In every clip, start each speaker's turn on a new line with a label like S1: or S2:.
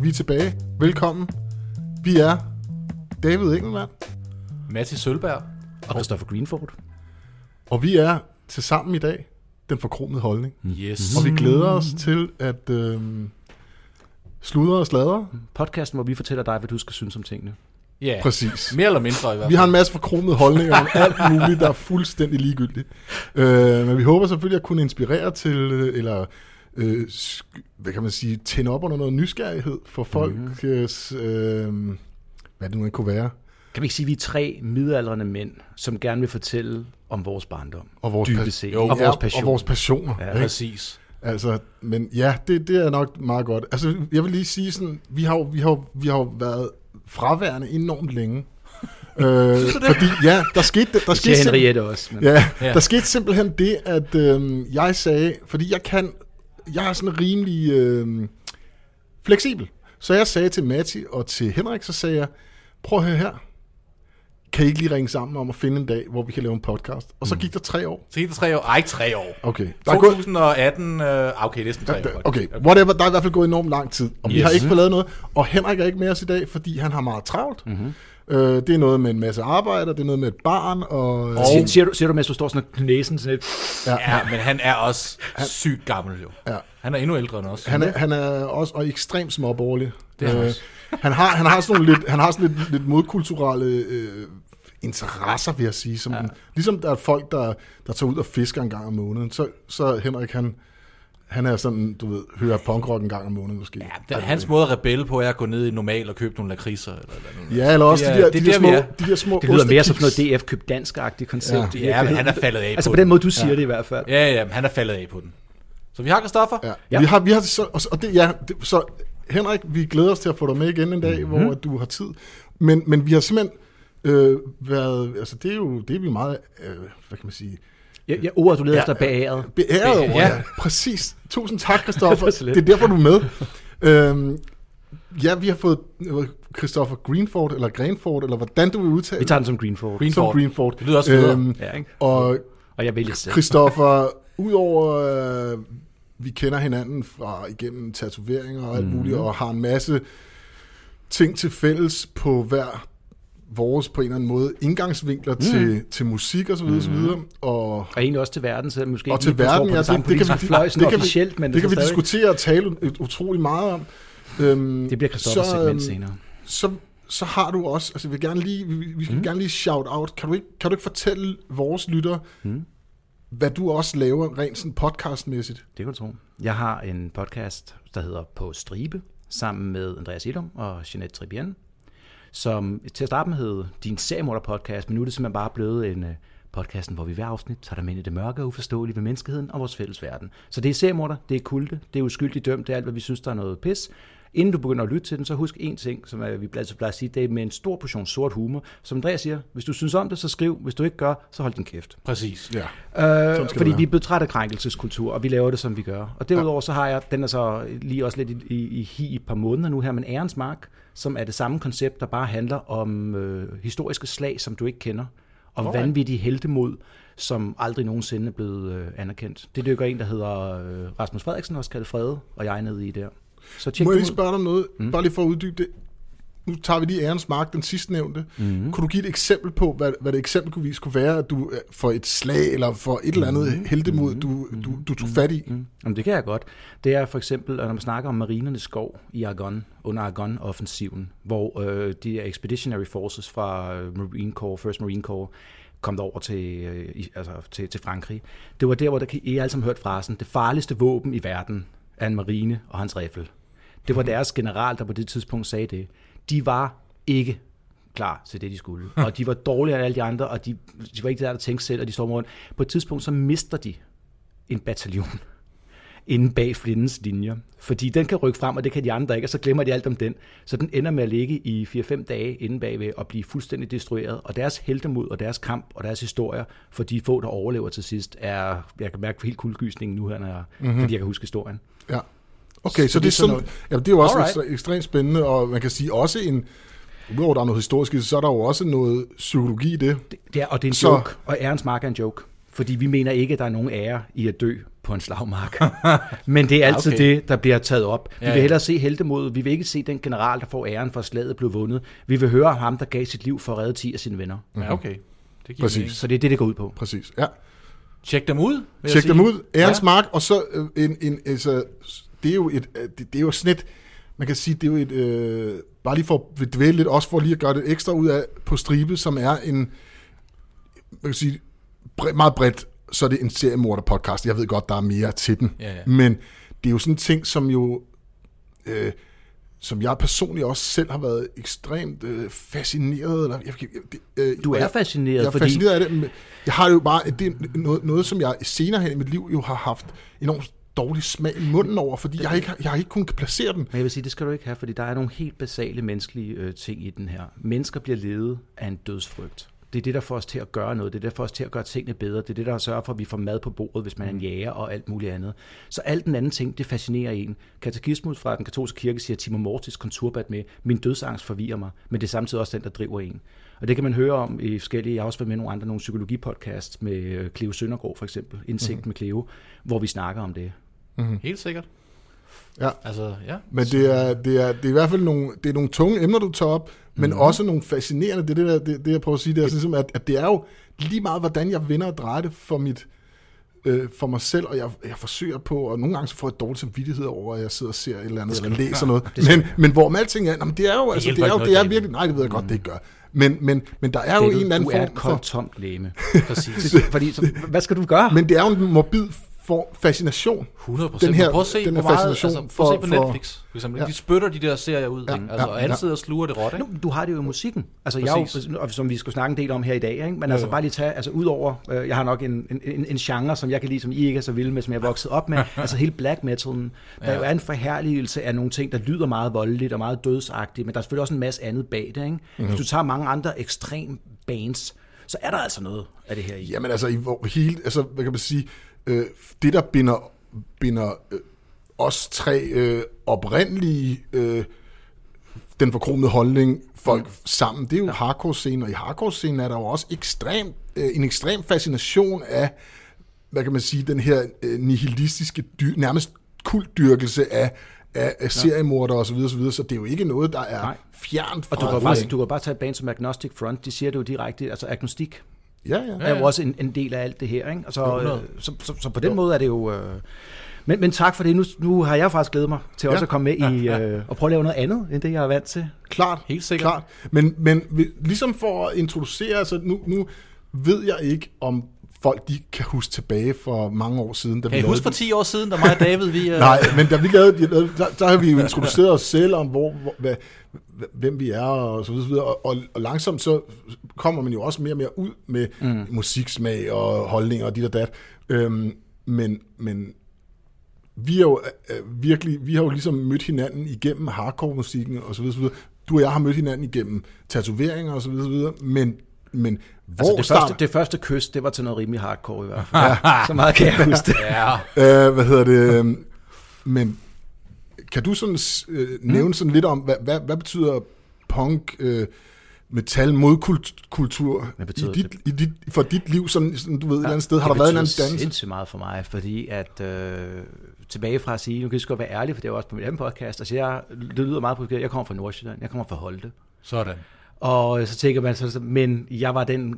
S1: Vi er tilbage. Velkommen. Vi er David Engelmann,
S2: Mathis Sølberg.
S1: Mm-hmm.
S3: Og Christopher Greenford.
S1: og vi er til sammen i dag den forkromede holdning.
S2: Yes.
S1: Og vi glæder os til at øh, sludre og sladre.
S3: Podcasten, hvor vi fortæller dig, hvad du skal synes om tingene.
S2: Ja,
S1: Præcis.
S2: mere eller mindre i hvert
S1: Vi
S2: fald.
S1: har en masse forkromede holdninger om alt muligt, der er fuldstændig ligegyldigt. Øh, men vi håber selvfølgelig at kunne inspirere til, øh, eller øh, sk- hvad kan man sige, tænde op under noget nysgerrighed for folk. Mm-hmm. Øh, hvad det nu end kunne være.
S3: Kan vi ikke sige, at vi er tre midaldrende mænd, som gerne vil fortælle om vores barndom?
S1: Og vores
S3: Dybest
S1: pas-
S3: set.
S1: Jo,
S3: og
S1: ja,
S3: vores passion.
S1: Og vores passioner.
S3: Ja,
S1: Ja, ikke?
S2: Præcis.
S1: Altså, men ja, det, det er nok meget godt. Altså, jeg vil lige sige sådan, vi har jo, vi har, jo- vi har jo været fraværende enormt længe. øh, fordi, ja, der skete, der skete
S3: Det er
S1: simpel-
S3: Henriette også. Men...
S1: Ja,
S2: Ja.
S1: der skete simpelthen det, at øh, jeg sagde, fordi jeg kan, jeg er sådan rimelig øh, fleksibel. Så jeg sagde til Matti og til Henrik, så sagde jeg, prøv at høre her, kan I ikke lige ringe sammen om at finde en dag, hvor vi kan lave en podcast? Og så gik der tre år.
S2: Så gik der tre år. Ej, ikke tre år.
S1: Okay, der er gået,
S2: 2018, øh, okay, næsten tre
S1: Der-
S2: år.
S1: Okay, whatever, der er i hvert fald gået enormt lang tid, og yes. vi
S2: Yes.
S1: har ikke fået lavet noget. Og Henrik er ikke med os i dag, fordi han har meget travlt. Mm-hmm. Øh, det er noget med en masse arbejde, og det er noget med et barn, og... og
S3: Siger, siger, du, siger du, mens du står sådan og næsen sådan lidt...
S2: Ja, men han er også sygt gammel jo.
S1: Ja.
S2: Han er endnu ældre end os.
S1: han, er, han er også og ekstremt småborgerlig. Øh,
S2: Det er han også.
S1: han, har, han har sådan nogle lidt, han har sådan lidt, lidt modkulturelle øh, interesser, vil jeg sige. Som, ja. Ligesom der er folk, der, der tager ud og fisker en gang om måneden, så, så Henrik, han, han er sådan, du ved, hører punkrock en gang om måneden måske.
S2: Ja, det er hans måde at rebelle på er at gå ned i normal og købe nogle lakridser eller, eller noget.
S1: Ja, eller også
S2: Det
S1: de
S2: er-
S1: der,
S2: det
S1: de,
S2: er
S1: der,
S2: der,
S1: små,
S2: vi er.
S1: de der små
S3: Det lyder mere som
S1: ostekiks.
S3: sådan noget DF køb dansk-agtigt koncept. i
S2: Ja, men han er
S3: virkeligheden.
S2: faldet af
S3: Altså
S2: på
S3: på den måde, du siger ja. det i hvert fald.
S2: Ja, ja, men han er faldet af på den. Så vi har Christoffer.
S1: Ja.
S3: Ja.
S1: ja. Vi har, vi har så, og så- og det, ja, det, så Henrik, vi glæder os til at få dig med igen en dag, mm-hmm. hvor at du har tid. Men, men vi har simpelthen øh, været, altså det er jo, det er vi meget, øh, hvad kan man sige,
S3: Ja, ja ordet, du leder
S1: Ja,
S3: efter bagæret.
S1: beæret over.
S2: Ja.
S1: Ja. Præcis. Tusind tak, Christoffer.
S3: Det var så
S1: det
S3: lidt.
S1: er derfor, du er med. Øhm, ja, vi har fået øh, Christoffer Greenford, eller Granford, eller hvordan du vil udtale
S3: Vi tager den som Greenford.
S2: Green-
S1: som Greenford.
S2: Greenford.
S1: Øhm,
S2: Det lyder også federe.
S3: Ja, ikke?
S1: og
S3: Og jeg vælger selv.
S1: Christoffer, udover øh, vi kender hinanden fra igennem tatoveringer og alt
S3: Mhm.
S1: muligt, og har en masse ting til fælles på hver vores på en eller anden måde indgangsvinkler
S3: Mhm.
S1: til, til musik og så videre, så videre. Og,
S3: Og egentlig også til verden, så måske
S1: og
S3: ikke
S1: til
S3: Mhm. lige forstår
S1: verden,
S3: på
S1: ja,
S3: den
S1: det,
S3: samme
S1: det, det, kan vi,
S3: politiske fløj, sådan
S1: det, kan
S3: officielt,
S1: vi,
S3: men altså
S1: det kan vi
S3: så stadig-
S1: diskutere og tale ut- utrolig meget om. Øhm,
S3: Det bliver Christoffers
S1: så,
S3: segment
S1: øhm,
S3: senere.
S1: så, så har du også, altså jeg vil gerne lige, vi, vi skal mm. gerne lige shout out, kan du ikke, kan du ikke fortælle vores lytter, mm. hvad du også laver rent sådan podcastmæssigt?
S3: Det kan du tro. Jeg har en podcast, der hedder På Stribe, sammen med Andreas Idum og Jeanette Tribien, som til at starte med hed Din Seriemorder-podcast, men nu er det simpelthen bare blevet en øh, podcasten, hvor vi hver afsnit tager dig med ind i det mørke og uforståelige ved menneskeheden og vores fælles verden. Så det er seriemorder, det er kulte, det er uskyldigt dømt, det er alt, hvad vi synes, der er noget pis. Inden du begynder at lytte til den, så husk én ting, som øh, vi altid plejer at sige, det er med en stor portion sort humor. Som Andreas siger, hvis du synes om det, så skriv. Hvis du ikke gør, så hold din kæft.
S2: Præcis.
S1: Ja.
S3: Øh,
S1: skal det
S3: fordi
S1: være.
S3: vi er blevet trætte af krænkelseskultur, og vi laver det, som vi gør. Og derudover så har jeg, den er så lige også lidt i, i, i hi i et par måneder nu her, men Ærens Mark, som er det samme koncept, der bare handler om øh, historiske slag, som du ikke kender, og okay. vanvittig heltemod, som aldrig nogensinde er blevet øh, anerkendt. Det dykker en, der hedder øh, Rasmus Frederiksen, også kaldet Frede, og jeg er nede i der. Så tjek
S1: Må
S3: det
S1: jeg lige
S3: ud.
S1: spørge dig om noget, mm. bare lige for at uddybe det. Nu tager vi lige ærens mark, den sidste nævnte. Mm. Kunne du give et eksempel på, hvad, hvad det eksempelvis kunne være, at du øh, for et slag eller for et eller andet mm. heldemod, du, du, du tog fat i? Mm.
S3: Jamen, det kan jeg godt. Det er for eksempel, når man snakker om marinernes skov i Argonne, under Argonne-offensiven, hvor øh, de der Expeditionary Forces fra øh, Marine Corps, First Marine Corps, kom over til, øh, i- altså, til, til Frankrig. Det var der, hvor der, kan- I alle sammen hørt frasen, det farligste våben i verden er en marine og hans riffel. Det var deres general, der på det tidspunkt sagde det. De var ikke klar til det, de skulle. Og de var dårligere end alle de andre, og de, de var ikke der, der tænkte selv, og de stod rundt. På et tidspunkt, så mister de en bataljon inde bag flindens linjer. Fordi den kan rykke frem, og det kan de andre ikke, og så glemmer de alt om den. Så den ender med at ligge i 4-5 dage inde bagved og blive fuldstændig destrueret. Og deres heltemod og deres kamp og deres historier for de få, der overlever til sidst, er, jeg kan mærke helt kuldegysningen nu her, når jeg, mm-hmm. fordi jeg kan huske historien.
S1: Ja. Okay, så, så det,
S3: det er
S1: er sådan,
S3: sådan
S1: ja, det er jo også
S2: Alright.
S1: Alright. ekstremt spændende, og man kan sige også en, Udover at der er noget historisk, i det, så er der jo også noget psykologi i det.
S3: Det er, og det er en
S1: Så-
S3: så... joke, og ærens mark er en joke. Fordi vi mener ikke, at der er nogen ære i at dø på en slagmark. Men det er altid
S2: okay.
S3: okay. det, der bliver taget op. Vi
S2: Ja,
S3: vil
S2: ja.
S3: hellere se heltemodet. Vi vil ikke se den general, der får æren for, at slaget blev vundet. Vi vil høre om ham, der gav sit liv for at redde 10 af sine venner.
S2: Ja, okay. Det giver
S1: Præcis.
S2: mening.
S3: Så det er det, det går ud på.
S1: Mhm. Præcis, ja.
S2: Tjek dem ud, vil jeg
S1: Tjek
S2: sige.
S1: dem ud. Ærens
S2: Ja.
S1: ja. Mark, og så øh, en, en, altså, det er jo et, øh, det, det er jo sådan et, man kan sige, det er jo et, øh, bare lige for at dvæle lidt, også for lige at gøre det ekstra ud af på stribe, som er en, man kan sige, bre, meget bredt, så er det en seriemorder podcast. Jeg ved godt, der er mere til den.
S2: Ja, ja.
S1: Men det er jo sådan en ting, som jo, øh, som jeg personligt også selv har været ekstremt øh, fascineret. Eller, jeg, jeg, det, øh,
S3: Du
S1: og
S3: er
S1: jeg-
S3: fascineret,
S1: jeg er
S3: fordi...
S1: fascineret af det. men Jeg har jo bare, det er noget, noget, som jeg senere hen i mit liv jo har haft enormt dårlig smag i munden over, fordi jeg har ikke, jeg har ikke kunnet placere den.
S3: Men jeg vil sige, det skal du ikke have, fordi der er nogle helt basale menneskelige øh, ting i den her. Mennesker bliver ledet af en dødsfrygt. Det er det, der får os til at gøre noget. Det er det, der får os til at gøre tingene bedre. Det er det, der sørger for, at vi får mad på bordet, hvis man er en jæger og alt muligt andet. Så alt den anden ting, det fascinerer en. Katekismus fra den katolske kirke siger Timor Mortis konturbat med, min dødsangst forvirrer mig, men det er samtidig også den, der driver en. Og det kan man høre om i forskellige, jeg har også været med i nogle andre, nogle psykologipodcasts med øh, Cleo Søndergaard for eksempel, Indsigt mm-hmm. med Cleo, hvor vi snakker om det.
S2: Helt sikkert.
S1: Ja.
S2: Altså, ja.
S1: Men det er, det, er, det er i hvert fald nogle, det er nogle tunge emner, du tager op, men mm. også nogle fascinerende, det er det, der, det, det jeg prøver at sige, det er ligesom, at, at det er jo lige meget, hvordan jeg vender og drejer det for mit øh, for mig selv, og jeg, jeg forsøger på, og nogle gange så får jeg dårlig samvittighed over, at jeg sidder og ser et eller andet, eller læser noget, men, men hvor med alting er, nå, men det er jo, altså, det
S2: hjælper
S1: er jo,
S2: ikke
S1: det er
S2: noget,
S1: virkelig, nej, det ved jeg godt, det ikke gør, men, men, men der er jo
S3: Det
S1: en eller anden
S3: du er
S1: form
S3: et
S1: for,
S3: koldt, tomt læme.
S2: præcis.
S3: Fordi, så, hvad skal du gøre?
S1: men det er jo en morbid for fascination.
S2: 100 procent.
S1: Den her-
S2: prøv at se,
S1: den her
S2: hvor meget,
S1: fascination
S2: altså, prøv at se på
S1: for- for-
S2: Netflix. For eksempel.
S1: Ja.
S2: De spytter de der serier ud, ja, ikke? Altså,
S1: ja,
S2: og alle
S1: ja.
S2: sidder og sluger det råt, ikke?
S3: Nu, du har det jo i musikken, altså jeg er jo, og som vi skal snakke en del om her i dag, ikke? men altså bare lige tage, altså udover, øh, jeg har nok en, en, en, en genre, som jeg kan lide, som I ikke er så vilde med, som jeg er vokset op med, altså hele black metalen, der ja. jo er en forherligelse af nogle ting, der lyder meget voldeligt og meget dødsagtigt, men der er selvfølgelig også en masse andet bag det. Ikke? Mm-hmm. Hvis du tager mange andre ekstrem bands, så er der altså noget af det her i.
S1: Jamen altså, i hvor hele, altså, hvad kan man sige, øh, det der binder, binder øh, os tre øh, oprindelige, øh, den forkromede holdning, folk mm. sammen, det er jo ja. hardcore-scenen, og i hardcore-scenen er der jo også ekstrem, øh, en ekstrem fascination af, hvad kan man sige, den her øh, nihilistiske, dy, nærmest kultdyrkelse af, af, af seriemordere osv., så, videre, så det er jo ikke noget, der er
S3: Nej.
S1: fjernt fra...
S3: Og du kan,
S1: fra-
S3: faktisk, du kan bare tage et band som Agnostic Front, de siger det jo direkte, altså agnostik,
S1: Ja, ja.
S3: er jo også en, en del af alt det her. Ikke? Og så,
S2: Jo,
S3: øh,
S2: noget.
S3: så, så, så på den måde er det jo... Øh, men, men tak for det. Nu, nu har jeg faktisk glædet mig til også
S1: Ja. Altså,
S3: at komme med i øh, og prøve at lave noget andet, end det jeg er vant til.
S1: Klart.
S2: Helt sikkert.
S1: Klart. Men, men vi- ligesom for at introducere, altså nu, nu ved jeg ikke, om folk de kan huske tilbage for mange år siden. Da
S2: Kan I huske for 10 år siden, da mig og David, vi... øh,
S1: Nej, men da vi lavede, der, der har vi jo introduceret os selv om, hvor, hvor, hvad, hvem vi er og så videre, så videre. Og, og, og langsomt så kommer man jo også mere og mere ud med mm. musiksmag og holdninger og dit og dat. Øhm, men, men vi er jo øh, virkelig, vi har jo ligesom mødt hinanden igennem hardcore-musikken og så videre, så videre. Du og jeg har mødt hinanden igennem tatoveringer og så videre, så videre. Men, men hvor
S3: Altså, det,
S1: starter...
S3: første, det første kys, det var til noget rimelig hardcore i hvert fald. Ja. Så meget kan jeg huske det.
S2: Ja,
S1: Øh, hvad hedder det? øhm, Men kan du sådan øh, nævne sådan lidt om, hvad, hvad, hvad betyder punk, øh, metal, modkultur i
S3: Hvad betyder
S1: dit, i dit, for dit liv? Sådan, sådan, du ved, et eller andet sted, har der
S3: det
S1: været en
S3: betyder
S1: anden dans?
S3: sindssygt meget for mig, fordi at øh, tilbage fra at sige, nu kan jeg lige så godt være ærlig, for det er jo også på mit andet podcast, altså jeg, det lyder meget på, jeg kommer fra Nordsjælland, jeg kommer fra Holte.
S2: sådan.
S3: Og så tænker man så, så- men jeg var den,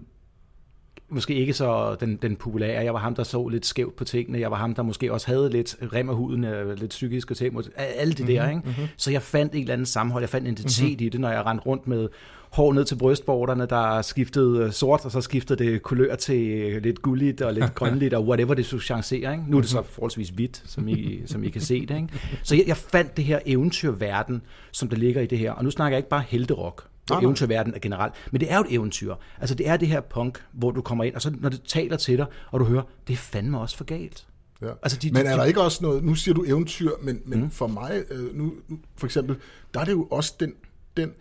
S3: måske ikke så den, den populære, jeg var ham, der så lidt skævt på tingene, jeg var ham, der måske også havde lidt rem af huden, øh, lidt psykiske ting, mås- alle det der, ikke? Så jeg fandt et eller andet sammenhold, jeg fandt en identitet i det, når jeg rendte rundt med hår ned til brystborderne, der skiftede øh, sort, og så skiftede det kulør til øh, lidt gulligt og lidt grønligt, og whatever det så chancerer, ikke? Nu er det så forholdsvis hvidt, som I, som I kan se det, ikke? Så jeg, jeg fandt det her eventyrverden, som der ligger i det her, og nu snakker jeg ikke bare helterok,
S1: Nej,
S3: og
S1: nej.
S3: eventyrverdenen er generelt. Men det er jo et eventyr. Altså det er det her punk, hvor du kommer ind, og så når det taler til dig, og du hører, det er fandme også for galt.
S1: Ja.
S3: Altså, de-
S1: men
S3: de- Mhm.
S1: er der ikke også noget, nu siger du eventyr, men, men mm. for mig, øh, nu, nu for eksempel, der er det jo også den, den,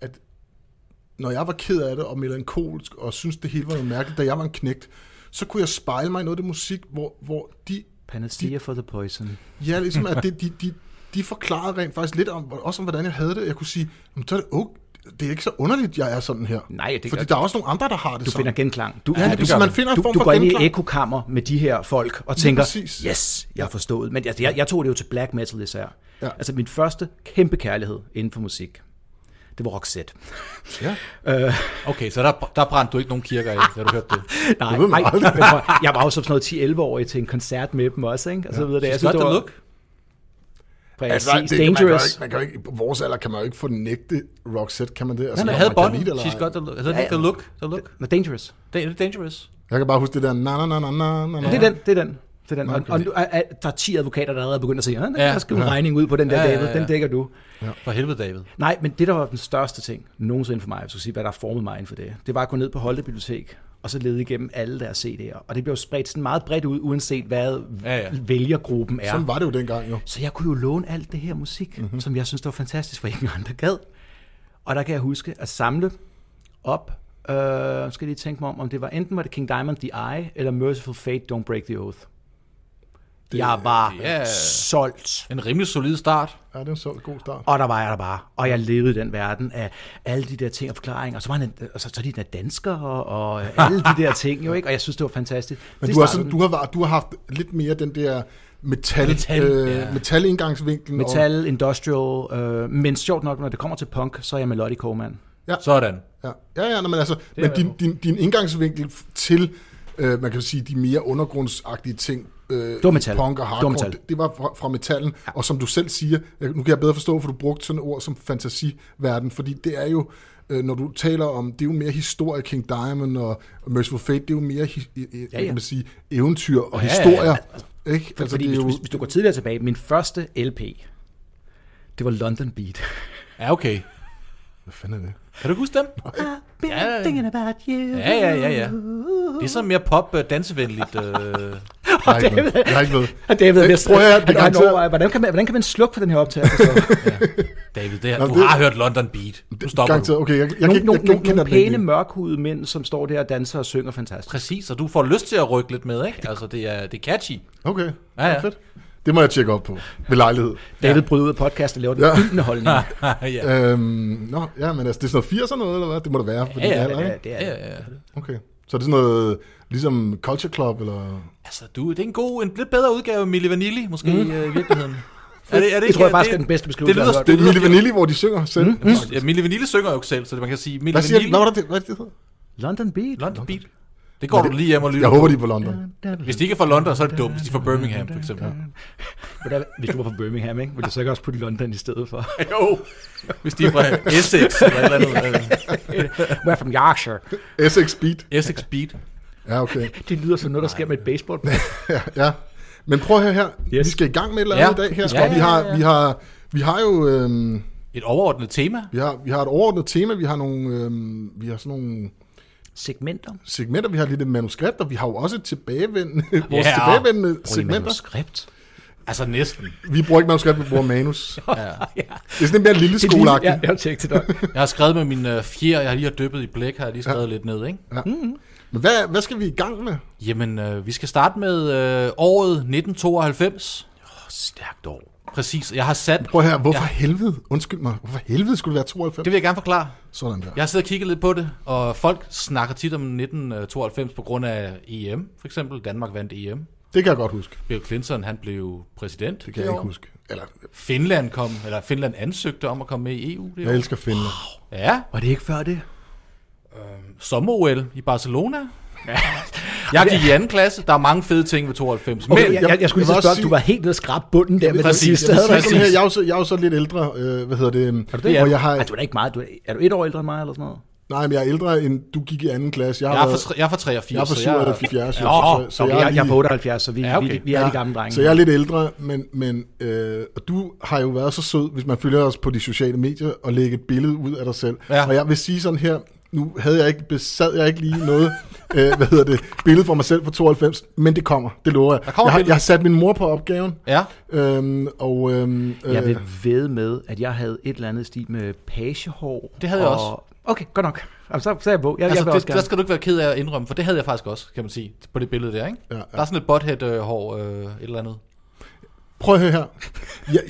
S1: at når jeg var ked af det og melankolsk og synes det hele var noget mærkeligt, da jeg var en knægt, så kunne jeg spejle mig i noget af det musik, hvor, hvor de
S3: Panacea for the poison.
S1: Ja, ligesom at det, de, de, de forklarede rent faktisk lidt om, også om, hvordan jeg havde det. Jeg kunne sige, "Jamen, så er det okay. det er ikke så underligt, jeg er sådan her.
S3: Nej, det
S1: Fordi
S3: gør-
S1: der er også nogle andre, der har det
S3: Du
S1: sådan.
S3: finder genklang. Du,
S1: Ja,
S3: du,
S1: det
S2: gør
S1: man
S2: man.
S1: finder en
S3: du,
S1: form
S3: du
S1: for
S3: går ind i
S1: genklang.
S3: ekokammer med de her folk og tænker,
S1: præcis.
S3: yes, jeg har forstået. Men altså, jeg, jeg tog det jo til black metal især.
S1: Ja.
S3: Altså min første kæmpe kærlighed inden for musik, det var Roxette.
S1: Ja.
S2: Okay, så der, der brændte du ikke nogen kirker af, da du hørte det.
S3: Nej,
S1: Det ved man
S3: nej.
S1: aldrig.
S3: Jeg var- jeg var jo som sådan noget 10-11-årig til en koncert med dem også, ikke? Og så videre det. Jeg
S2: Synes, det
S3: var-
S2: look?
S3: Præcis,
S1: Altså, det, kan- Man kan, jo
S3: dangerous.
S1: ikke, man kan jo ikke, på vores alder kan man jo ikke fornægte Roxette, kan man det? Altså,
S2: Han
S1: om
S2: havde
S1: man kan
S2: bånd.
S1: lide det eller
S2: She's
S1: ej.
S2: got the look. Altså,
S3: Ja, ja.
S2: the look. The look.
S3: Men dangerous.
S2: Det er dangerous.
S1: Jeg kan bare huske det der na na na na na na.
S3: Det er den, det er den. Det er den. Og,
S1: Okay.
S3: og nu er, er, der er 10 advokater, der allerede er begyndt at sige, at
S2: Ja.
S3: der skal en regning ud på den der,
S2: Ja, ja,
S3: David,
S2: ja, ja.
S3: den dækker du.
S2: For helvede, David.
S3: Nej, men det, der var den største ting nogensinde for mig, jeg skulle sige, hvad der formede mig inden for det, det var at gå ned på Holte Bibliotek, og så lede igennem alle deres CD'er. Og det blev spredt sådan meget bredt ud, uanset hvad
S2: Ja, ja.
S3: vælgergruppen er.
S1: Sådan var det jo dengang, jo.
S3: Så jeg kunne jo låne alt det her musik,
S1: Mhm.
S3: mm-hmm. som jeg synes, det var fantastisk, for ingen andre gad. Og der kan jeg huske at samle op, øh, nu skal jeg lige tænke mig om, om det var enten var det King Diamond, The Eye, eller Merciful Fate, Don't Break the Oath. Det, jeg var
S2: det er-
S3: solgt.
S2: En rimelig solid start.
S1: Ja, det er en så god start.
S3: Og der var jeg der bare, og jeg levede i den verden af alle de der ting og forklaringer, og så var han, en- og så, så de der danskere, og, og alle de der ting jo, ikke? Og jeg synes, det var fantastisk.
S1: Men
S3: Det
S1: du har,
S3: startede
S1: sådan, du, har, været- du har haft lidt mere den der metal, metal,
S2: Metal,
S1: øh,
S2: ja.
S1: metalindgangsvinkel.
S3: Metal, industrial, øh, men sjovt nok, når det kommer til punk, så er jeg melodic mand.
S2: Sådan.
S1: Og, ja, ja, ja nå, men altså,
S2: jeg
S1: men din,
S2: med
S1: din, din indgangsvinkel f- til, øh, man kan sige, de mere undergrundsagtige ting, øh,
S3: var metal.
S1: i punk og
S3: Det var
S1: hardcore,
S3: metal.
S1: det, det var fra, fra metallen, ja. og som du selv siger, jeg- nu kan jeg bedre forstå, for du brugte sådan et ord som fantasiverden, fordi det er jo, øh, når du taler om, det er jo mere historie, King Diamond og og Merciful Fate, det er jo mere, hi- i- i-
S3: ja.
S1: kan man sige, eventyr og
S2: ja,
S1: historier. Ikke?
S3: Altså,
S1: det
S3: Fordi
S1: er
S3: hvis,
S1: jo-
S3: hvis, hvis du går tidligere tilbage, min første LP, det var London Beat.
S2: Ja, okay.
S1: Hvad fanden er det?
S2: Kan du huske dem?
S3: Been thinking about you.
S2: Ja, ja, ja, ja. Det er sådan mere pop, øh, dansevenligt. Øh.
S1: Jeg har ikke noget. Jeg har ikke noget.
S3: Og David er
S1: Øh,
S3: ved at
S1: prøv at høre, det
S3: han- han
S1: garanteret-
S3: overvejer, hvordan, kan man, hvordan kan man slukke for den her Altså, optagelse? så?
S2: David, det her,
S1: Nå,
S2: du
S1: det-
S2: har hørt London Beat. Nu stopper du.
S1: Garanteret. Okay, jeg, jeg, jeg,
S3: Nogle,
S1: jeg, jeg,
S3: nogle,
S1: jeg, jeg
S3: nogle,
S1: kender
S3: nogle
S1: den ikke.
S3: pæne mørkhudede mænd, som står der og danser og synger fantastisk.
S2: Præcis, og du får lyst til at rykke lidt med, ikke? Altså, det er, det er catchy.
S1: Okay,
S2: Ja, ja.
S1: fedt. Det må jeg tjekke op på ved lejlighed.
S3: David bryder ud af podcast og laver den
S1: Ja.
S3: gyldne holdning. Ja,
S2: ja.
S1: Øhm, nå, ja, men altså, det er sådan noget 80'er noget, eller hvad? Det må det være. Fordi
S2: Ja, ja,
S1: det er,
S2: det
S1: der,
S3: det er-
S1: ikke?
S3: det
S2: Ja,
S3: er-
S2: ja, ja.
S1: Okay. Så er det sådan noget, ligesom Culture Club, eller...
S2: Altså, du, det er en god, en lidt bedre udgave af Milli Vanilli, måske mm. i, øh, i virkeligheden. Er det, er
S3: Det tror jeg faktisk
S2: det-
S3: er den bedste beskrivelse,
S2: det
S3: jeg
S2: lyder,
S3: har hørt.
S1: Det er
S2: lyder-
S1: Milli Vanilli, hvor de synger selv. Mm.
S2: Ja, Milli Vanilli synger jo ikke selv, så det- man kan sige Milli
S1: Hvad siger
S2: Vanilli,
S1: de? Hvad var det, hvad er det, det hedder?
S3: London Beat.
S2: London Beat. Det går
S1: Men
S2: du
S1: det-
S2: lige hjem og
S1: Jeg
S2: lytter
S1: håber,
S2: på.
S1: de er på London.
S2: Hvis de ikke er fra London, så er det dumt. Hvis de er fra Birmingham, for eksempel.
S3: Hvordan- Hvis du var fra Birmingham, ikke? ville du så ikke også putte London i stedet for?
S2: Jo, hvis de er fra Essex eller et eller andet.
S3: Where from Yorkshire?
S1: Essex Beat.
S2: øh, Essex Beat.
S1: Ja, okay.
S3: Det lyder som noget, der sker med et baseball.
S1: Ja, ja. Men prøv at høre her.
S3: Yes.
S1: Yes. Vi skal i gang med et eller andet
S2: Ja.
S1: i dag her.
S2: Ja,
S1: og vi
S2: ja,
S1: har,
S2: ja, ja.
S1: vi har, vi har jo... Øhm,
S2: Et overordnet tema.
S1: vi, har, vi har et overordnet tema. Vi har nogle... Øhm, vi har sådan nogle
S3: Segmenter.
S1: segmenter, vi har lidt et manuskript, og vi har jo også et tilbagevendende, vores
S2: Ja.
S1: tilbagevendende
S3: Bruger I
S1: segmenter.
S3: manuskript?
S2: Altså næsten.
S1: Vi bruger ikke manuskript, vi bruger manus.
S2: Ja.
S1: Det er sådan mere lille
S3: Det er lige-
S1: skoleagtigt.
S3: Ja, jeg har tjekket til dig.
S2: Jeg har skrevet med min øh, fjer, jeg har lige har dyppet i blæk, har jeg lige skrevet lidt ned, ikke?
S1: Men hvad, hvad skal vi i gang med?
S2: Jamen, øh, vi skal starte med øh, året 1992.
S3: Stærkt år.
S2: Præcis, jeg har sat... Det
S1: Prøv her, hvorfor ja. helvede? Undskyld mig, hvorfor helvede skulle det være 92?
S2: vil jeg gerne forklare.
S1: Sådan der.
S2: Jeg har siddet og kigget lidt på det, og folk snakker tit om 1992 på grund af EM, for eksempel. Danmark vandt EM.
S1: Det kan jeg godt huske.
S2: Bill Clinton, han blev præsident.
S1: Det kan jeg ikke huske. Eller,
S2: Finland kom, eller Finland ansøgte om at komme med i EU. Det
S1: jeg
S2: år.
S1: elsker Finland.
S2: Ja,
S3: Var det ikke før det?
S2: sommer-OL i Barcelona. Jeg gik i anden klasse. Der er mange fede ting ved 92. Men
S3: jeg, jeg,
S1: jeg
S3: jeg skulle lige så
S1: vil
S3: spørge,
S1: også
S3: du
S1: sige-
S3: var helt nede og skrabe bunden der med det
S2: præcis,
S3: sidste.
S2: jeg vil
S3: Havde du
S1: Jeg,
S3: ikke
S1: sådan her,
S3: sådan
S1: jeg, er jo så, jeg er jo så lidt ældre, øh, hvad hedder det? Er
S3: det?
S1: Hvor jeg har,
S3: her- Ej, du er da ikke meget. Du er, er du et år ældre end mig eller sådan noget?
S1: nej, men jeg er ældre, end du gik i anden klasse. Jeg,
S2: jeg
S1: har
S2: er fra,
S1: været-
S2: tre- jeg er fra 83.
S1: jeg er fra
S2: så
S1: 77, jo,
S2: Nå,
S1: så-
S3: Så okay, jeg, jeg,
S1: lige-
S3: er på 78, så vi,
S2: Ja,
S3: ja,
S2: okay.
S3: okay. vi, vi er de gamle drenge.
S1: Så jeg er lidt ældre, men, men øh, og du har jo været så sød, hvis man følger os på de sociale medier, og lægge et billede ud af dig selv.
S2: Ja.
S1: Og jeg vil sige sådan her, nu havde jeg ikke, besad jeg ikke lige noget, øh, hvad hedder det, billede for mig selv på 92, men det kommer, det lover jeg.
S2: kommer
S1: jeg, har,
S2: billede.
S1: jeg har sat min mor på opgaven,
S2: Ja,
S1: øhm, og øhm, øh,
S3: Jeg vil ved med, at jeg havde et eller andet stil med pagehår.
S2: Det havde jeg
S3: og...
S2: også.
S3: Okay, godt nok. Jamen, så, så er jeg på. Jeg,
S2: altså,
S3: jeg vil
S2: det,
S3: også
S2: der
S3: gerne.
S2: skal du ikke være ked af at indrømme, for det havde jeg faktisk også, kan man sige, på det billede der, ikke?
S1: Ja, ja.
S2: øh, Der er sådan et butthead-hår, øh, et eller andet.
S1: Prøv at høre her. Jeg,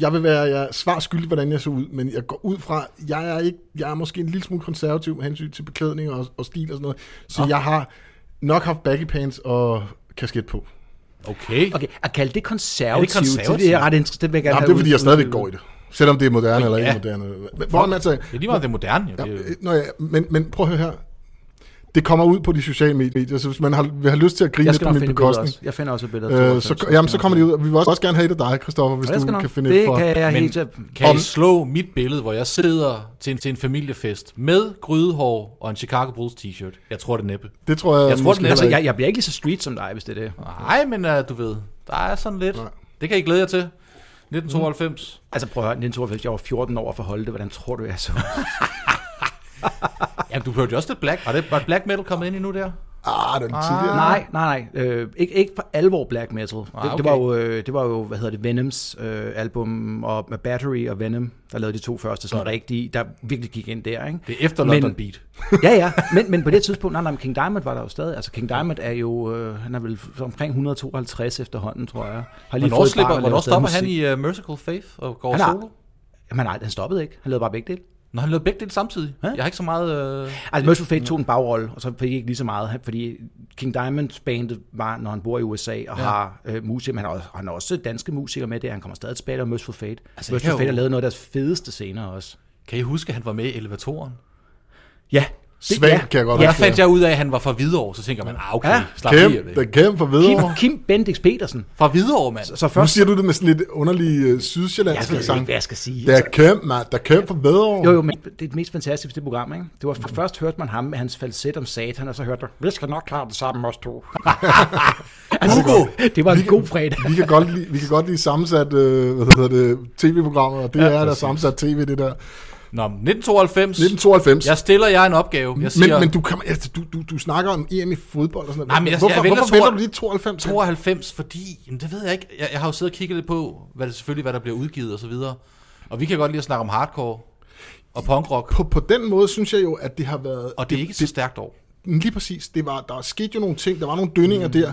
S1: jeg vil være jeg svar skyldig, hvordan jeg så ud, men jeg går ud fra, jeg er, ikke, jeg er måske en lille smule konservativ med hensyn til beklædning og, og stil og sådan noget, så jeg har nok haft baggy pants og kasket på.
S2: Okay.
S3: Okay, at kalde det konservativt,
S2: Er det
S3: det,
S2: konservativt?
S3: det er ret interessant. Det vil jeg gerne
S1: Jamen, det
S3: have
S1: er, fordi
S3: ud-
S1: jeg stadigvæk
S3: ud-
S1: går i det. Selvom det er moderne eller ikke
S2: ja.
S1: moderne. Hvor er man sagde,
S2: Det er lige meget det er moderne. Jo. Det er jo.
S1: Øh, Nå ja, men, men prøv at høre her. Det kommer ud på de sociale medier, så hvis man har, vil have lyst til at grine
S3: Jeg
S1: lidt
S3: skal
S1: på
S3: nok
S1: min
S3: finde billeder også.
S1: bekostning,
S3: Jeg finder også et billede. af
S1: øh,
S3: 92.
S1: så, jamen, så kommer det ud. Vi vil også også gerne have et af dig, Christoffer, hvis
S3: Og jeg
S1: du
S3: skal nok-
S1: kan finde
S3: det
S1: et for.
S3: kan jeg
S2: Men
S3: helt til.
S2: kan I slå mit billede, hvor jeg sidder til en, til en familiefest med grydehår og en Chicago Bulls t-shirt? Jeg tror det næppe.
S1: Det tror jeg,
S2: Jeg tror,
S1: måske
S2: den er-
S1: heller
S3: Altså,
S1: ikke.
S3: jeg, jeg bliver ikke lige så street som dig, hvis det er det.
S2: Nej, men uh, du ved, der er sådan lidt.
S1: Nej.
S2: Det kan I glæde jer til. 1992.
S3: Altså prøv at høre, 1992, jeg var 14 år for at holde det. Hvordan tror du, jeg så?
S2: Mm. Jamen, du hørte jo også lidt black. Var, det, var black metal kommet ind endnu der?
S1: Ah, den tidligere.
S3: nej, nej, nej. Øh, ikke, ikke for alvor black metal. Det,
S2: Ah, okay.
S3: ah, okay. det, var jo, øh, det var jo, hvad hedder det, Venoms øh, album, og med Battery og Venom, der lavede de to første,
S2: Mm.
S3: sådan rigtige, der virkelig gik ind der, ikke?
S2: Det er efter London
S3: Men-
S2: Beat.
S3: ja, ja, men, men på det tidspunkt, nej, nej, men King Diamond var der jo stadig. Altså, King Diamond er jo, øh, han er vel omkring 152 efterhånden, tror jeg. Har
S2: Hvornår,
S3: fået et barn
S2: slipper,
S3: og
S2: hvornår
S3: laver stadig
S2: stopper han
S3: musik.
S2: i uh, Merciful Faith og går
S3: Han har-
S2: solo?
S3: Jamen nej, han stoppede ikke. Han lavede bare begge dele.
S2: Når han lavede begge dele samtidig.
S3: Hæ?
S2: Jeg har ikke så meget... Uh...
S3: Altså, Merciful Fate tog en bagrolle, og så fik I ikke lige så meget, fordi King Diamond bandet var, når han bor i USA, og ja. har øh, musikere, men han har, også- han har også danske musikere med der, han kommer stadig tilbage, og Merciful Fate.
S2: Altså,
S3: Altså,
S2: jeg
S3: Merciful
S2: kan
S3: Fate
S2: jo-
S3: har lavet noget af deres fedeste scener også.
S2: Kan I huske, at han var med i elevatoren?
S3: Ja.
S1: Svag kan jeg godt
S2: Og der
S1: huske,
S2: fandt jeg ud af, at han var fra Hvidovre, så tænker man, ah, okay, ja,
S3: Ja.
S2: slap lige af
S1: Kæmpe,
S2: det.
S1: der kæmpe for videre.
S3: Kim, Kim Bendix Petersen.
S2: Fra Hvidovre, mand.
S3: Så
S1: Nu
S3: først...
S1: siger du det med sådan lidt underlig øh,
S3: Jeg
S1: sydsjællandsk
S3: ved ikke,
S1: sang.
S3: hvad jeg skal sige.
S1: Der kæmpe, mand. Der kæmpe for bedre.
S3: Jo, jo, men det er det mest fantastiske ved det program, ikke? Det var for først hørte man ham med hans falset om satan, og så hørte du, vi skal nok klare det sammen, os to. altså,
S2: Hugo!
S3: det var en god fredag.
S1: Vi kan godt lide, vi kan godt lide sammensat øh, hvad hedder det, tv-programmer, og det ja, er der sammensat tv, det der.
S2: Nå, 1992.
S1: 1992.
S2: Jeg stiller jer en opgave. Jeg siger,
S1: men, men du, kan, altså, du, du, du snakker om EM i fodbold og sådan noget.
S2: Nej, men jeg-
S1: hvorfor,
S2: jeg venter
S1: hvorfor
S2: to-
S1: venter du lige 92?
S2: 92, fordi, jamen det ved jeg ikke, jeg, jeg har jo siddet og kigget lidt på, hvad det selvfølgelig, hvad der bliver udgivet og så videre. Og vi kan godt lide at snakke om hardcore og punkrock,
S1: På, på den måde synes jeg jo, at det har været...
S2: og det er ikke så stærkt år.
S1: det, lige præcis. Det var, der skete jo nogle ting. Der var nogle dønninger mm. der.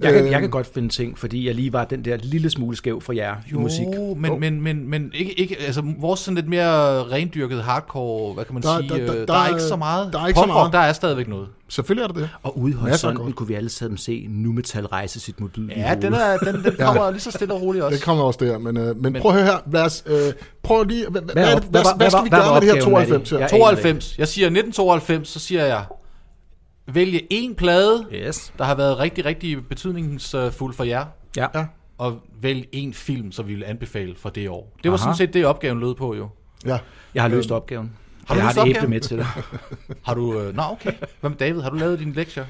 S3: Jeg kan, jeg kan godt finde ting, fordi jeg lige var den der lille smule skæv for jer i musik.
S2: men, oh. men, men, men ikke, ikke, altså vores sådan lidt mere rendyrket hardcore, hvad kan man
S1: Der-
S2: sige,
S1: der-
S2: der,
S1: der-
S2: der, der
S1: der-
S2: er ikke så meget.
S1: der er ikke så
S2: Punkrock,
S1: meget.
S2: der er stadigvæk noget.
S1: Selvfølgelig er det det.
S3: Og ude i
S1: Masser af
S3: horisonten
S1: godt.
S3: kunne vi alle sammen se nu metal rejse sit modul
S2: Ja, den, er, den, den kommer lige så stille og roligt også.
S1: Det kommer også der, men, øh, men, men prøv at høre her. Lad os, øh, prøv lige... Hvad, hvad,
S3: er
S1: hvad,
S3: op-
S1: hvad,
S3: hvad var-
S1: hvad skal vi
S3: hvad var-
S1: gøre med
S3: hvad
S1: det her
S3: var opgaven,
S1: 92 her?
S3: Maddie? Jeg-
S2: 92. Jeg siger 1992, så siger jeg, vælge en plade,
S3: Yes.
S2: der har været rigtig, rigtig betydningsfuld for jer,
S3: Ja.
S1: Ja.
S2: og vælg en film, som vi ville anbefale for det år. Det var
S3: Aha.
S2: sådan set det, opgaven lød på jo.
S1: Ja.
S3: Jeg har løst opgaven.
S2: Har du
S3: jeg
S2: løst
S3: har et æble
S2: opgaven?
S3: med til dig.
S2: Har du... Øh, nå, okay. Hvad med David? Har du lavet dine lektier?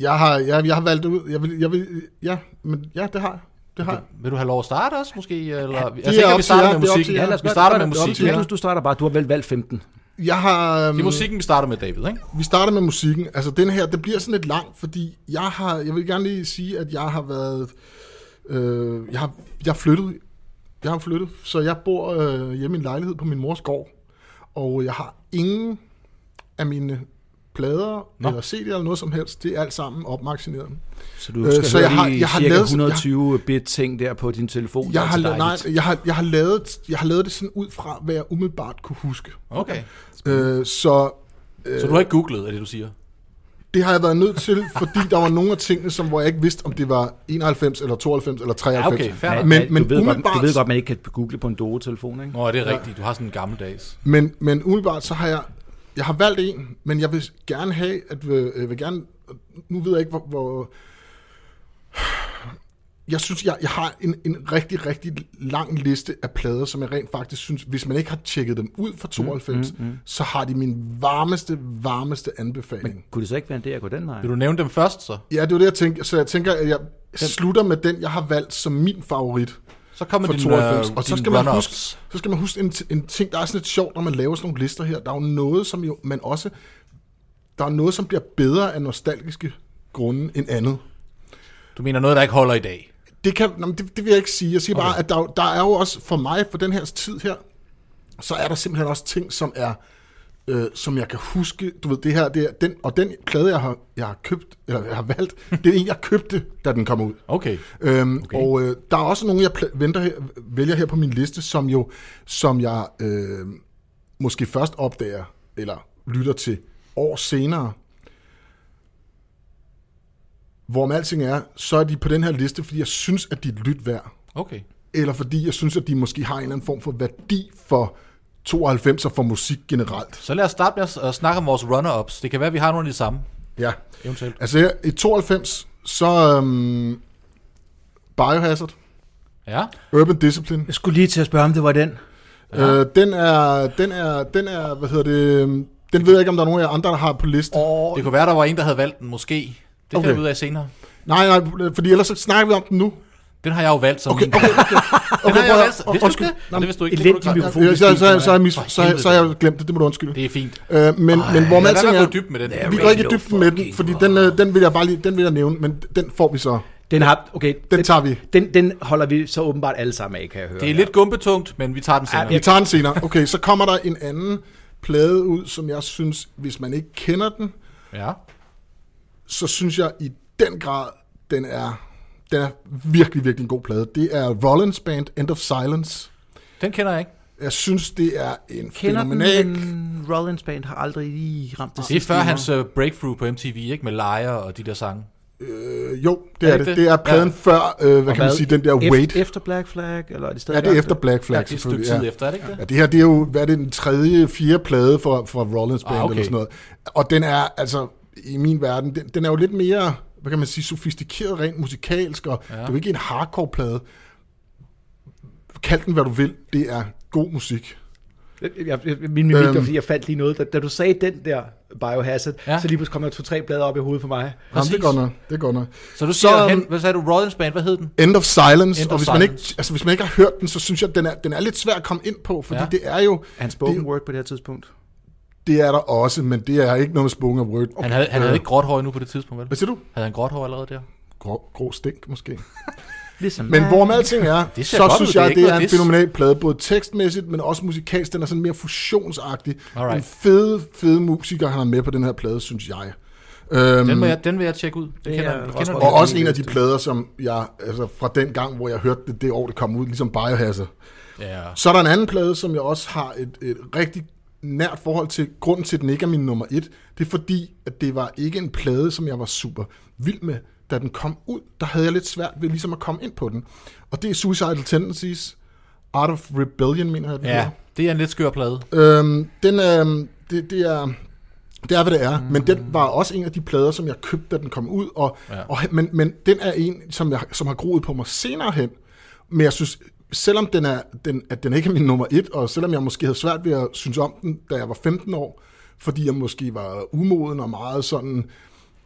S1: Jeg har, jeg, jeg har valgt det ud. Jeg vil, jeg vil, ja, men, ja, det har jeg. Det har jeg.
S2: Vil du have lov at starte også, måske? Eller? Jeg
S1: er
S2: tænker,
S1: op
S2: vi
S1: til jer,
S2: starter
S1: det
S2: med
S1: er op til
S2: musikken.
S1: jer.
S2: Vi starter med
S1: Godt, godt,
S2: musikken.
S1: godt,
S3: Ja,
S2: ikke?
S3: du, du starter bare. Du har vel valgt 15.
S1: Jeg har...
S2: Det er
S1: øhm,
S2: musikken, vi starter med, David, ikke?
S1: Vi starter med musikken. Altså den her, det bliver sådan lidt lang, fordi jeg har, jeg vil gerne lige sige, at jeg har været, øh, jeg har, jeg har flyttet, jeg har flyttet, så jeg bor øh, hjemme i en lejlighed på min mors gård, og jeg har ingen af mine plader Nå. eller CD'er eller noget som helst, det er alt sammen opmagasineret.
S3: Så du
S1: Øh,
S3: skal
S1: så
S3: høre
S1: jeg har-
S3: lige
S1: jeg har
S3: cirka
S1: lavet-
S3: 120 bit ting der på din telefon.
S1: Jeg har,
S3: Det er
S1: la-
S3: altså
S1: nej,
S3: dejligt.
S1: jeg, har, jeg, har lavet, jeg har lavet det sådan ud fra, hvad jeg umiddelbart kunne huske.
S2: Okay.
S1: Øh, så
S2: Så du har ikke googlet, er det, du siger?
S1: Det har jeg været nødt til, fordi der var nogle af tingene, som hvor jeg ikke vidste, om det var 91 eller 92 eller 93.
S2: Ja, okay, fair nok.
S1: men,
S3: Ja,
S1: men,
S3: du, ved godt,
S1: umiddelbart,
S3: du ved godt, man ikke kan google på en Doro-telefon, ikke?
S2: Nå, er det rigtigt? Du har sådan en gammeldags.
S1: Men, men umiddelbart, så har jeg, jeg har valgt en, men jeg vil gerne have, at øh, jeg vil gerne, nu ved jeg ikke, hvor, hvor jeg synes, jeg, jeg har en, en rigtig, rigtig lang liste af plader, som jeg rent faktisk synes, hvis man ikke har tjekket dem ud fra 92, mm, mm, mm. så har de min varmeste, varmeste anbefaling.
S3: Kunne det så ikke være en idé at gå den vej?
S2: Vil du nævne dem først, så?
S1: Ja, det var det, jeg tænkte. Så jeg tænker, at jeg slutter med den, jeg har valgt som min favorit
S2: Så kommer
S1: for
S2: din,
S1: 92.
S2: øh,
S1: og så
S2: din
S1: skal, man huske,
S2: runner-ups.
S1: så skal man huske en, t- en ting, der er sådan lidt sjovt, når man laver sådan nogle lister her. Der er jo noget, som jo, man også... Der er noget, som bliver bedre af nostalgiske grunde end andet.
S2: Du mener noget, der ikke holder i dag?
S1: Det, kan, nå, men det, det vil jeg ikke sige. Jeg siger okay. bare, at der, er jo- der er jo også for mig, for den her tid her, så er der simpelthen også ting, som er øh, som jeg kan huske, du ved, det her, det er, den, og den plade, jeg har, jeg har købt, eller jeg har valgt, det er en, jeg købte, da den kom ud.
S2: Okay.
S1: Øhm, okay. Og øh, der er også nogle, jeg pl- venter her, vælger her på min liste, som jo, som jeg øh, måske først opdager, eller lytter til år senere. Hvor om alting er, så er de på den her liste, fordi jeg synes, at de er et lyt værd.
S2: Okay.
S1: Eller fordi jeg synes, at de måske har en eller anden form for værdi for 92'er for musik generelt.
S2: Så lad os starte med at s- at snakke om vores runner-ups. Det kan være, at vi har nogle af de samme,
S1: Ja.
S2: eventuelt.
S1: Altså her, i 92, så øhm, Biohazard,
S2: Ja.
S1: Urban Discipline,
S3: Jeg skulle lige til at spørge, om det var den.
S1: Øh, den er, den er, den er, hvad hedder det, øhm, den ved jeg ikke, om der er nogen af jer andre, der har på listen. Oh.
S2: Det kunne være, der var en, der havde valgt den, måske. Det okay.
S1: Okay.
S2: finder vi ud af senere.
S1: Nej, nej, fordi ellers så snakker vi om den nu.
S2: Den har jeg jo valgt som
S1: Okay,
S2: min.
S1: okay, okay.
S2: Den har
S1: okay prøv
S2: jeg jo
S1: at-
S2: valgt.
S1: og-
S2: Vidste du
S1: undskyld.
S2: det? Nej,
S1: Nå,
S2: det vidste du ikke.
S3: elendig
S2: det kunne du
S1: Ja,
S3: mikrofon.
S2: godt-
S1: så, så, så, så, har jeg mis,
S2: For
S1: så, har jeg-
S2: helvede.
S1: så har jeg glemt det, det må du undskylde.
S2: Det er fint.
S1: Øh, men, men hvor man
S2: Lad
S1: alting
S2: være med at
S1: er,
S2: gå dybt med den.
S1: vi går ikke i dybden med den, fordi den, øh, den vil jeg bare lige, den vil jeg nævne, men den får vi så.
S3: Den, har, okay,
S1: Den tager vi.
S3: Den, den holder vi så åbenbart alle sammen af, kan jeg høre.
S2: Det er lidt gumpetungt, men vi tager den senere.
S1: Vi tager den senere. Okay, så kommer der en anden plade ud, som jeg synes, hvis man ikke kender den,
S2: Ja.
S1: så synes jeg i den grad, den er, den er virkelig, virkelig en god plade. Det er Rollins Band, End of Silence.
S2: Den kender jeg ikke.
S1: Jeg synes, det er en
S3: Kender den,
S1: fænomenal...
S3: men Rollins Band har aldrig lige ramt det
S2: Det er
S3: sidste
S2: før
S3: nummer.
S2: hans øh, breakthrough på MTV, ikke? Med lejer og de der sange.
S1: Øh, jo, det er,
S2: det
S1: det.
S2: det?
S1: Det er pladen
S2: Ja.
S1: ja. før, øh, hvad kan
S3: Og
S1: man
S3: hvad?
S1: sige, den der
S3: Eft-
S1: Wait.
S3: Efter Black Flag, eller er det stadig
S1: Ja, det er efter Black
S2: Ja,
S1: Flag,
S2: det er et stykke
S1: selvfølgelig.
S2: tid
S1: Ja.
S2: efter, er det ikke det?
S1: Ja, det her, det er jo, hvad er det, den tredje, fjerde plade for, for Rollins Band
S2: Ah,
S1: ah,
S2: okay.
S1: okay. eller sådan noget. Og den er, altså, i min verden, den, den er jo lidt mere, hvad kan man sige, sofistikeret rent musikalsk, og ja. det er jo ikke en hardcore-plade. Kald den, hvad du vil, det er god musik.
S3: Jeg, jeg, jeg- min mimik, øhm.
S1: Øhm.
S3: fordi jeg fandt lige noget. Da, da du sagde den der Biohazard,
S2: Ja.
S3: ja. så lige pludselig kom der to-tre blader op i hovedet for mig.
S1: Jamen,
S2: Præcis.
S1: det er godt nok, det er godt nok.
S2: Så du siger,
S1: Så,
S2: hen,
S1: øhm,
S2: hvad sagde du, Rollins Band, hvad hed den?
S1: End of Silence,
S2: End
S1: End og
S2: of
S1: hvis, man ikke,
S2: Silence.
S1: altså, hvis man ikke har hørt den, så synes jeg, at den er, den er lidt svær at komme ind på, fordi
S2: Ja.
S1: ja. det er jo,
S3: Han spoken
S1: Det-
S3: word på det her tidspunkt.
S1: det er der også, men det er ikke noget med spoken og word. Okay.
S2: Han havde, han havde ikke gråt hår endnu på det tidspunkt, vel?
S1: Hvad siger du?
S2: Havde han gråt hår allerede der?
S1: Mm. Grå, grå stink, måske.
S3: Ligesom
S1: Men hvor med alting er,
S2: Det ser
S1: så
S2: godt ud,
S1: synes
S2: det er
S1: jeg,
S2: ikke
S1: det er
S2: noget
S1: en
S2: diss.
S1: fænomenal plade, både tekstmæssigt, men også musikalsk. Den er sådan mere fusionsagtig.
S2: Alright.
S1: En fede, fede musiker, han har med på den her plade, synes jeg. Øhm,
S2: Den, må jeg, den vil jeg tjekke ud. Den
S3: Det
S2: kender,
S3: er
S2: jeg
S3: også
S2: kender den.
S1: og
S3: på
S1: også
S3: min
S1: en af de
S3: liste.
S1: plader, som jeg, altså fra den gang, hvor jeg hørte det, det år, det kom ud, ligesom Biohazard.
S2: Ja.
S1: Så er der en anden plade, som jeg også har et, et rigtig nært forhold til. Grunden til, at den ikke er min nummer et, det er fordi, at det var ikke en plade, som jeg var super vild med. Da den kom ud, der havde jeg lidt svært ved ligesom at komme ind på den. Og det er Suicidal Tendencies, Art of Rebellion, mener jeg, den
S2: ja, det er en lidt skør plade.
S1: hedder. øhm, den, øhm, det, det er... Det er, hvad det er. Mm. Men den var også en af de plader, som jeg købte, da den kom ud. Og,
S2: Ja.
S1: ja. og, men, men den er en, som, jeg, som har groet på mig senere hen. Men jeg synes, selvom den er, den, at den ikke er min nummer et, og selvom jeg måske havde svært ved at synes om den, da jeg var 15 år, fordi jeg måske var umoden og meget sådan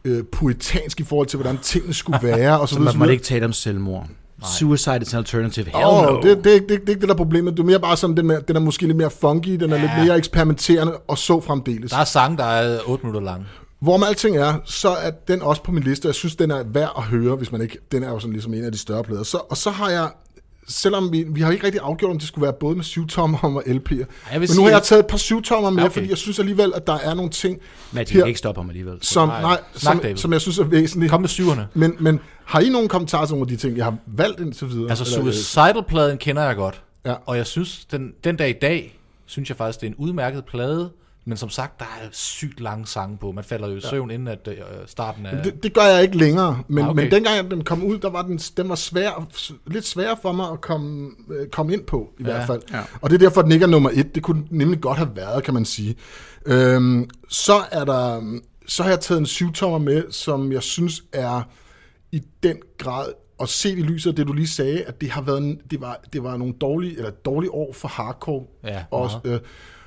S1: øh, puritansk i forhold til, hvordan tingene skulle være. Og så,
S3: Så
S1: videre,
S3: man
S1: så
S3: måtte
S1: videre.
S3: ikke tale om selvmord. Suicide is an alternative. Hell
S1: Åh,
S3: no.
S1: oh, det, det, det, det er ikke det, der er problemet. Det er mere bare sådan, den, med, den er måske lidt mere funky, den er ja. lidt mere eksperimenterende, og så fremdeles.
S2: Der er sange, der er 8 minutter lange.
S1: Hvor med alting er, så er den også på min liste. Jeg synes, den er værd at høre, hvis man ikke... Den er jo sådan ligesom en af de større plader. Så, og så har jeg... Selvom vi, vi har ikke rigtig afgjort, om det skulle være både med 7-tommer og LP'er.
S2: vil
S1: Men nu
S2: sige-
S1: har jeg taget et par 7-tommer med,
S2: Ja,
S1: ja,
S2: okay.
S1: okay. fordi jeg synes alligevel, at der er nogle ting,
S3: Magic
S1: Her-
S3: kan ikke stoppe ham alligevel.
S1: som,
S2: Nej.
S1: nej, nej,
S2: Snak,
S1: som,
S2: David.
S1: som jeg synes er væsentlige.
S2: Kom med syverne.
S1: Men, men har I nogen kommentarer til nogle af de ting, jeg har valgt indtil videre?
S2: Altså,
S1: Eller, øh,
S2: Suicidal-pladen kender jeg godt.
S1: Ja.
S2: Og jeg synes, den, den dag i dag, synes jeg faktisk, det er en udmærket plade. Men som sagt, der er sygt lange sange på. Man falder jo i søvn, inden at øh, starten af...
S1: Det, det gør jeg ikke længere, men,
S2: Ah,
S1: ah,
S2: okay.
S1: okay. men dengang den kom ud, der var den, den var svær, lidt svær for mig at komme, øh, komme ind på, i ja, hvert fald.
S3: ja.
S1: Ja. Og det er derfor, den ikke er nummer et. Det kunne den nemlig godt have været, kan man sige. Øhm, så er der, så har jeg taget en syvtommer med, som jeg synes er i den grad, og set i lyset af det, du lige sagde, at det har været, en- det var, det var nogle dårlige, eller dårlige år for hardcore.
S2: Ja,
S1: og, øh,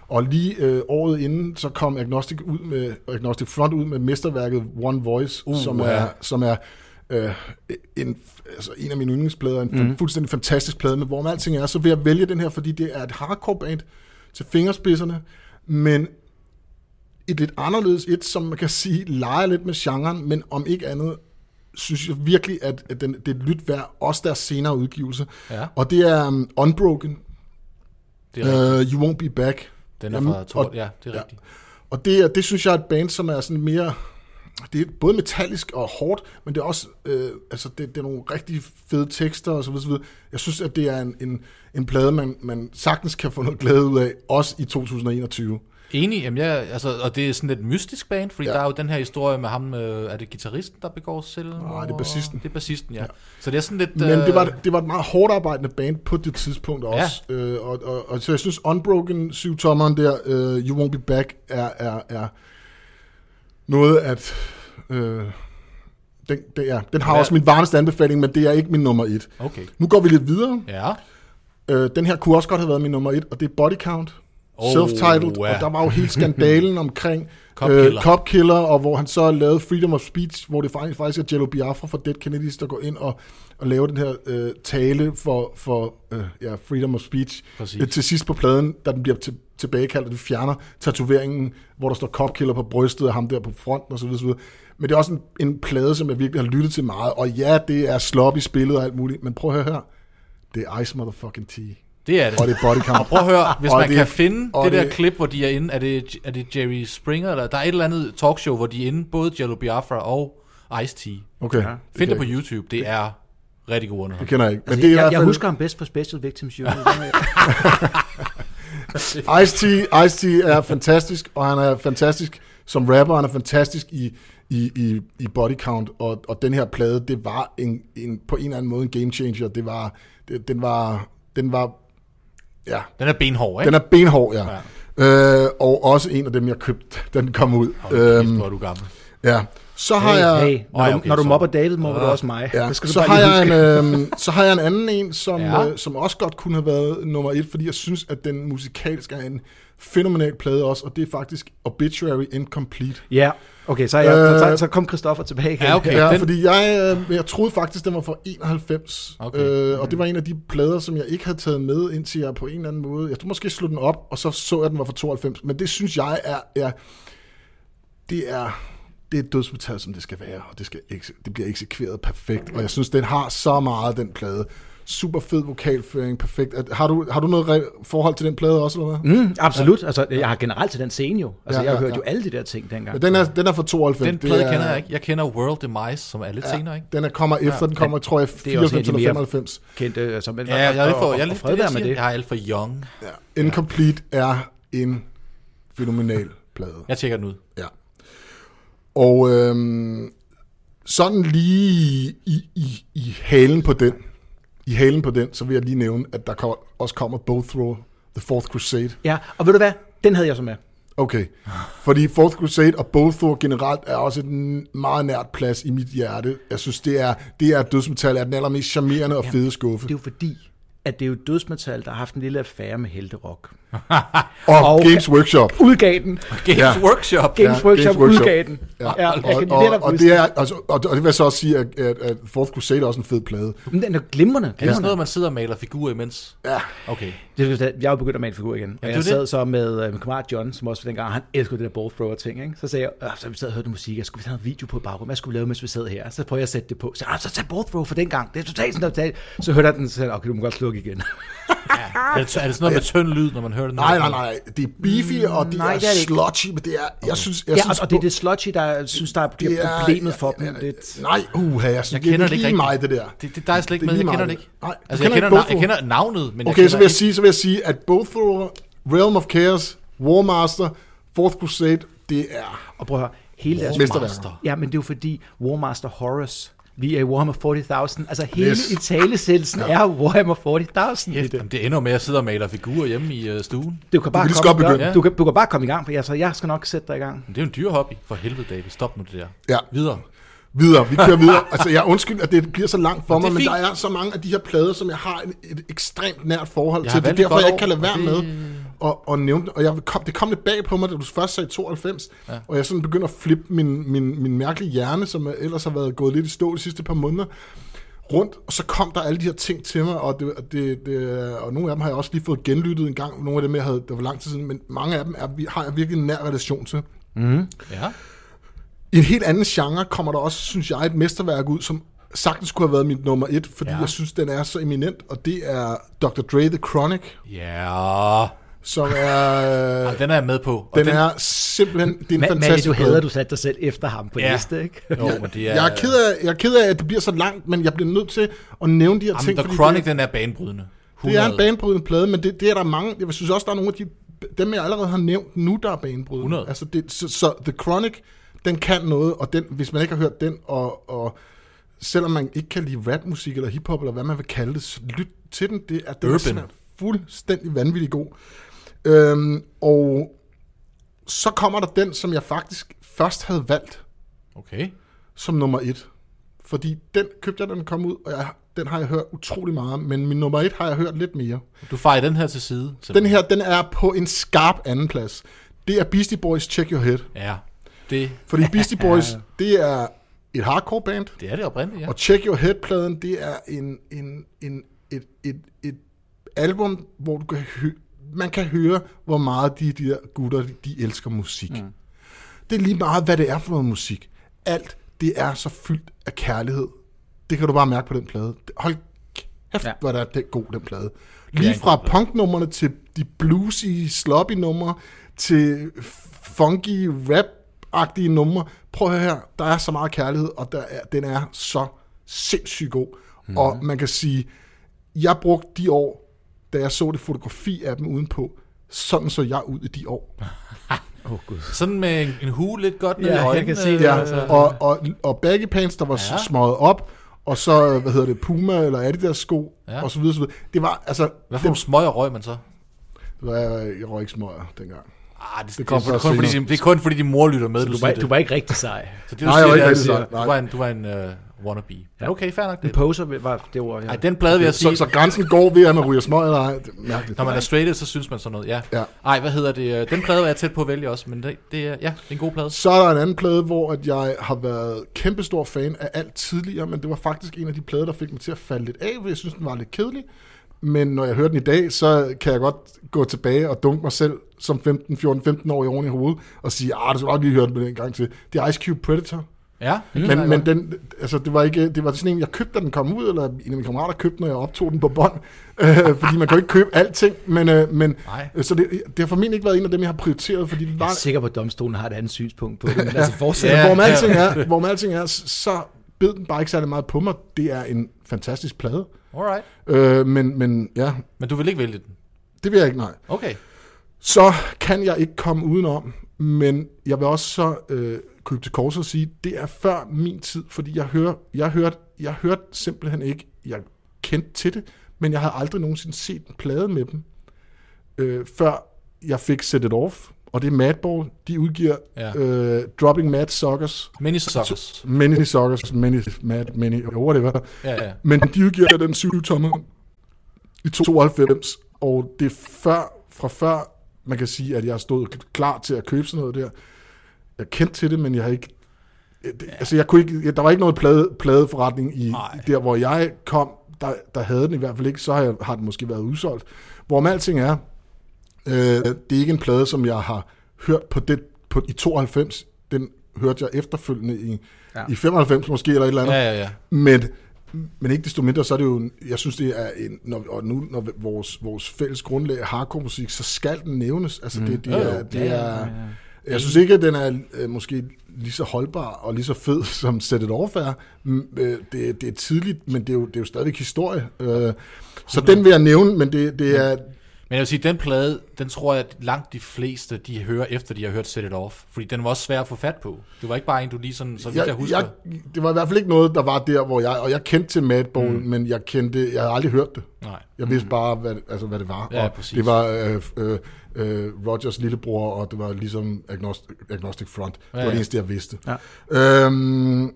S1: og lige øh, året inden, så kom Agnostic, ud med, Agnostic Front ud med mesterværket One Voice, uh, som
S2: ja.
S1: er, som er øh, en, altså en af mine yndlingsplader, en
S2: Mhm.
S1: mm. fuldstændig fantastisk plade, men hvor med alting er, så vil jeg vælge den her, fordi det er et hardcore band til fingerspidserne, men et lidt anderledes et, som man kan sige, leger lidt med genren, men om ikke andet, synes jeg virkelig, at, at den, det er et lyt værd, også deres senere udgivelse.
S2: Ja.
S1: Og det er um, Unbroken,
S2: Det er,
S1: uh, You Won't Be Back.
S2: den er
S1: Jamen,
S2: fra... Tor,
S1: og-
S2: ja, det er
S1: ja.
S2: rigtigt.
S1: Og det, er- det synes jeg er et band, som er sådan mere... Det er både metallisk og hårdt, men det er også øh, altså det, det er nogle rigtig fede tekster og så videre, så videre. Jeg synes, at det er en, en, en plade, man, man sagtens kan få noget glæde ud af, også i 2021.
S2: Enig, jamen jeg, altså, og det er sådan et mystisk band, fordi
S1: Ja.
S2: ja. der er jo den her historie med ham, øh, er det gitarristen, der begår selvmord?
S1: Ah, det er bassisten.
S2: Det er bassisten, ja. ja. Så det er sådan lidt...
S1: Men det var,
S2: øh,
S1: det var et meget hårdt arbejdende band på det tidspunkt også. Ja. Øh, og, og, og, så jeg synes, Unbroken 7-tommeren der, øh, You Won't Be Back, er, er, er noget at... Øh, den, det er, den har
S2: Ja.
S1: også min varmeste anbefaling, men det er ikke min nummer et.
S2: Okay.
S1: Nu går vi lidt videre.
S2: Ja.
S1: Øh, den her kunne også godt have været min nummer et, og det er Body Count. Oh,
S2: Oh,
S1: self-titled,
S2: ja.
S1: og der var jo hele skandalen omkring øh,
S2: Cop Killer.
S1: Cop Killer, og hvor han så lavede Freedom of Speech, hvor det faktisk faktisk er Jello Biafra fra Dead Kennedys, der går ind og, og laver den her øh, tale for, for øh, ja, Freedom of Speech.
S2: Præcis.
S1: Øh, Til sidst på pladen, da den bliver til, tilbagekaldt, og de fjerner tatoveringen, hvor der står Cop Killer på brystet, og ham der på fronten osv. osv. Men det er også en, en plade, som jeg virkelig har lyttet til meget, og ja, det er sloppy spillet og alt muligt, men prøv at høre her, det er Ice Motherfucking T.
S2: Det er det.
S1: Og det er body count.
S2: Og prøv at høre, hvis
S1: Og
S2: man
S1: det-
S2: kan finde
S1: og
S2: det der
S1: det-
S2: klip, hvor de er inde, er det, er det Jerry Springer, eller der er et eller andet talkshow, hvor de er inde, både Jello Biafra og Ice-T.
S1: Okay. Ja.
S2: Find det på YouTube, det er rigtig god underhold.
S1: Det kender jeg ikke. Men
S3: Altså,
S1: det er i
S3: jeg,
S1: hvert
S3: jeg
S1: fald...
S3: husker ham bedst på Special Victims Unit.
S1: Ice-T, Ice-T er fantastisk, og han er fantastisk som rapper, han er fantastisk i, i, i, i body count, og, og den her plade, det var en, en, på en eller anden måde en game changer. Det var, det, den var, den var, ja,
S2: Den er benhård, ikke?
S1: den er benhård, ja. ja. Øh, og også en af dem, jeg købte, da den kom ud.
S2: Hold kæft,
S1: Øhm,
S2: hvor er du gammel.
S1: ja. Så har jeg...
S3: hey, hey, når,
S2: Ej,
S3: du,
S2: okay,
S3: når du
S2: så-
S3: mobber David, mobber du også mig.
S1: Ja,
S3: Det skal du
S1: så,
S3: bare
S1: har
S3: lige
S1: jeg
S3: huske.
S1: en, øh, så har jeg en anden en, som, ja.
S2: Ja.
S1: øh, som også godt kunne have været nummer et, fordi jeg synes, at den musikalsk er en fænomenal plade også, og det er faktisk Obituary Incomplete.
S3: Ja, okay, så, er jeg, så,
S1: Øh,
S3: så, så kom Christoffer tilbage igen.
S2: Ja, okay.
S1: Ja,
S2: den-
S1: fordi jeg, øh, jeg troede faktisk, den var fra 91,
S2: Okay.
S1: øh, og det var en af de plader, som jeg ikke havde taget med, indtil jeg på en eller anden måde, jeg tror måske jeg slog den op, og så så jeg, at den var fra 92, men det synes jeg er, er det er det er et dødsmetal, som det skal være, og det, skal ekse- det bliver eksekveret perfekt, og jeg synes, den har så meget, den plade. Super fed vokalføring, perfekt. Er- Har du, har du noget re- forhold til den plade også, eller hvad? Mm.
S3: Mm, absolut. Altså, jeg har generelt til den scene jo. Altså,
S1: Ja,
S3: jeg har
S1: ja,
S3: hørt
S1: ja.
S3: jo alle de der ting dengang.
S1: Men den er, den er fra 92.
S2: Den plade kender jeg ikke. Jeg kender World Demise, som er lidt senere, ikke?
S1: Den er, kommer efter, ja, den kommer, tror jeg,
S3: det er også en af
S1: 94
S3: de
S1: eller
S3: mere-
S1: 95.
S3: Kendte, altså, men,
S2: Ja, jeg er lidt for,
S3: og-
S2: jeg er
S3: og
S2: lidt,
S3: fred
S2: det, jeg,
S3: være med
S2: siger,
S3: det.
S2: jeg er alt for young.
S1: Ja. Incomplete er en fænomenal plade.
S2: Jeg tjekker den ud.
S1: Ja. Og øhm, sådan lige i, i, i halen på den, i halen på den, så vil jeg lige nævne, at der kommer, også kommer Bowthrow, The Fourth Crusade.
S3: Ja, og ved du hvad? Den havde jeg så med.
S1: Okay, fordi Fourth Crusade og Bowthrow generelt er også et n- meget nært plads i mit hjerte. Jeg synes, det er, det er dødsmetal, er den allermest charmerende og fede skuffe.
S3: Det er jo fordi, at det er jo dødsmetal, der har haft en lille affære med helterok.
S1: Og,
S3: og-
S1: Games Workshop.
S3: Udgav den.
S2: Games Workshop.
S3: Games
S1: Ja, Games
S3: Workshop
S1: Workshop.
S3: udgav den. Ja, ja jeg kan
S1: og, og,
S3: netop
S1: og,
S3: huske
S1: det er, altså, og, og det vil jeg så også sige, at, at, at Fourth Crusade er også en fed plade.
S3: Men Den er glimrende.
S2: Er det sådan
S3: glimrende.
S2: noget, man sidder og maler figurer imens?
S1: Ja.
S2: Okay.
S3: Det er, jeg er jo begyndt at male figur igen.
S2: er
S3: Og jeg
S2: jo
S3: sad
S2: det.
S3: så med øh, min kammerat John, som også var dengang, han elskede det der ball thrower ting. Ikke? Så sagde jeg, "Øh, så vi sad og hørte noget musik, jeg skulle have noget video på i baggrunden, hvad skulle vi lave, mens vi sad her? Så prøvede jeg at sætte det på. Så, "Ah, så tag ball throw for dengang, det er totalt sådan noget. Så hørte jeg den, så sagde, jeg, okay, du må godt slukke igen.
S2: Er det, er det sådan noget med tynd lyd, når man hører det?
S1: Nej, nej, nej. Det er beefy, og det
S3: nej,
S1: er,
S3: det er det ikke.
S1: sludgy, men det er... Jeg synes, jeg
S3: ja,
S1: synes,
S3: og, og, det er det sludgy, der jeg synes, der bliver problemet for dem. Lidt.
S1: Nej, uha, jeg, synes, jeg kender det ikke
S2: rigtigt.
S1: mig, det der.
S2: Det, det der er jeg slet ikke
S1: Det er lige
S2: med, jeg kender
S1: meget
S2: det
S1: det.
S2: ikke.
S1: Nej, du
S2: altså, jeg
S1: kender ikke
S2: kender, na- jeg
S1: Bofo.
S2: kender navnet, men
S1: Okay,
S2: jeg
S1: så
S2: kender
S1: vil jeg
S2: ikke-
S1: sige, så vil jeg sige, at Bowthrower, Realm of Chaos, Warmaster, Fourth Crusade, det er...
S3: Og prøv at høre, hele deres
S1: Mesterværker.
S3: master. Ja, men det er jo fordi Warmaster Horus, vi er i Warhammer 40.000. Altså hele
S1: Yes.
S3: yes. italesættelsen ja. er Warhammer 40.000 i det.
S2: Jamen, det ender jo med, at jeg sidder og maler figurer hjemme i øh, stuen.
S3: Du kan bare,
S1: lige så
S3: komme,
S1: godt
S3: i gang.
S1: begynde.
S3: Du, kan, du kan bare komme i gang, for jeg, så jeg skal nok sætte dig i gang.
S2: Men det er jo en dyr hobby. For helvede, David. Stop nu det der.
S1: Ja.
S2: Videre.
S1: Videre, vi kører videre. Altså, jeg undskyld, at det bliver så langt for
S2: det
S1: mig,
S2: er
S1: men der
S2: fint.
S1: er så mange af de her plader, som jeg har et, et ekstremt nært forhold
S2: Jeg
S1: til. Det er
S2: har valgt et
S1: derfor,
S2: godt
S1: jeg
S2: år,
S1: ikke kan lade være
S2: og
S1: med
S2: det-
S1: at, at nævne det. Og jeg kom, det kom lidt bag på mig, da du først sagde 92, ja. og jeg sådan begynder at flippe min, min, min mærkelige hjerne, som ellers har været gået lidt i stå de sidste par måneder, rundt, og så kom der alle de her ting til mig, og, det, og, det, det, og nogle af dem har jeg også lige fået genlyttet en gang, nogle af dem, jeg havde, der var lang tid siden, men mange af dem er, har jeg virkelig en nær relation til.
S2: Ja.
S1: I en helt anden genre kommer der også, synes jeg, et mesterværk ud, som sagtens kunne have været mit nummer et, fordi ja.
S2: Ja.
S1: jeg synes, den er så eminent, og det er Dr. Dre The Chronic,
S2: Ja.
S1: som er...
S2: Ej, den er jeg med på. Og
S1: Den, den er simpelthen... Det er en
S3: Ma- Malle,
S1: fantastisk
S3: du
S1: plade.
S3: hader, du satte dig selv efter ham på
S2: Ja.
S3: ja. liste, ikke?
S2: Jo, men det er...
S1: Jeg er, ked af, jeg er ked af, at det bliver så langt, men jeg bliver nødt til at nævne de her
S2: Jamen,
S1: ting.
S2: The
S1: fordi
S2: Chronic,
S1: det,
S2: den er banebrydende.
S1: det er
S2: 100.
S1: en banebrydende plade, men det, det er der mange... Jeg synes også, der er nogle af de, dem, jeg allerede har nævnt nu, der er banebrydende.
S2: 100.
S1: Altså det, så, så The Chronic, den kan noget, og den, hvis man ikke har hørt den, og, og selvom man ikke kan lide rapmusik eller hiphop, eller hvad man vil kalde det, så lyt til den. Det er, den er
S2: Urban.
S1: simpelthen fuldstændig vanvittig god. Øhm, og så kommer der den, som jeg faktisk først havde valgt,
S2: Okay.
S1: som nummer et. Fordi den købte jeg, da den kom ud, og jeg, den har jeg hørt utrolig meget, men min nummer et har jeg hørt lidt mere.
S2: Du fejer den her til side.
S1: Den
S2: simpelthen.
S1: her, den er på en skarp anden plads. Det er Beastie Boys' Check Your Head.
S2: Ja, det,
S1: Fordi Beastie Boys, det er et hardcore band,
S2: det er det oprindeligt, ja.
S1: og Check Your Head-pladen, det er en, en, en, et, et, et album, hvor du kan hø- man kan høre, hvor meget de, de der gutter, de, de elsker musik. Mm. Det er lige meget, hvad det er for noget musik. Alt, det er så fyldt af kærlighed. Det kan du bare mærke på den plade. Hold kæft, ja.
S3: Ja.
S1: hvor der er den god, den plade. Lige
S2: en
S1: fra
S2: god plade.
S1: punknumrene til de bluesy, sloppy numre, til funky, rap-agtige numre. Prøv at høre her, der er så meget kærlighed, og der er, den er så sindssygt god. Mm. Og man kan sige, jeg brugte de år, da jeg så det fotografi af dem udenpå, sådan så jeg ud i de år.
S3: oh, Gud.
S2: Sådan med en, en hue lidt godt ned
S3: Ja,
S2: i
S3: jeg
S2: øjnene. øh,
S3: kan se det,
S1: Ja,
S3: altså.
S1: og, og, og baggy pants, der var
S2: Ja.
S1: ja. smøget op, og så, hvad hedder det, Puma eller Adidas sko,
S2: Ja.
S1: ja. og så videre, så videre. Det var, altså,
S2: Hvad for nogle smøger røg man så?
S1: det var, jeg røg ikke smøger dengang.
S2: Ah, det, det,
S1: kom
S2: kom, det, er
S1: først
S2: kun, fordi,
S1: senere.
S2: din- det er kun fordi din mor lytter med, du,
S3: Du var,
S2: siger
S3: du var ikke rigtig sej.
S2: det. Så det, du
S1: Nej,
S2: siger,
S1: jeg var
S2: det
S1: ikke
S2: er,
S1: rigtig
S2: at du,
S1: sej, nej.
S2: du var en, du var en uh, wannabe. Ja. Okay, fair nok.
S3: En
S2: Det.
S3: poser var det ord, ja.
S2: Ej, den plade vil jeg
S1: Så,
S2: sige,
S1: så grænsen går ved, at man ryger smøger eller ej. Det er mærkeligt.
S2: når man er straighted, så synes man sådan noget. Ja.
S1: Ja.
S2: Ej, hvad hedder det? øh, Den plade var jeg tæt på at vælge også, men det, det, er- ja, det er en god plade.
S1: Så er der en anden plade, hvor at jeg har været kæmpestor fan af alt tidligere, men det var faktisk en af de plader, der fik mig til at falde lidt af, for jeg synes, den var lidt kedelig. Men når jeg hører den i dag, så kan jeg godt gå tilbage og dunke mig selv som 15, 14, 15 år i oven i hovedet og sige, ah, du skal nok lige høre den en gang til. Det er Ice Cube Predator.
S2: Ja,
S1: Mm, men men den, altså, det, var ikke, det var sådan en, jeg købte, da den kom ud, eller en af mine kammerater købte, når jeg optog den på bånd. Øh, fordi man kan jo ikke købe alting, men, øh, men
S2: Nej.
S1: øh, så det, det har formentlig ikke været en af dem, jeg har prioriteret, fordi det
S3: Jeg er
S1: var
S3: sikker på, at domstolen har et andet synspunkt på det, men altså fortsæt.
S2: Ja.
S1: Ja, hvor man alting er, hvor man alting er, s- så bed den bare ikke særlig meget på mig. Det er en fantastisk plade.
S2: alright.
S1: Øh, men, men ja,
S2: Men du vil ikke vælge den?
S1: det vil jeg ikke, nej.
S2: Okay.
S1: Så kan jeg ikke komme udenom, men jeg vil også så øh, krybe til korset og sige, det er før min tid, fordi jeg, hører, jeg, hørte, jeg hørte simpelthen ikke, jeg kendte til det, men jeg havde aldrig nogensinde set en plade med dem, øh, før jeg fik Set It Off, og det er Madball, de udgiver
S2: Ja.
S1: ja. øh, Dropping Mad Suckers,
S2: Mini Suckers.
S1: Many Suckers, Many Mad, Many, whatever.
S2: Ja, ja.
S1: Men de udgiver den 7 tommer i 92, og det er før, fra før, man kan sige, at jeg stod klar til at købe sådan noget der. Jeg kendte til det, men jeg har ikke... Det, ja. Altså, jeg kunne ikke, ja, der var ikke noget plade, pladeforretning i
S2: Nej.
S1: der, hvor jeg kom, der, der havde den i hvert fald ikke, så har, jeg, har den måske været udsolgt. Hvorom alting er, øh, det er ikke en plade, som jeg har hørt på det på, i 92. Den hørte jeg efterfølgende i, ja.
S3: Ja.
S1: i 95 måske, eller et eller andet.
S2: Ja, ja, ja.
S1: Men, men ikke desto mindre, så er det jo, en- jeg synes det er, en, når, og nu når vores, vores fælles grundlag er hardcore musik, så skal den nævnes. Altså det, det,
S2: Jo, jo.
S1: er, det
S3: Mm. ja,
S1: er, jeg synes ikke, at den er øh, måske lige så holdbar og lige så fed, som Set It Off er. Mm, øh, det, det er tidligt, men det er jo, det er jo stadigvæk historie. Øh, så den vil jeg nævne, men det, det er,
S2: Men jeg vil sige, den plade, den tror jeg, at langt de fleste, de hører efter, de har hørt Set It Off. Fordi den var også svær at få fat på. Det var ikke bare en, du lige sådan, så vidt jeg, jeg husker.
S1: jeg, det var i hvert fald ikke noget, der var der, hvor jeg, og jeg kendte til Madball, mm. men jeg kendte, jeg havde aldrig hørt det.
S2: Nej.
S1: Jeg vidste bare, hvad, altså, hvad det var.
S2: Mhm. Ja,
S1: og
S2: præcis.
S1: det var øh, øh, øh, Rogers lillebror, og det var ligesom Agnostic, Agnostic Front. Det
S2: Ja,
S1: var
S2: ja.
S1: det eneste, jeg vidste. Ja. Øhm,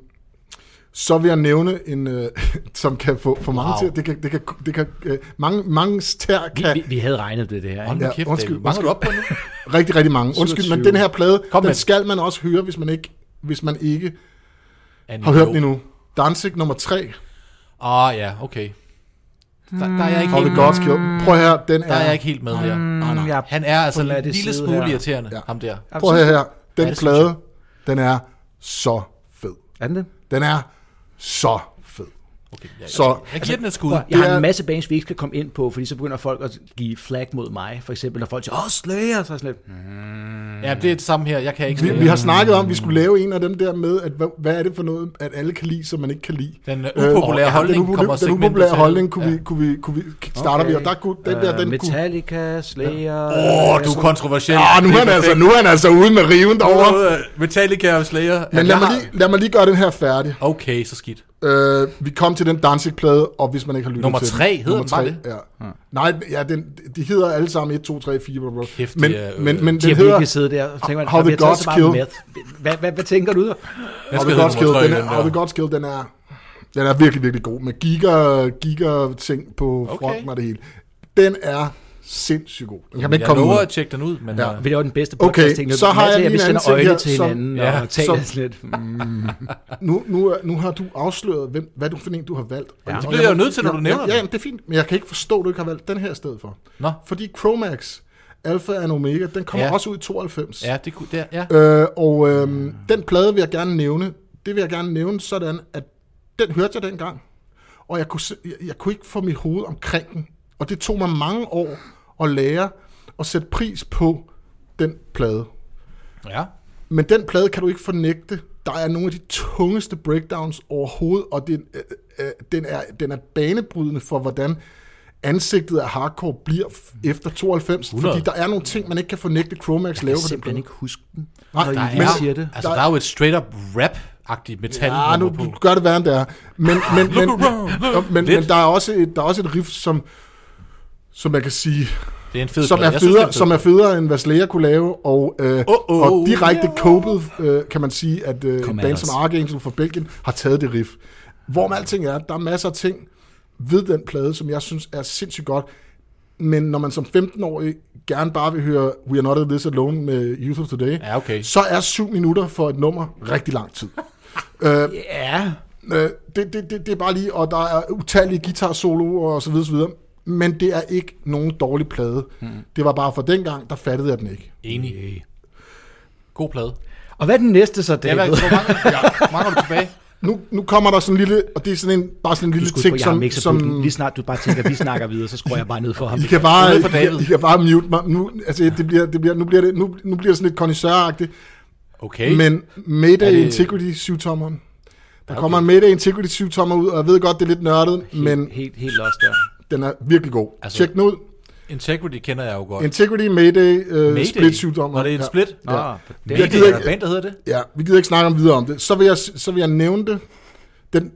S1: så vil jeg nævne en, øh, som kan få for mange
S2: Wow.
S1: wow. til, det kan, det kan, det kan øh, mange, mange stær
S3: Vi,
S1: kan,
S3: vi, vi havde regnet det, det her.
S2: Hold
S3: Ikke?
S2: nu
S1: Ja,
S2: ja, kæft,
S1: undskyld,
S2: undskyld, Mangler
S1: undskyld.
S2: du op på nu?
S1: rigtig, rigtig mange. Undskyld,
S3: 27.
S1: men den her plade,
S2: Kom med
S1: den
S2: den.
S1: skal man også høre, hvis man ikke, hvis man ikke
S2: Annie
S1: har hørt den endnu. Danzig nummer 3,
S2: Ah, ja, okay. Der, der, er jeg ikke
S1: How the
S2: helt,
S1: Gods Kill. Prøv her, den
S2: der er jeg
S1: er,
S2: ikke helt med der.
S1: nej, nej.
S3: Ja,
S2: Han er altså
S3: Mm, På
S2: en
S3: den anden
S2: lille
S3: side
S2: smule
S3: her.
S2: irriterende,
S1: Ja.
S2: ham der.
S1: prøv her, her.
S2: Ja,
S1: den
S2: det synes jeg.
S1: plade, den er så fed.
S3: Er den det?
S1: Den er så fed.
S2: Okay, ja,
S1: Så-
S2: så, jeg giver den et skud.
S3: Prøv, jeg har
S1: er-
S3: en masse bands, vi ikke skal komme ind på, fordi så begynder folk at give flag mod mig. For eksempel, når folk siger, åh, Slayer, så er jeg sådan lidt, "Mm."
S2: Ja, det er det samme her. Jeg kan ikke
S1: Vi,
S2: stemme.
S1: vi har snakket om, at vi skulle lave en af dem der med, at hvad, hvad er det for noget, at alle kan lide, som man ikke kan lide.
S2: Den, øh, upopulære holdning
S1: den,
S2: kommer
S1: Den
S2: segmentet
S1: upopulære
S2: til.
S1: holdning kunne,
S2: Ja.
S1: vi, kunne, vi, kunne vi, starter vi, og der kunne, den der,
S3: Øh,
S1: den kunne...
S3: Metallica, Slayer...
S2: Åh,
S3: øh,
S2: du er kontroversiel.
S1: Ah, nu er han altså, nu er han altså ude med riven derovre.
S2: Metallica og Øh, Slayer.
S1: Men
S2: Ja,
S1: lad
S2: jeg
S1: mig,
S2: har-
S1: lige, lad mig lige gøre den her færdig.
S2: Okay, så skidt.
S1: Øh, vi kom til den Danzig-plade, og hvis man ikke har lyttet
S2: Nummer
S1: til
S2: tre
S1: den,
S2: hedder den bare det?
S1: Ja. Nej, ja, den, de hedder alle sammen 1, 2, 3, 4, bla, bla.
S2: Kæft,
S1: men,
S2: det er, øh,
S1: men, men
S3: De
S1: den
S3: har
S1: hedder...
S3: virkelig siddet der og tænker, man,
S1: How
S3: "Nå,
S1: the
S3: vi har taget så
S1: Gods
S3: meget
S1: Kill."
S3: meth. Hvad, hvad, hvad tænker du?
S2: Jeg
S1: How
S2: skal
S1: the
S2: hedde
S1: God's Kill,
S2: nummer tre i
S1: den er,
S2: den
S1: How
S2: der.
S1: the God's Kill, den er, den er virkelig, virkelig god, med giga, giga ting på
S2: Okay.
S1: fronten og det hele. Den er sindssygt god. Den kan man ikke
S2: Jeg
S1: komme ud
S2: lover
S1: af.
S2: at tjekke den ud, men...
S1: Ja.
S2: øh,
S3: Vi laver den bedste
S1: Okay,
S3: podcast ting.
S1: så har jeg lige
S3: vi
S1: en
S3: sender
S1: anden ting
S3: øjne
S1: her,
S3: til
S1: som-
S3: hinanden
S2: Ja,
S3: og taler
S1: som-
S3: sådan lidt. Mm.
S1: Nu, nu, er- nu har du afsløret, hvem, hvad du for en, du har valgt.
S3: Ja. Det
S1: Og
S2: bliver jeg jo nødt til, når
S1: ja,
S2: du nævner
S1: ja, ja,
S2: den.
S1: det er fint, men jeg kan ikke forstå, at du ikke har valgt den her i stedet for.
S2: Nå,
S1: Fordi Chromax, Alpha and Omega, den kommer
S2: Ja.
S1: også ud i 92.
S2: ja, det kunne... Det, er- ja.
S1: Øh, og øh, den plade vil jeg gerne nævne. Det vil jeg gerne nævne sådan, at den hørte jeg dengang. Og jeg kunne, se- jeg, jeg kunne ikke få mit hoved omkring den. Og det tog mig mange år at lære at sætte pris på den plade.
S2: ja.
S1: Men den plade kan du ikke fornægte. Der er nogle af de tungeste breakdowns overhovedet, og den, øh, øh, den, er, den er banebrydende for, hvordan ansigtet af hardcore bliver f- efter 92.
S2: 100.
S1: Fordi der er nogle ting, man ikke kan fornægte Chromax laver
S3: Jeg
S1: på
S3: kan
S1: den
S3: simpelthen
S1: plade.
S3: ikke huske den,
S1: Nej,
S3: når
S1: der
S3: I
S1: Men-
S3: lige siger det.
S2: Altså,
S1: der-
S2: der er jo et straight-up rap-agtigt metal
S1: Ja, Ah, nu
S2: på. Ah,
S1: du gør det værre end det er. Men, men, men, men, men,
S2: Lidt.
S1: men der er også et, der er også et riff, som, som man kan sige,
S2: Det er en fed
S1: som
S2: plade.
S1: er,
S2: Jeg synes, det
S1: federe, som er federe end hvad Slayer kunne lave, og, øh,
S2: Oh, oh,
S1: og direkte
S2: yeah.
S1: copet, øh, kan man sige, at øh,
S3: Kom
S1: et
S3: med
S1: band
S3: os.
S1: som Archangel fra Belgien har taget det riff. Hvor med alting er, der er masser af ting ved den plade, som jeg synes er sindssygt godt, men når man som 15-årig gerne bare vil høre We Are Not In This Alone med Youth of Today,
S2: Ja, okay.
S1: så er syv minutter for et nummer rigtig lang tid. øh,
S3: Ja,
S1: Øh, det, det, det, det er bare lige, og der er utallige guitar-soloer og så videre, så videre. Men det er ikke nogen dårlig plade. Mm. Det var bare for dengang, der fattede jeg den ikke.
S2: Enig. God plade.
S3: og hvad er den næste så,
S2: Jeg ved
S3: David?
S2: ikke, hvor mange, ja, hvor mange er du tilbage?
S1: Nu, nu kommer der sådan en lille, og det er sådan en, bare sådan en
S3: Du
S1: lille
S3: skulle på,
S1: ting,
S3: jeg har
S1: som,
S3: mixet
S1: som
S3: Lige snart du bare tænker, vi snakker videre, så skruer jeg bare ned for ham.
S1: I kan
S2: Det er
S1: bare,
S2: noget for David.
S1: I, I kan bare mute mig. Nu, altså, det bliver, det bliver, nu, bliver det, nu, nu bliver det sådan lidt connoisseur-agtigt.
S2: Okay.
S1: Men Mayday
S2: Er det-
S1: det... Integrity 7-tommeren. Der kommer en Mayday Integrity 7-tommer ud, og jeg ved godt, det er lidt nørdet, men
S3: Helt, helt lost der.
S1: den er virkelig god.
S2: Altså-
S1: Altså... Tjek den ud.
S2: Integrity kender jeg jo godt.
S1: Integrity, Mayday, øh,
S2: Mayday?
S1: Split 7-tommer.
S2: Var det en split?
S3: Nå,
S1: Ja.
S3: det
S2: Mayday,
S1: Jeg gider
S2: er der
S1: ikke-
S2: band, der hedder det?
S1: Ja, vi gider ikke snakke om videre om det. Så vil jeg, så vil jeg nævne det. Den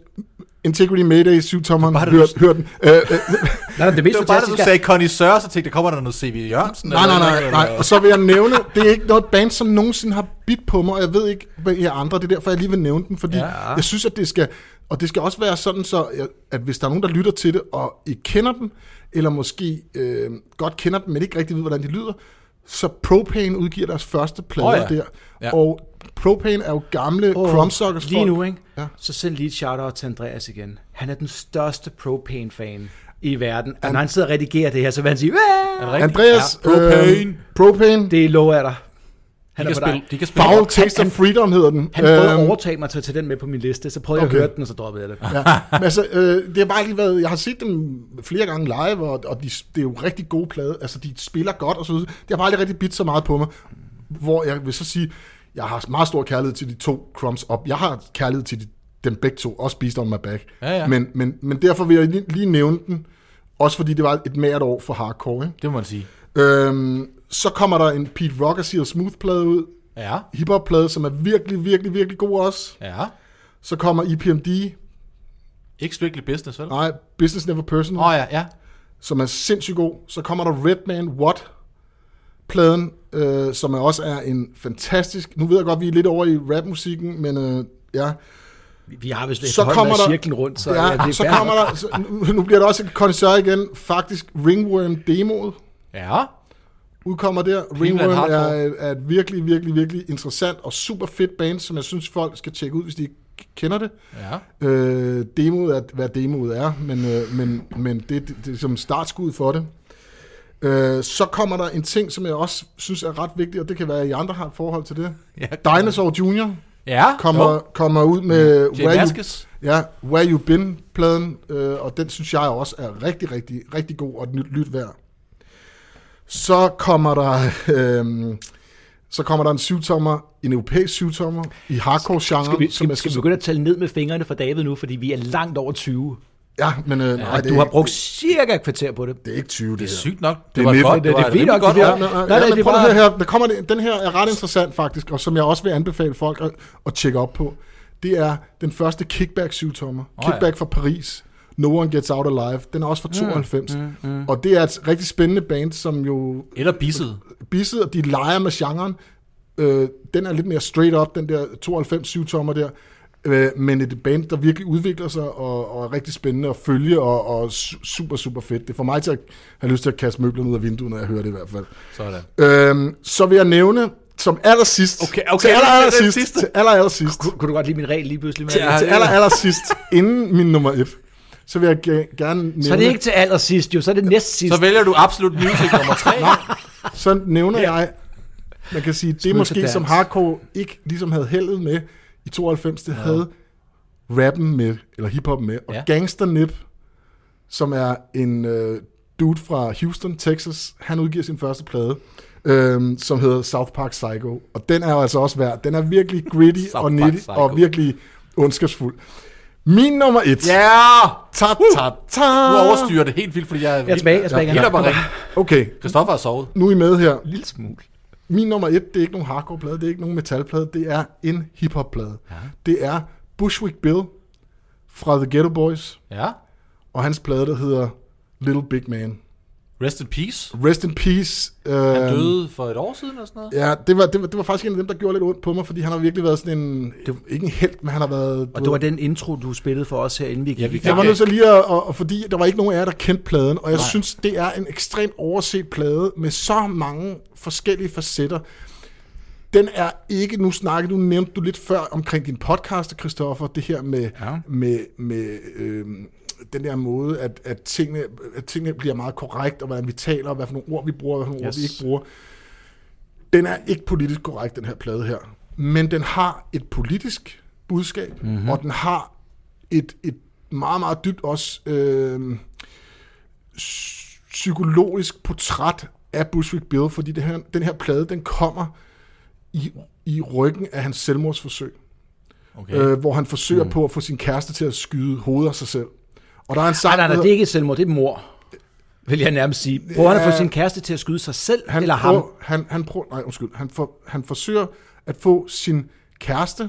S1: Integrity Mayday, syvtommeren,
S2: Bare det,
S1: hør,
S2: du-
S1: hør den. Øh, øh,
S3: Nej, det
S2: Det
S3: mest
S2: var bare, da du
S3: fantastiske er,
S2: sagde connoisseur, så tænkte jeg, kommer der noget C.V. Jørgensen?
S1: nej,
S2: eller-
S1: nej, nej, nej. Og så vil jeg nævne, det er ikke noget band, som nogensinde har bidt på mig, og jeg ved ikke, hvad I andre, det er derfor, jeg lige vil nævne den, fordi
S3: Ja.
S1: ja. jeg synes, at det skal, og det skal også være sådan, så, jeg- at hvis der er nogen, der lytter til det, og I kender dem, eller måske øh, godt kender dem, men ikke rigtig ved, hvordan de lyder, så Propane udgiver deres første plader
S2: Åh,
S1: oh,
S2: ja.
S1: ja. der,
S2: Ja.
S1: ja. og Propane er jo gamle oh,
S3: Åh,
S1: Crumbsuckers
S3: Lige nu, ikke?
S1: Ja.
S3: Så send lige et shout-out til Andreas igen. Han er den største propane-fan i verden. Og når han sidder og redigerer det her, så vil han sige,
S2: Er
S3: "Wah!"
S2: det rigtigt?
S1: Andreas,
S2: Ja, propane.
S1: Øh, propane.
S3: det lover jeg dig.
S2: de,
S3: Han er
S2: kan
S3: på
S2: spille,
S3: dig.
S2: de kan spille
S1: Foul
S2: rock.
S1: Taste of Freedom hedder den.
S3: Han prøvede at
S1: Øhm,
S3: overtage mig til at tage den med på min liste, så prøvede jeg
S1: Okay.
S3: at høre den, og så droppede jeg det.
S1: ja. Men altså, øh, det har bare lige været, jeg har set dem flere gange live, og, og de, det er jo rigtig gode plade, altså de spiller godt og så videre. Det har bare aldrig rigtig bidt så meget på mig, hvor jeg vil så sige, jeg har meget stor kærlighed til de to crumbs op. Jeg har kærlighed til de, dem begge to, også Beast on my back.
S2: Ja, ja.
S1: Men, men, men derfor vil jeg lige, lige nævne den, også fordi det var et mært år for hardcore. Ikke?
S2: Det må man sige.
S1: Øhm, så kommer der en Pete Rock og Seal Smooth plade ud,
S2: Ja,
S1: hiphop-plade, som er virkelig, virkelig, virkelig god også.
S2: ja.
S1: Så kommer E EPMD,
S2: Ikke strictly business, vel? Åh
S1: nej, Business Never Personal,
S2: oh, ja, ja.
S1: som er sindssygt god. Så kommer der Redman What, pladen, øh, som er også er en fantastisk, nu ved jeg godt, vi er lidt over i rapmusikken, men øh, ja.
S3: Vi har vist efterhånden været cirklen rundt, så
S1: ja,
S3: det er
S1: så
S3: fair
S1: kommer
S3: nok.
S1: der, så, nu- nu bliver der også et koncert igen, faktisk Ringworm demoet
S2: Ja.
S1: udkommer der.
S2: Cleveland
S1: Ringworm er,
S2: Hardcore.
S1: er et virkelig, virkelig, virkelig interessant og super fedt band, som jeg synes folk skal tjekke ud, hvis de ikke kender det.
S2: Ja.
S1: Øh, demoet er, hvad demoet er, men, øh, men, men det, det, det er som startskud for det. Øh, så kommer der en ting, som jeg også synes er ret vigtig, og det kan være, at I andre har et forhold til det.
S2: Ja.
S1: Dinosaur Junior.
S2: Ja,
S1: kommer,
S2: jo.
S1: kommer ud med
S2: Jay
S1: Where You,
S2: Vasquez.
S1: ja, Where You Been-pladen, øh, og den synes jeg også er rigtig, rigtig, rigtig god og et nyt lyt værd. Så kommer der... Øh, så kommer der en syvtommer, en europæisk syvtommer, i hardcore-genre,
S3: Skal vi,
S1: som
S3: skal,
S1: jeg
S3: skal
S1: synes...
S3: vi begynde at tælle ned med fingrene for David nu, fordi vi er langt over 20.
S1: Ja, men øh,
S3: Ja,
S1: nej,
S3: og
S1: det,
S3: du
S1: er
S3: har
S1: ikke-
S3: brugt cirka et kvarter på det.
S1: det er ikke 20, det,
S2: Det er
S1: her.
S2: sygt nok. Det,
S1: Det er
S2: var et
S1: lidt-
S2: godt,
S3: det- det er
S2: et
S3: fint
S2: rimelig
S3: nok, det
S2: godt
S3: der-
S2: hold.
S1: Nej, nej,
S3: nej,
S1: nej,
S3: det
S1: men prøv
S3: var-
S1: at høre her. Der kommer det, den her er ret interessant faktisk, og som jeg også vil anbefale folk at, at tjekke op på. Det er den første kickback syvtommer.
S2: Åh,
S1: Oh,
S2: ja.
S1: kickback fra Paris. No One Gets Out Alive. Den er også fra 92. Mm, mm, mm. Og det er et rigtig spændende band, som jo
S2: Eller bisset.
S1: bisset, og de leger med genren. Øh, den er lidt mere straight up, den der 92 7 tommer der. Øh, men et band, der virkelig udvikler sig og, og er rigtig spændende at følge, og, og su- super, super fedt. Det får mig til at have lyst til at kaste møblerne ud af vinduet, når jeg hører det i hvert fald.
S2: Sådan.
S1: Øhm, så vil jeg nævne, som allersidst,
S2: Okay, okay,
S1: til aller,
S2: det er
S1: aller
S2: den
S1: sidst,
S2: sidste.
S1: til aller, aller sidst,
S3: Kunne, kunne du godt lide min regel lige pludselig? Med?
S2: Ja,
S1: til
S2: det er-
S1: aller, aller sidst, inden min nummer et, så vil jeg ge- gerne nævne,
S3: Så er det ikke til allersidst jo, så er det næst sidst.
S2: Så vælger du absolut music nummer tre.
S1: så nævner jeg, man kan sige, det er
S3: Smooth
S1: måske
S3: Dance.
S1: som hardcore ikke ligesom havde heldet med i 92, det havde rappen med, eller hiphoppen med, og
S2: Ja.
S1: Gangster Nip, som er en øh, dude fra Houston, Texas, han udgiver sin første plade, øhm, som hedder South Park Psycho, og den er jo altså også værd. Den er virkelig gritty
S2: South
S1: og
S2: Park
S1: nitty,
S2: Psycho.
S1: og virkelig ondskabsfuld. Min nummer et.
S2: Ja! Uh!
S1: Ta, ta, ta.
S2: Du overstyrer det helt vildt, fordi jeg er
S3: Jeg er tilbage, jeg er tilbage igen.
S2: helt op at ringe.
S1: Okay,
S2: Christoffer er sovet.
S1: nu er I med her.
S3: En lille smule.
S1: Min nummer et, det er ikke nogen hardcore-plade, det er ikke nogen metalplade, det er en hiphop-plade. Ja. Det er Bushwick Bill fra The Ghetto Boys,
S2: Ja.
S1: og hans plade, der hedder Little Big Man.
S2: Rest in peace.
S1: Rest in peace. Øh,
S2: Han
S3: Øhm.
S2: døde for et år siden eller sådan noget.
S1: Ja, det var, det, var, det var faktisk en af dem, der gjorde lidt ondt på mig, fordi han har virkelig været sådan en... Det, ikke en held, men han har været...
S3: Og det var den intro, du spillede for os her, inden vi gik
S2: Ja,
S3: ja,
S2: vi
S3: vi
S2: fik-
S1: Jeg var
S2: Okay.
S1: nødt til lige at, og, og fordi der var ikke nogen af jer, der kendte pladen, og jeg Nej. synes, det er en ekstremt overset plade med så mange forskellige facetter. Den er ikke, nu snakkede du, nævnte du lidt før omkring din podcast, Christoffer, det her med,
S3: Ja.
S1: ja. med, med øh, den der måde, at, at, tingene, at tingene bliver meget korrekt, og hvordan vi taler, og hvad for nogle ord vi bruger, og hvad for nogle yes. ord vi
S3: Yes.
S1: ikke bruger. Den er ikke politisk korrekt, den her plade her. Men den har et politisk budskab, mm-hmm. og den har et, et meget, meget dybt også øh, psy- psykologisk portræt af Bushwick Bill, fordi det her, den her plade, den kommer i, i ryggen af hans selvmordsforsøg,
S2: Okay.
S1: okay. øh, hvor han forsøger mm. på at få sin kæreste til at skyde hovedet af sig selv. Og der er en sang,
S3: Nej, Ah, nej,
S1: der
S3: nej, det
S1: hedder-
S3: er ikke selvmord, det er mor. Vil jeg nærmest sige. Prøver han at få
S1: Ja.
S3: sin kæreste til at skyde sig selv,
S1: han
S3: eller ham?
S1: Prøver, han, han prøver, nej, undskyld, han, for, han forsøger at få sin kæreste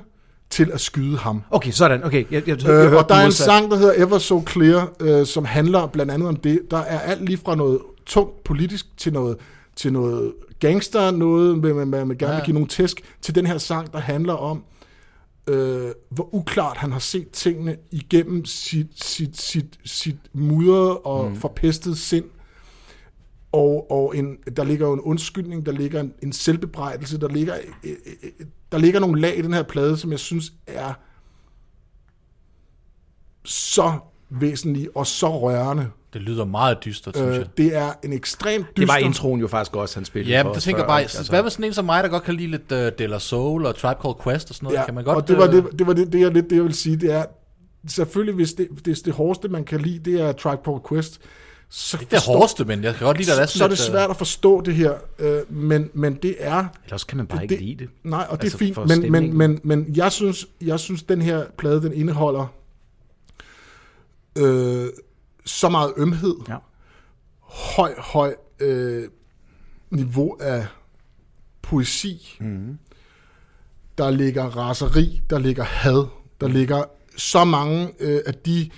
S1: til at skyde ham.
S3: Okay, sådan, okay. Jeg, jeg, jeg, jeg
S1: Øh,
S3: hørte
S1: og der er en
S3: modsat.
S1: sang, der hedder Ever So Clear, øh, som handler blandt andet om det. Der er alt lige fra noget tungt politisk til noget, til noget gangster, noget med, med, med, med gerne vil give nogle tæsk, til den her sang, der handler om, øh, hvor uklart han har set tingene igennem sit, sit, sit, sit mudrede og mm. forpestede sind. Og, og en, der ligger jo en undskyldning, der ligger en, en selvbebrejdelse, der ligger, øh, øh, øh, der ligger nogle lag i den her plade, som jeg synes er så væsentlige og så rørende.
S2: Det lyder meget dystert, synes
S1: Øh,
S2: jeg.
S1: det er en ekstremt dyster...
S3: Det var introen jo faktisk også, han spillede
S2: Ja,
S3: for
S2: men det
S3: os
S2: tænker jeg
S3: før,
S2: bare,
S3: ikke? Altså,
S2: hvad med sådan en som mig, der godt kan lide lidt uh, De La Soul og Tribe Called Quest og sådan noget?
S1: Ja,
S2: kan man godt,
S1: og det var,
S2: øh,
S1: det, det, var det, det, jeg, lidt, det, jeg vil sige, det er, selvfølgelig, hvis det, hvis det hårdeste, man kan lide, det er Tribe Called Quest, så,
S2: Ikke det
S1: forstår-
S2: hårdeste, men jeg kan godt lide, at der er sådan
S1: så er det
S2: lidt, øh,
S1: svært at forstå det her, øh, men, men det er...
S3: Ellers kan man bare ikke
S1: det-
S3: lide det.
S1: Nej, og det
S3: Altså,
S1: er fint,
S3: for
S1: men, men,
S3: stemningen.
S1: men, men jeg, synes, jeg synes, den her plade, den indeholder øh, så meget ømhed,
S3: Ja.
S1: høj, høj øh, niveau af poesi. Mm.
S2: Mhm.
S1: Der ligger raseri, der ligger had, der
S2: Mhm.
S1: ligger så mange øh, af de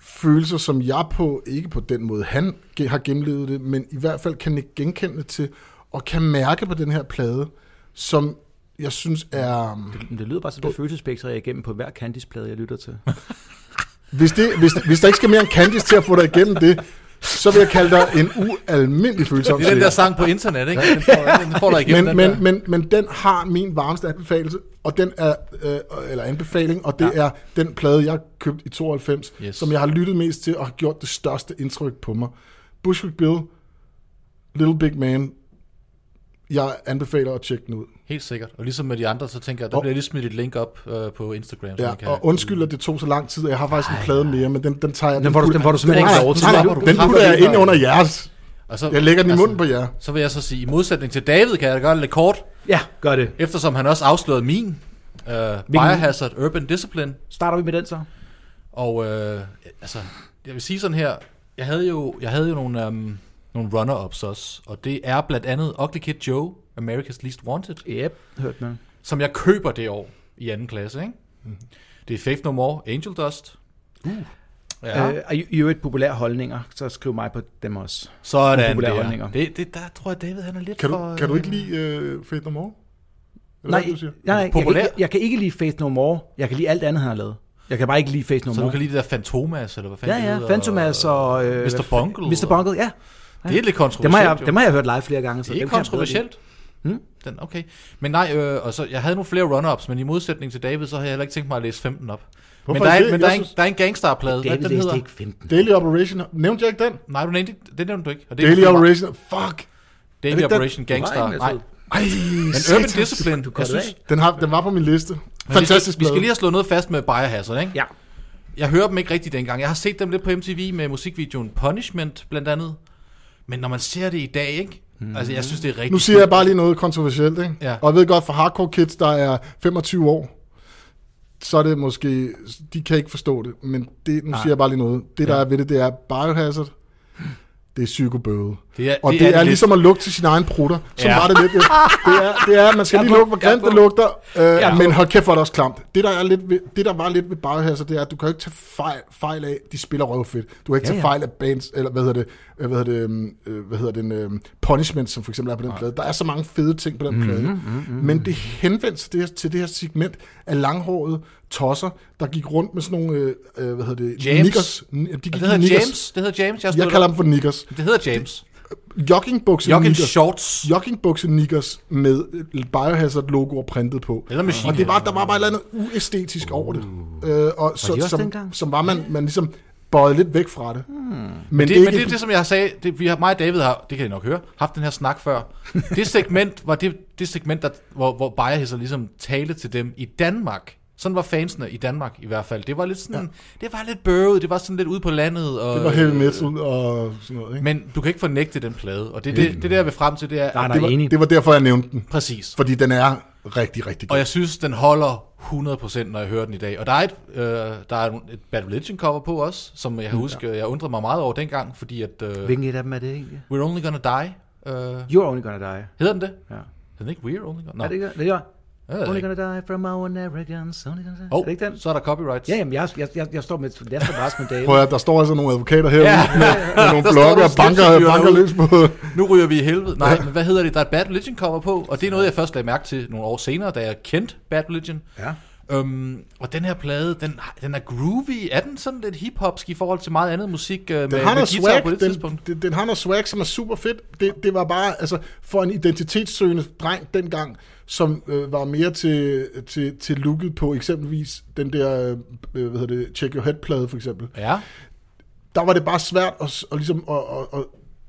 S1: følelser, som jeg på, ikke på den måde han ge- har gennemlevet det, men i hvert fald kan ikke genkende det til, og kan mærke på den her plade, som jeg synes er...
S3: Men det lyder bare som det følelsesspektrum, jeg er igennem på hver Candice-plade, jeg lytter til.
S1: Hvis, det, hvis, hvis der ikke skal mere end Candice til at få dig igennem det, så vil jeg kalde dig en ualmindelig følsom
S2: Det er den
S1: sælger.
S2: der sang på internet, ikke? Den får, den får dig igennem,
S1: men,
S2: den der.
S1: men, men, men den har min varmeste anbefaling, og den er, øh, eller anbefaling, og det ja. er den plade, jeg købte i 92,
S2: Yes.
S1: yes. som jeg har lyttet mest til og har gjort det største indtryk på mig. Bushwick Bill, Little Big Man, jeg anbefaler at tjekke den ud.
S2: Helt sikkert. Og ligesom med de andre, så tænker jeg, der
S1: Og-
S2: bliver lige smidt et link op øh, på Instagram. så
S1: Ja,
S2: man kan,
S1: og undskyld, at det tog så lang tid, og jeg har faktisk en plade mere, men den, den tager jeg...
S3: Den får du-
S1: put-
S3: den får du simpelthen
S1: Nej,
S3: ikke lov til.
S1: nej,
S3: Den
S1: nej, Den putter jeg ind under jeres.
S2: og så, altså,
S1: Jeg lægger
S3: Altså,
S1: den i munden på jer.
S2: Så vil jeg så sige, i modsætning til David, kan jeg da gøre det lidt kort,
S3: Ja, gør det.
S2: eftersom han også afslørede min øh, Biohazard Urban Discipline.
S3: Starter vi med den så?
S2: Og øh, altså, jeg vil sige sådan her, jeg havde jo, jeg havde jo nogle, øhm, nogle runner-ups også, og det er blandt andet Ugly Kid Joe, America's Least Wanted,
S3: Yep, hørt med.
S2: som jeg køber det år i anden klasse, ikke?
S1: Mhm.
S2: Det er Faith No More, Angel Dust. Uh. Ja.
S3: Øh, og i- i øvrigt populære holdninger, så skriv mig på dem også.
S2: Sådan
S3: Upopulære
S2: der.
S3: holdninger.
S2: Det, det, der tror jeg, David han er lidt
S1: Kan
S2: for...
S1: du, kan du
S2: øh,
S1: ikke lide uh, Faith No More? Eller
S3: Nej,
S1: hvad, du siger?
S3: nej, nej jeg, kan
S2: Populær.
S3: ikke, jeg kan ikke lide Faith No More. Jeg kan lide alt andet, han har lavet. Jeg kan bare ikke lide Faith No
S2: Så
S3: More.
S2: du kan lide det der Fantomas, eller hvad fanden
S3: ja,
S2: det
S3: ja,
S2: hedder,
S3: Phantomas og... Øh,
S2: Mr. Bungle.
S3: Mr. Bungle, ja.
S2: Det er lidt
S3: Dem har,
S2: kontroversielt.
S3: jeg,
S2: jo.
S3: dem har jeg hørt live flere gange. Så
S2: det er ikke
S3: dem kan jeg bedre
S2: kontroversielt.
S3: Hmm?
S2: Den, okay. Men nej, øh, og så, jeg havde nogle flere runner-ups, men i modsætning til David, så har jeg heller ikke tænkt mig at læse 15 op.
S1: Hvorfor
S2: men der er,
S1: ikke det?
S2: en- men der er,
S1: Jeg
S2: en,
S1: synes-
S2: der er en gangstar-plade.
S3: lide.
S2: Hvad er
S3: David
S2: det, den
S3: læste
S2: hedder?
S3: ikke 15.
S1: Daily Operation. Nævnte jeg ikke den?
S2: Nej, du nævnte ikke, det nævnte du ikke. Og det er
S1: Daily
S2: ikke-
S1: Operation. Fuck. Er det
S2: Daily
S1: ikke den?
S2: Operation Gangstar.
S3: Nej,
S2: Nej,
S3: altså.
S1: Ej,
S2: men
S1: satan.
S2: Urban Discipline,
S3: du kan
S2: jeg
S3: det
S2: synes...
S3: af.
S1: Den, har, den var på min liste.
S2: men
S1: Fantastisk
S2: vi skal, vi skal
S1: plade.
S2: lige have slået noget fast med Biohazard, ikke?
S3: Ja.
S2: Jeg hører dem ikke rigtig dengang. Jeg har set dem lidt på MTV med musikvideoen Punishment, blandt andet. Men når man ser det i dag, ikke? Altså, jeg synes, det er rigtig...
S1: Mhm. Nu siger jeg bare lige noget kontroversielt, ikke?
S2: Ja.
S1: Og jeg ved godt, for hardcore kids, der er 25 år, så er det måske, de kan ikke forstå det, men det, nu Nej. siger jeg bare lige noget. Det, der er ved det, det er biohazard, det er psykobøde.
S2: Det er,
S1: Og det, det er
S2: lidt-
S1: ligesom at lugte til sin egen prutter. Så
S2: Ja.
S1: ja. var det lidt. Det, det, er, det er, man skal
S3: Jeg er
S1: lige
S3: på.
S1: lugte, hvor
S3: Jeg er
S1: grimt det
S3: på.
S1: lugter. Øh,
S3: er på.
S1: men hold kæft, hvor er det også klamt. Det der, er lidt ved, det, der var lidt ved Biohazard, det er, at du kan jo ikke tage fejl, fejl af, de spiller røvfedt. Du kan ikke
S3: Ja,
S1: ja, tage
S3: ja.
S1: fejl af bands, eller hvad hedder det, øh, hvad hedder det, øhm, øh, hvad hedder den, øh, Punishment, som for eksempel er på den
S2: Ah.
S1: plade. Der er så mange fede ting på
S2: Mhm,
S1: den plade. Men det henvendte sig det her, til det her segment af langhårede tosser, der gik rundt med sådan nogle, øh, øh, hvad hedder det,
S2: James.
S1: knickers. N- De gik
S2: Det
S1: i
S2: hedder
S1: knickers.
S2: James. Det hedder James. Jeg, har
S1: Jeg
S2: stået
S1: kalder
S2: der.
S1: dem for knickers.
S2: Det hedder James.
S1: Joggingbukser
S2: Jokken
S1: knickers
S2: Shorts.
S1: joggingbukse-nikkers med øh, Biohazard-logoer printet på.
S2: Eller Machine
S1: Og det var,
S2: Head.
S1: der var bare et eller andet uæstetisk over det.
S2: Mm.
S1: Øh, og så,
S3: de også
S1: som,
S3: dengang? Mm.
S1: som var man, man ligesom bøjet lidt væk fra det. Hmm. Men, det,
S2: Det, det,
S1: er
S2: men det
S1: ikke,
S2: er det, som jeg sagde, det, vi har, mig og David har, det kan I nok høre, haft den her snak før. Det segment var det, det segment, der, hvor, hvor Biohazard ligesom talte til dem i Danmark. Sådan var fansene i Danmark i hvert fald. Det var lidt sådan, ja. det var lidt bøvet, det var sådan lidt ude på landet. Og,
S1: det var heavy metal og sådan noget. Ikke?
S2: Men du kan ikke fornægte den plade, og det, det, det der jeg vil frem til, det er...
S3: Nej, nej,
S1: det, var,
S3: enig.
S1: det var derfor, jeg nævnte den.
S2: Præcis.
S1: Fordi den er rigtig, rigtig
S2: Og
S1: god.
S2: jeg synes, den holder 100%, når jeg hører den i dag. Og der er et, øh, der er et Bad Religion cover på også, som
S3: Mm,
S2: jeg husker, jeg undrede mig meget over dengang, fordi at øh,
S3: Hvilken et af dem er det egentlig?
S2: We're Only Gonna Die, øh,
S3: You're only gonna die.
S2: hedder den det?
S3: Ja.
S2: Hedder den ikke We're Only Gonna... Nå,
S3: Er det ikke det? det? er-
S2: jeg ved det
S3: Only
S2: ikke.
S3: gonna die from my own arrogance. Only gonna die.
S2: Hov,
S3: Er det ikke den?
S2: så er der copyrights.
S3: Oh. Ja, jamen, jeg, jeg, jeg, jeg står med et laster bare med David.
S1: Prøv at høre, der står altså nogle advokater herude
S2: Ja.
S1: med, med nogle
S2: Der står
S1: blokke
S2: nogle
S1: og banker,
S2: skeptikere
S1: banker
S2: derude.
S1: løs på...
S2: Nu ryger vi i helvede. Nej, men hvad hedder det? Der er et Bad Religion cover på, og det er noget, jeg først lagde mærke til nogle år senere, da jeg kendte Bad Religion.
S3: Ja.
S2: Øhm, og den her plade, den, den er groovy. Er den sådan lidt hiphopsk i forhold til meget andet musik øh, med,
S1: Den har
S2: med
S1: noget
S2: guitar
S1: swag,
S2: på det
S1: den,
S2: tidspunkt?
S1: den, den har noget swag, som er super fedt. Det, det var bare, altså, for en identitetssøgende dreng dengang, som øh, var mere til, til, til looket på eksempelvis den der, øh, hvad hedder det, Check Your Head-plade for eksempel.
S2: Ja.
S1: Der var det bare svært at, s- at ligesom, og, og, og,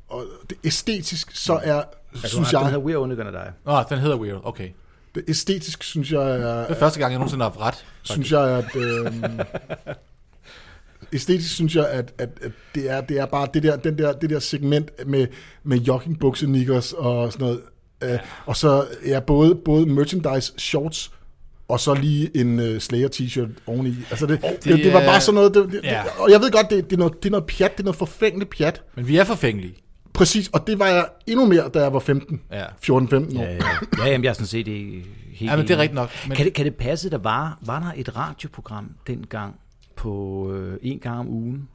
S1: og det æstetisk, så er, synes
S3: Altså, Den
S1: jeg,
S3: hedder We're only gonna die.
S2: Nå, den hedder Weird. Okay.
S1: det æstetisk, synes jeg er,
S2: Det er første gang, jeg nogensinde har haft ret.
S1: synes jeg, at... Øh, æstetisk synes jeg, at, at, at det, er, det er bare det der, den der, det der segment med, med joggingbukse, knickers og sådan noget. Øh, og så ja, både, både merchandise, shorts, og så lige en uh, Slayer t-shirt oveni. Altså det, det, det, var bare sådan noget. Det, det,
S2: Ja.
S1: ja. Og jeg ved godt, det, det, er noget, det er noget pjat, det er noget forfængeligt pjat.
S2: Men vi er forfængelige.
S1: Præcis, og det var jeg endnu mere, da jeg var 15.
S2: Ja.
S1: 14-15 år.
S3: Ja, ja. ja jamen, jeg er sådan set i- helt
S2: Ja, men det er
S3: enig.
S2: rigtigt nok. Men,
S3: Kan det, kan det passe, der var, var der et radioprogram dengang på øh, en gang om ugen,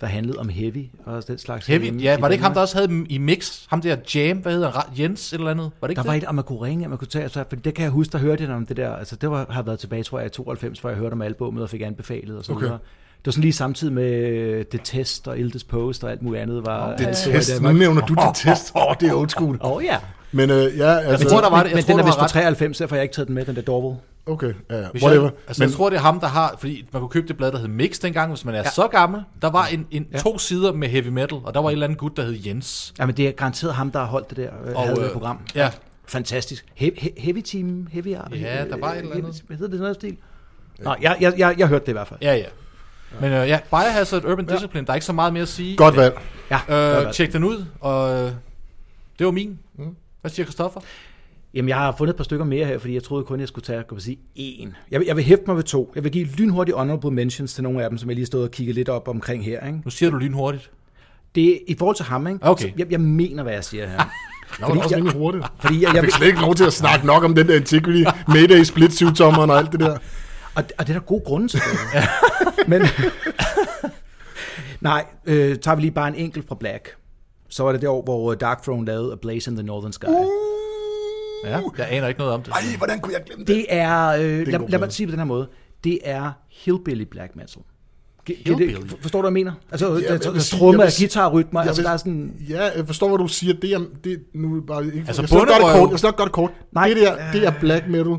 S3: der handlede om heavy og den slags?
S2: Heavy,
S3: herhjemme
S2: ja,
S3: i
S2: var det ikke ham,
S3: Danmark?
S2: der også havde dem i mix? Ham der Jam, hvad hedder han? Ra- Jens eller andet? Var det ikke
S3: Der var
S2: det?
S3: et, og man kunne ringe, og man kunne tage sig, for det kan jeg huske, der hørte jeg om det der, altså det var, har været tilbage, tror jeg, i 92, hvor jeg hørte om albummet og fik anbefalet og sådan
S1: Okay.
S3: noget. Det var sådan lige samtidig med øh, The Test og Ildes Post og alt muligt andet. Var,
S1: Det er
S3: altså,
S1: test. Nu nævner du det test. Åh, oh, det er old school.
S3: Åh oh, ja.
S1: Men øh, ja, altså...
S2: Jeg tror, der var det.
S3: men
S2: Jeg tror,
S3: den
S2: du
S3: er
S2: har
S3: vist fra
S2: ret.
S3: 93, derfor har jeg ikke taget den med, den der Dorval.
S1: Okay, ja, ja.
S2: Hvis
S1: Whatever.
S2: Jeg, altså, men, jeg tror, det er ham, der har... Fordi man kunne købe det blad, der hed Mix dengang, hvis man er ja.
S3: Ja.
S2: så gammel. Der var en, en ja.
S3: Ja.
S2: to sider med heavy metal, og der var en eller anden gut, der hed Jens.
S3: Jamen det er garanteret ham, der har holdt det der øh, og, havde
S2: øh,
S3: øh, program.
S2: Ja,
S3: Fantastisk. He- he- heavy Team, Heavy Army.
S2: Ja, der var et eller andet. Øh.
S3: Hvad hedder det sådan noget stil? Nej, jeg, jeg, jeg, jeg hørte det i hvert fald.
S2: Ja, ja. Men øh, ja, Biohazard Urban ja. Discipline, der er ikke så meget mere at sige.
S1: Godt valg.
S3: Ja, godt
S2: Øh,
S3: valg.
S2: tjek den ud, og øh, det var min. Mm. Hvad siger Christoffer?
S3: Jamen, jeg har fundet et par stykker mere her, fordi jeg troede kun, jeg skulle tage, kan man sige, én. Jeg vil, jeg vil hæfte mig ved to. Jeg vil give lynhurtige honorable mentions til nogle af dem, som jeg lige stod og kiggede lidt op omkring her. Ikke?
S2: Nu siger du lynhurtigt.
S3: Uh! Det er i forhold til ham, ikke?
S2: Okay.
S3: Så Jeg, jeg mener, hvad jeg siger her.
S1: Nå, det var også
S3: jeg-
S1: rimelig hurtigt.
S3: Fordi jeg, jeg,
S1: Jeg fik slet ikke lov til at snakke nok om den der Antiquity, Mayday, Split, 7 tommeren og alt det der.
S3: Og, og det er der gode grunde til. Det. Men, nej, øh, tager vi lige bare en enkelt fra Black. Så var det det år, hvor Dark Throne lavede A Blaze in the Northern Sky.
S2: Ja, jeg aner ikke noget om det.
S1: Ej, hvordan kunne jeg glemme det?
S3: Det er, øh, lad,
S1: god
S3: lad
S1: plade.
S3: mig sige det på den her måde, det er hillbilly black metal. Gi- giver
S2: Hillbilly?
S3: Det, forstår du, hvad jeg mener? Altså, ja,
S1: jeg
S3: der,
S1: vil
S3: der, der
S1: sige-
S3: trummer,
S1: jeg vil sige-
S3: guitarrytmer,
S1: jeg
S3: altså
S1: vil-
S3: der er sådan...
S1: Ja, jeg forstår, hvad du siger. Det er, det, er- nu er det bare ikke...
S2: Altså,
S1: jeg snakker godt
S2: bonderøv-
S1: det kort. Jeg snakker godt det kort.
S3: Nej. Øh.
S1: Nej. Det der, det er black metal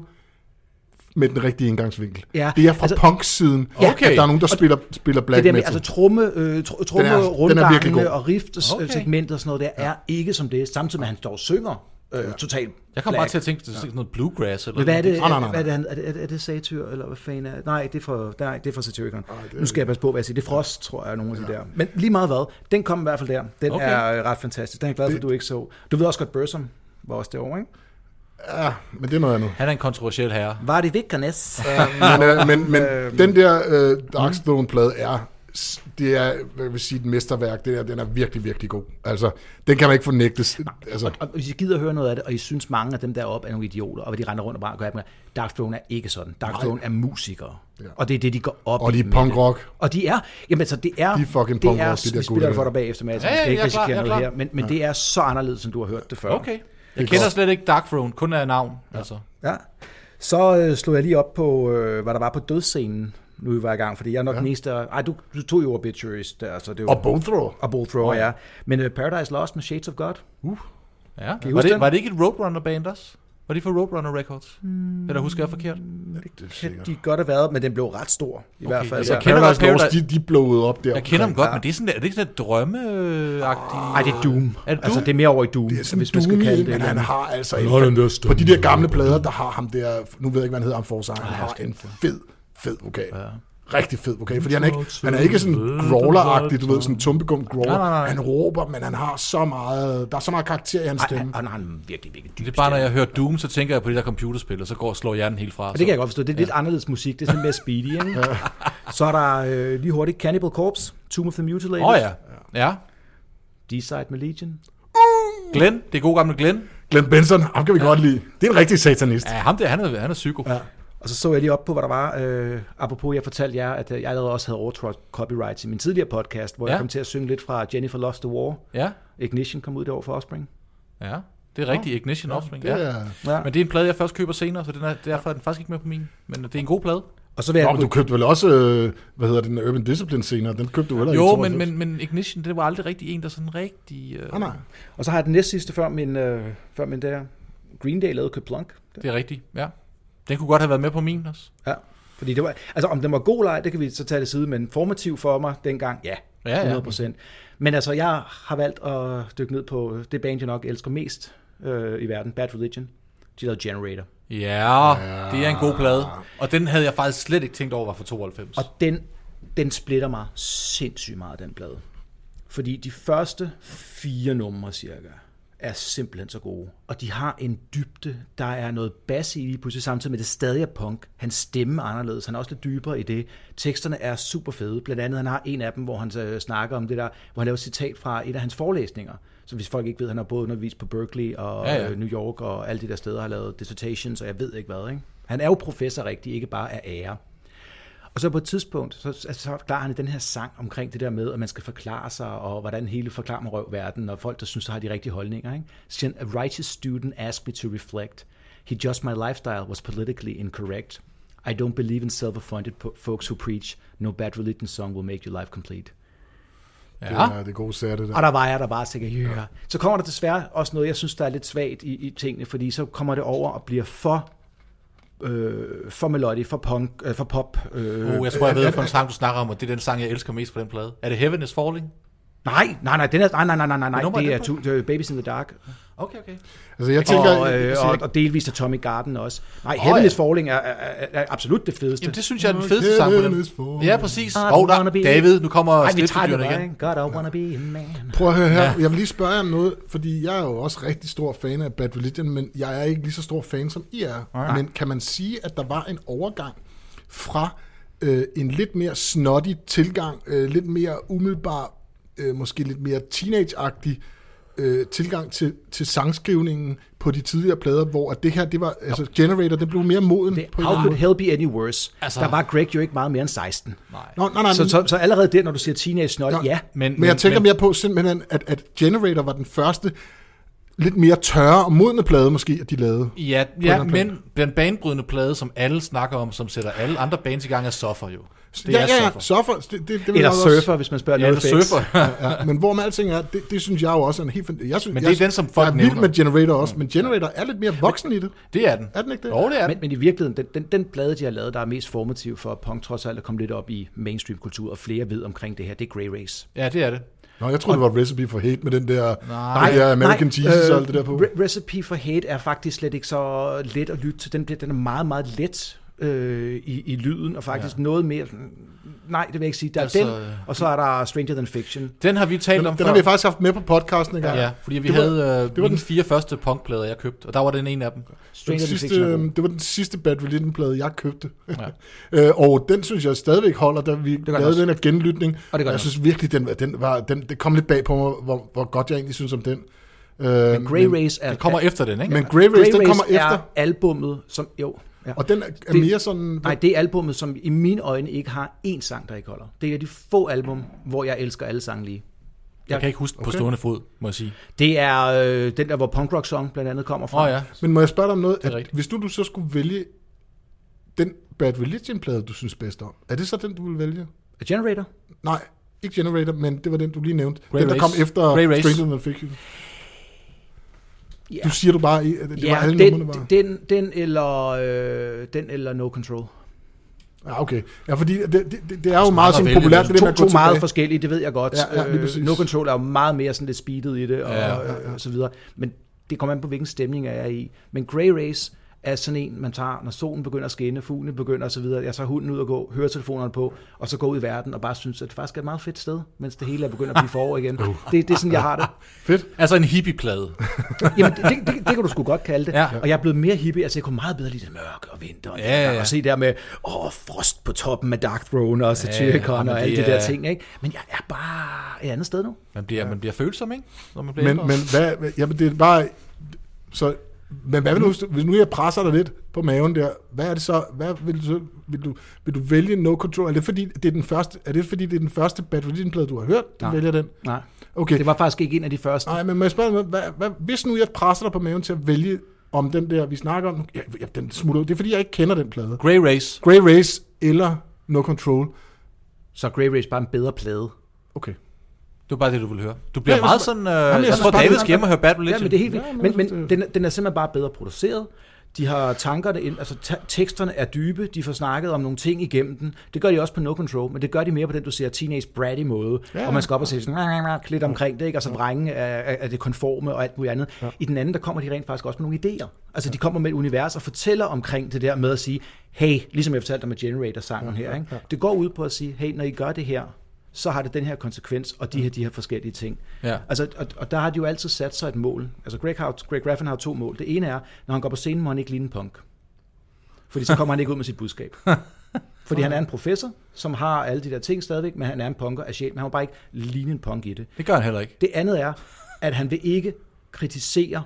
S1: med den rigtige indgangsvinkel.
S3: Ja,
S1: Det er fra
S3: altså-
S1: altså, punk-siden,
S2: Ja.
S1: okay. at der er nogen, der spiller, spiller black
S3: Det der med,
S1: metal.
S3: altså tromme, øh, tr- tromme
S1: Den er- den er virkelig god.
S3: runddangene og
S2: Okay.
S3: rift-segmentet og sådan noget der, er ikke som det, er, samtidig med, at han står og synger øh, totalt
S2: Jeg kom
S3: black.
S2: bare til at tænke, det er Ah, sådan noget bluegrass eller
S3: Men hvad er det?
S1: Nej, nej, nej,
S3: Hvad er det, han- er det, er det, er det satyr, eller hvad fanden er det? Nej, det er fra, nej, det er fra
S1: Ah,
S3: satyrikeren. Nu skal jeg passe på, hvad jeg siger. Det er Frost, tror jeg, nogle af de der. Men lige meget hvad, den kom i hvert fald der. Den
S2: Okay.
S3: okay. er øh, ret fantastisk. Den er jeg glad for, du ikke så. Du ved også godt, Bursum var også derovre, ikke? altså-
S1: Ja, men det er noget andet.
S2: Han er en kontroversiel herre.
S3: Var det Vikernes?
S1: men øh, men, men
S3: Øhm.
S1: den der øh, Darkstone-plade er, s- det er, hvad vil jeg sige, et mesterværk. Det der, den er virkelig, virkelig god. Altså, den kan man ikke fornægtes. Altså,
S3: Og hvis I gider at høre noget af det, og I synes mange af dem deroppe er nogle idioter, og de render rundt og bare gør dem, Dark Throne er ikke sådan. Dark Throne er musikere. Ja. Og det er det, de går op
S1: Og de er
S3: i med
S1: punkrock.
S3: det. Og de er, jamen altså det er,
S1: De er fucking
S3: det
S1: punkrock,
S3: er,
S1: de
S3: vi
S1: der
S3: spiller det for
S1: gutter.
S3: dig bagefter, Mads,
S2: Ja,
S3: ja, ja,
S2: ja,
S3: skal ikke
S2: jeg er klar,
S3: risikere
S2: jeg er
S3: noget
S2: klar.
S3: her, men, men det er så anderledes, som du har hørt det før.
S2: Okay. Jeg kender slet ikke Dark Throne, kun af navn. Altså.
S3: Ja. Så øh, slog jeg lige op på, øh, hvad der var på dødsscenen, nu vi var i gang, fordi jeg er nok ja. den eneste... der- Ej, du, du tog jo Obituaries der, så det var...
S1: og Bonethrower.
S3: Og Bold Thrower, ja. Men øh, Paradise Lost med Shades of God.
S2: Ja.
S3: I
S2: Var,
S3: huske den?
S2: det, var det ikke et Roadrunner-band også? Var det fra Roadrunner Records?
S3: Mm.
S2: Eller husker jeg forkert?
S1: Det er
S3: Kan
S1: sikkert.
S3: de godt have været, men den blev ret stor, i hvert fald.
S2: altså,
S3: Ja.
S2: kan- kender
S1: Paradise
S2: godt
S1: Lost, de,
S2: Paradise-
S1: de blowede op der.
S2: Jeg kender dem godt,
S3: Ja.
S2: men det er sådan der, er det ikke sådan der drømmeagtige...
S3: Ej, det er Doom.
S2: Er det
S3: Altså,
S2: Doom?
S3: det er mere over i Doom,
S1: Det er sådan
S3: hvis man skal kalde det.
S1: men han har altså en,
S3: Northern
S1: fed-
S3: Dust.
S1: på de der gamle plader, der har ham der, nu ved jeg ikke, hvad han hedder, ham forsanger, han har en fed, fed vokal. Rigtig fed vokal, fordi han er ikke, han er ikke sådan growler-agtig, du ved, sådan tumpegum growler.
S2: Nej, nej, nej.
S1: Han råber, men han har så meget, der er så meget karakter i hans
S3: Ej,
S1: stemme.
S3: han, han har en virkelig, virkelig dyb
S2: Det er bare, når
S3: stemme.
S2: jeg hører Doom, så tænker jeg på det der computerspil, og så går og slår hjernen helt fra.
S3: Og det kan jeg godt forstå. Det er lidt anderledes musik. Det er sådan mere speedy, ikke? Så er der øh, lige hurtigt Cannibal Corpse, Tomb of the Mutilated,
S2: Åh oh, ja. Ja.
S3: Decide med Legion.
S2: Glenn, det er god gamle Glenn.
S1: Glenn Benson, ham kan vi godt lide. Det er en rigtig satanist.
S2: Ja, ham der, han er, han er psyko. Ja.
S3: Og så så jeg lige op på, hvad der var. Øh, apropos, jeg fortalte jer, at øh, jeg allerede også havde overtrådt copyrights i min tidligere podcast, hvor ja.
S2: Ja.
S3: jeg kom til at synge lidt fra Jennifer Loves the War.
S2: Ja.
S3: Ignition kom ud det år for Offspring.
S2: ja. Det er rigtig Ignition Offspring. Ja.
S1: Det er-
S3: Ja.
S2: Men det er en plade, jeg først køber senere, så den er, derfor er den faktisk ikke med på min. Men øh, det er en god plade.
S3: Og så vil jeg...
S1: Nå, men du købte vel også, øh, hvad hedder det, den Urban Discipline senere, den købte du heller
S2: Jo,
S1: ikke.
S2: men, men, men Ignition, det var aldrig rigtig en, der sådan rigtig... Øh,
S1: Nej, nej.
S3: Og så har jeg den næst sidste før min, øh, før min der. Green Day lavede Køblank.
S2: Det er rigtigt, ja. Den kunne godt have været med på min også.
S3: Ja. Fordi det var, altså om den var god eller ej, det kan vi så tage det side, men formativ for mig dengang, ja,
S2: Ja, ja.
S3: 100%. Men altså, jeg har valgt at dykke ned på det band, jeg nok elsker mest øh, i verden, Bad Religion. De lavede Generator.
S2: Ja, ja, det er en god plade. Og den havde jeg faktisk slet ikke tænkt over var fra 92.
S3: Og den, den splitter mig sindssygt meget, den plade. Fordi de første fire numre cirka er simpelthen så gode. Og de har en dybde, der er noget bas i lige pludselig, samtidig med at det stadig er punk. Hans stemme er anderledes, han er også lidt dybere i det. Teksterne er super fede. Blandt andet, han har en af dem, hvor han øh, snakker om det der, hvor han laver et citat fra et af hans forelæsninger. Så hvis folk ikke ved, han har både undervist på Berkeley og
S2: Ja, ja.
S3: ja, ja. New York og alle de der steder, har lavet dissertations og jeg ved ikke hvad. Ikke? Han er jo professor rigtig, ikke bare af ære. Og så på et tidspunkt, så, altså, så forklarer han i den her sang omkring det der med, at man skal forklare sig, og hvordan hele forklarer man røv verden, og folk, der synes, så har de rigtige holdninger. Ikke? Så siger han, a righteous student asked me to reflect. He judged my lifestyle was politically incorrect. I don't believe in self-appointed po- folks who preach. No bad religion song will make your life complete.
S2: ja.
S1: Det er, det er gode sager, det der.
S3: Og der var jeg der bare sikkert, ja. Så kommer der desværre også noget, jeg synes, der er lidt svagt i, i tingene, fordi så kommer det over og bliver for øh, for melodi, for punk, øh, for pop. Øh,
S2: Uh, jeg tror, jeg ved, hvilken sang du snakker om, og det er den sang, jeg elsker mest på den plade. Er det Heaven is Falling?
S3: Nej, nej, nej, den er, nej, nej, nej, nej, nej,
S2: nummer
S3: det
S2: er
S3: er
S2: den
S3: to, det er Babies in the Dark,
S2: Okay, okay.
S1: Altså, jeg tænker...
S3: og,
S1: jeg,
S3: øh,
S1: jeg,
S3: og, og delvist Atomic Garden også. Nej,
S2: Åh,
S3: Heaven
S2: ja.
S3: is Falling er, er, er, er absolut det fedeste.
S2: Jamen, det synes jeg er den fedeste sang på den. Ja, præcis.
S3: I
S2: Åh, oh,
S3: don't wanna
S2: der,
S3: be-
S2: David, nu kommer
S3: Ej, vi tager det
S2: slipfigurerne
S3: bare,
S2: igen.
S3: ikke? God, I wanna be a man.
S1: Prøv at høre her. Ja. Jeg vil lige spørge jer om noget, fordi jeg er jo også rigtig stor fan af Bad Religion, men jeg er ikke lige så stor fan, som I er.
S2: Nej.
S1: Men kan man sige, at der var en overgang fra øh, en lidt mere snotty tilgang, øh, lidt mere umiddelbar, øh, måske lidt mere teenage-agtig øh, tilgang til, til sangskrivningen på de tidligere plader, hvor at det her, det var, altså Generator, det blev mere moden
S3: Det,
S1: på en
S3: how
S1: eller
S3: could
S1: anden
S3: hell be any worse?
S2: Altså-
S3: Altså, der var Greg jo ikke meget mere end 16.
S2: Nej.
S1: måde. Nå, nej, nej,
S3: Så,
S1: men-
S3: så, så allerede der, når du siger teenage snot,
S1: Nå.
S3: ja.
S1: Men, men jeg tænker men, mere på simpelthen, at, at Generator var den første lidt mere tørre og modne plade måske, de lavede.
S2: Ja,
S1: eller
S2: ja
S1: anden
S2: men den banebrydende plade, som alle snakker om, som sætter alle andre bands i gang, er Suffer jo. Det
S1: ja,
S2: er
S1: ja,
S2: Suffer.
S1: surfer. Det, det, det vil
S3: Eller
S1: jeg også-
S3: surfer, hvis man spørger
S2: Ja,
S3: noget
S2: eller Surfer.
S1: Ja, men hvor med alting er, det, det synes jeg jo også er en helt... fan- Jeg synes,
S2: Men det er
S1: jeg,
S2: den, som folk
S1: Jeg er vild
S2: nævner.
S1: med Generator også, men Generator er lidt mere voksen i det.
S2: Det er den.
S1: Er den ikke det?
S2: Jo, det er den.
S3: Men, men i virkeligheden, den, den, den plade, de har lavet, der er mest formativ for at punk trods alt at komme lidt op i mainstream-kultur, og flere ved omkring det her, det er Grey Race.
S2: Ja, det er det.
S1: Nå, jeg troede, det var Recipe for Hate med den der,
S2: Nej, Øh,
S1: den der American Jesus og alt det der på.
S3: øh, Re- Recipe for Hate er faktisk slet ikke så let at lytte til. Den, bliver, den er meget, meget let øh, i, i lyden, og faktisk ja. noget mere... Nej, det vil jeg ikke sige. Der er
S2: Altså,
S3: altså,
S2: øh,
S3: den, og så er der Stranger Than Fiction.
S2: Den har vi talt
S1: Den,
S2: om
S1: den
S2: før.
S1: har vi faktisk haft med på podcasten engang.
S2: Ja, fordi vi
S1: Det var-
S2: havde
S1: var
S2: øh, mine
S1: den-
S2: fire første punkplader, jeg købte, og der var den en af dem.
S1: Den
S3: Stranger Than
S1: sidste,
S3: Fiction er god.
S1: øh, det var den sidste Bad Religion-plade, jeg købte. Ja. øh, og den synes jeg stadigvæk holder, da vi
S3: den
S1: lavede
S3: også.
S1: den her genlytning.
S3: Og det gør
S1: jeg
S3: den
S1: synes virkelig, den, var- den var, den, det kom lidt bag på mig, hvor, hvor godt jeg egentlig synes om den. Øh, men
S3: Grey Race er...
S2: Det kommer efter den, ikke?
S1: Men Grey Race, den kommer
S3: er
S1: efter,
S3: albummet, som... Jo, ja.
S1: og den er, er
S3: det-
S1: mere sådan...
S3: Nej, det er albummet, som i mine øjne ikke har én sang, der ikke holder. Det er de få album, hvor jeg elsker alle sange lige.
S2: Jeg kan ikke huske den på
S1: Okay.
S2: stående fod, må jeg sige.
S3: Det er øh, den der, hvor punk rock song blandt andet kommer
S2: Åh
S3: fra.
S2: oh, ja.
S1: Men må jeg spørge dig om noget?
S2: er
S1: At
S2: rigtigt.
S1: hvis nu du så skulle vælge den Bad Religion-plade, du synes bedst om, er det så den, du vil vælge?
S3: Generator.
S1: Nej, ikke Generator, men det var den, du lige nævnte.
S2: Grey
S1: den, der
S2: Race.
S1: kom efter
S2: Grey Race.
S1: Stranger Than Fiction.
S3: Ja.
S1: Du siger du bare, at det var alle
S3: den,
S1: numrene var...
S3: den, den, eller, øh, den eller No Control.
S1: Ja, okay. Ja, fordi det, det, det, det er jo
S2: meget
S1: meget sådan
S2: vælge
S1: populært,
S2: mellem.
S1: det der
S3: To,
S1: med at gå
S3: to meget
S1: tilbage.
S3: forskellige, det ved jeg godt.
S1: Ja, ja, lige
S3: Øh,
S1: præcis.
S3: no Control er jo meget mere sådan lidt speedet i det, og,
S2: Ja,
S3: ja,
S2: ja,
S3: ja, ja. og så videre. Men det kommer an på, hvilken stemning jeg er i. Men Grey Race er sådan en, man tager, når solen begynder at skinne, fuglene begynder osv. Jeg tager hunden ud og gå, høretelefonerne på, og så går ud i verden og bare synes, at det faktisk er et meget fedt sted, mens det hele er begyndt at blive forår igen.
S1: Uh.
S3: Det, det er sådan, jeg har det.
S1: Fedt.
S2: Altså en hippieplade.
S3: Jamen, det, det, det, det kan du sgu godt kalde det.
S2: Ja.
S3: Ja. Og jeg er blevet mere hippie, altså jeg kunne meget bedre lide det mørke og vinter. Og,
S2: Ja,
S3: ja,
S2: ja.
S3: ja. og se der med, åh, frost på toppen med Dark Throne og
S2: ja,
S3: Satyricon
S2: men
S3: ja, og alle
S2: det
S3: de der
S2: er-
S3: ting, ikke? Men jeg er bare et andet sted nu.
S2: Man bliver, man bliver følsom, ikke? Når man bliver
S1: Men,
S2: ældre.
S1: men hvad, hvad- jamen, det er bare... Så, men hvad vil du, hvis nu jeg presser dig lidt på maven der, hvad er det så, hvad vil du, så- vil du, vil du vælge No Control? Er det fordi, det er den første, er det fordi, det er den første Bad Religion-plade, du har hørt, du
S3: Nej.
S1: vælger den?
S3: Nej,
S1: Okay.
S3: det var faktisk ikke en af de første.
S1: Nej, men må jeg spørge dig, hvad, hvad, hvis nu jeg presser dig på maven til at vælge om den der, vi snakker om, ja, ja, den smutter ud, det er fordi, jeg ikke kender den plade.
S2: Grey Race.
S1: Grey Race eller No Control.
S3: Så Grey Race er bare en bedre plade.
S1: Okay.
S2: Det var bare det, du ville høre. Du bliver
S1: Ja, jeg
S2: meget
S1: synes
S2: sådan... Øh,
S1: jeg
S2: jeg,
S1: synes
S2: tror,
S1: bare,
S2: David
S1: det er-
S2: skal hjem og høre Bad
S3: Ja,
S2: Religion.
S3: men det er helt vildt.
S1: Ja, men
S3: Men,
S1: jeg synes,
S3: men
S1: det-
S3: den, er- den er simpelthen bare bedre produceret. De har tankerne ind, altså ta- teksterne er dybe, de får snakket om nogle ting igennem den. Det gør de også på No Control, men det gør de mere på den, du siger, teenage bratty måde,
S1: Ja.
S3: ja. og man skal op og se sådan, "Nah, nah, nah," lidt omkring det, ikke? og så vrænge af, af- af det konforme og alt muligt andet. Ja. I den anden, der kommer de rent faktisk også med nogle idéer. Altså de kommer med et univers og fortæller omkring det der med at sige, hey, ligesom jeg fortalte dig med Generator-sangen her, ikke? det går ud på at sige, hey, når I gør det her, så har det den her konsekvens, og de her, de her forskellige ting.
S2: Ja.
S3: Altså, og, og der har de jo altid sat sig et mål. Altså, Greg, har, Greg Graffin har to mål. Det ene er, når han går på scenen, må han ikke ligne en punk. Fordi så kommer han ikke ud med sit budskab. Fordi han er en professor, som har alle de der ting stadigvæk, men han er en punker af sjæl, men han må bare ikke ligne en punk i det.
S2: Det gør han heller ikke.
S3: Det andet er, at han vil ikke kritisere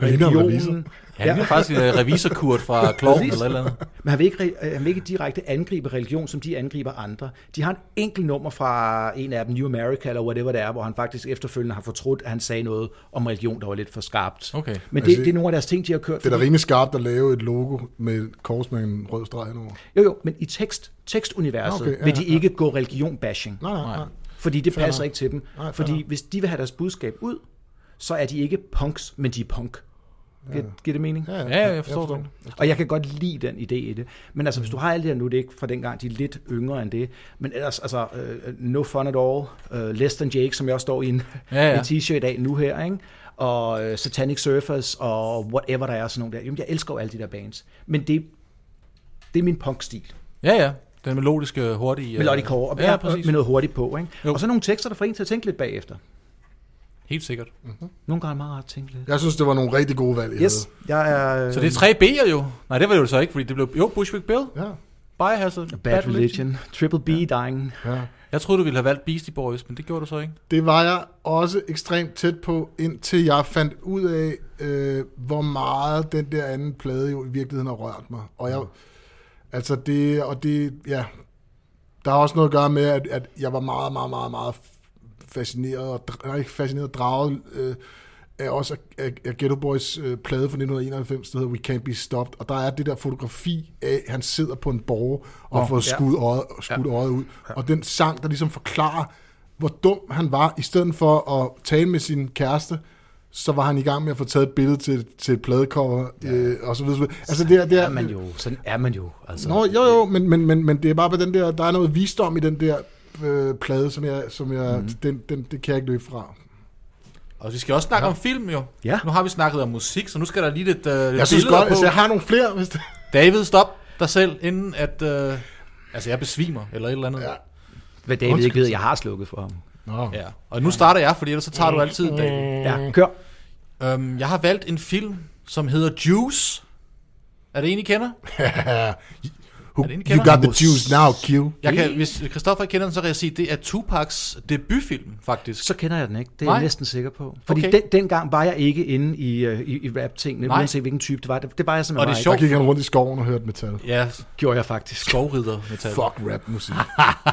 S1: Han ligner en
S3: religionen.
S2: Han er faktisk øh, revisorkurt fra Kloven eller et eller andet.
S3: Men han vil, ikke, re- øh, han vil ikke direkte angribe religion, som de angriber andre. De har en enkelt nummer fra en af dem, New America eller whatever det er, hvor han faktisk efterfølgende har fortrudt, at han sagde noget om religion, der var lidt for skarpt.
S2: Okay.
S3: Men det,
S1: Altså,
S3: det er nogle af deres ting, de har kørt.
S1: Det er da
S3: fordi-
S1: rimelig skarpt at lave et logo med et kors med en rød streg henover.
S3: jo, jo, men i tekst, tekstuniverset
S1: Okay, ja,
S3: okay, vil de
S1: ja, ja.
S3: ikke gå religion-bashing.
S1: Nej, nej, nej.
S3: Fordi det
S1: Fair
S3: passer
S1: nok.
S3: ikke til dem.
S1: Nej, fair
S3: fordi
S1: nok.
S3: hvis de vil have deres budskab ud, så er de ikke punks, men de er punk. Giver, giver det mening?
S1: Ja,
S2: Ja, jeg forstår det.
S3: Og jeg kan godt lide den idé i det. Men altså, hvis du har alt det her nu, det er ikke fra dengang, de er lidt yngre end det. Men ellers, altså, uh, no fun at all. Uh, Less than Jake, som jeg også står i en,
S2: Ja,
S3: ja,
S2: ja.
S3: ja. en t-shirt af nu her, ikke? Og uh, Satanic Surfers, og whatever der er, og sådan nogle der. Jamen, jeg elsker jo alle de der bands. Men det, det er min punkstil.
S2: Ja, ja. Den melodiske, hurtige... øh,
S3: Melodic Core, og
S2: Ja, ja, præcis.
S3: med noget hurtigt på, ikke?
S2: Jo.
S3: Og så nogle tekster, der får en til at tænke lidt bagefter.
S2: Helt sikkert.
S3: Nogle gange er det meget rart at tænke lidt.
S1: Jeg synes, det var nogle rigtig gode valg, I
S3: Yes, jeg er...
S2: Så det er
S1: øh,
S2: tre B'er jo. Nej, det var det jo så ikke, fordi det blev... Jo, Bushwick Bill,
S1: havde. Ja,
S2: Biohazard,
S3: Bad, Bad Religion, Triple B, ja. Dying.
S1: ja.
S2: Jeg troede, du ville have valgt Beastie Boys, men det gjorde du så ikke.
S1: Det var jeg også ekstremt tæt på, indtil jeg fandt ud af, øh, hvor meget den der anden plade jo i virkeligheden har rørt mig. Og jeg, altså det, og det, ja, der har også noget at gøre med, at, at jeg var meget, meget, meget, meget fascineret, og dr- nej, ikke fascineret, draget øh, af også af, af, af Ghetto Boys øh, plade fra 1991, der hedder We Can't Be Stopped, og der er det der fotografi af, han sidder på en borg og oh, får
S3: ja.
S1: skudt øjet, skudt øjet ud, og den sang, der ligesom forklarer, hvor dum han var, i stedet for at tale med sin kæreste, så var han i gang med at få taget et billede til, til et pladecover, øh, og så videre. så videre. Altså, det, er- det
S3: er man jo. Sådan er man jo. Altså.
S1: Nå, jo, jo, men, men, men, men det er bare på den der, der er noget visdom i den der øh, plade, som jeg, som jeg
S2: Mhm.
S1: mm. den, den, det kan jeg ikke løbe fra.
S2: Og vi skal også snakke ja. om film jo.
S3: Ja.
S2: Nu har vi snakket om musik, så nu skal der lige lidt, øh, lidt
S1: Jeg synes
S2: billeder
S1: godt,
S2: på.
S1: altså jeg har nogle flere, hvis det...
S2: David, stop dig selv, inden at... Øh, altså, jeg besvimer, eller et eller andet.
S1: Ja.
S3: Hvad David ikke ved, jeg har slukket for ham.
S1: Nå.
S2: ja. Og nu starter jeg, fordi ellers så tager du altid David.
S3: Ja, kør.
S2: Øhm, jeg har valgt en film, som hedder Juice. Er det en, I kender?
S1: Who,
S2: Er det en, I
S1: you
S2: kender?
S1: got the juice now, Q.
S2: Jeg kan, hvis Christoffer ikke kender den, så kan jeg sige, at det er Tupacs debutfilm, faktisk.
S3: Så kender jeg den ikke. Det er
S2: Nej.
S3: jeg næsten sikker på. Fordi
S2: Okay.
S3: okay. den, dengang var jeg ikke inde i, øh, i, i rap-tingene,
S2: Nej.
S3: uanset hvilken type det var. Det, det var jeg
S2: Og
S3: simpelthen
S2: det er
S3: bare
S1: Der
S2: sjovt.
S1: gik han rundt i skoven og hørte metal.
S2: Ja,
S3: ikke. gjorde jeg faktisk.
S2: skovrider metal.
S1: Fuck rap musik.
S2: Ah,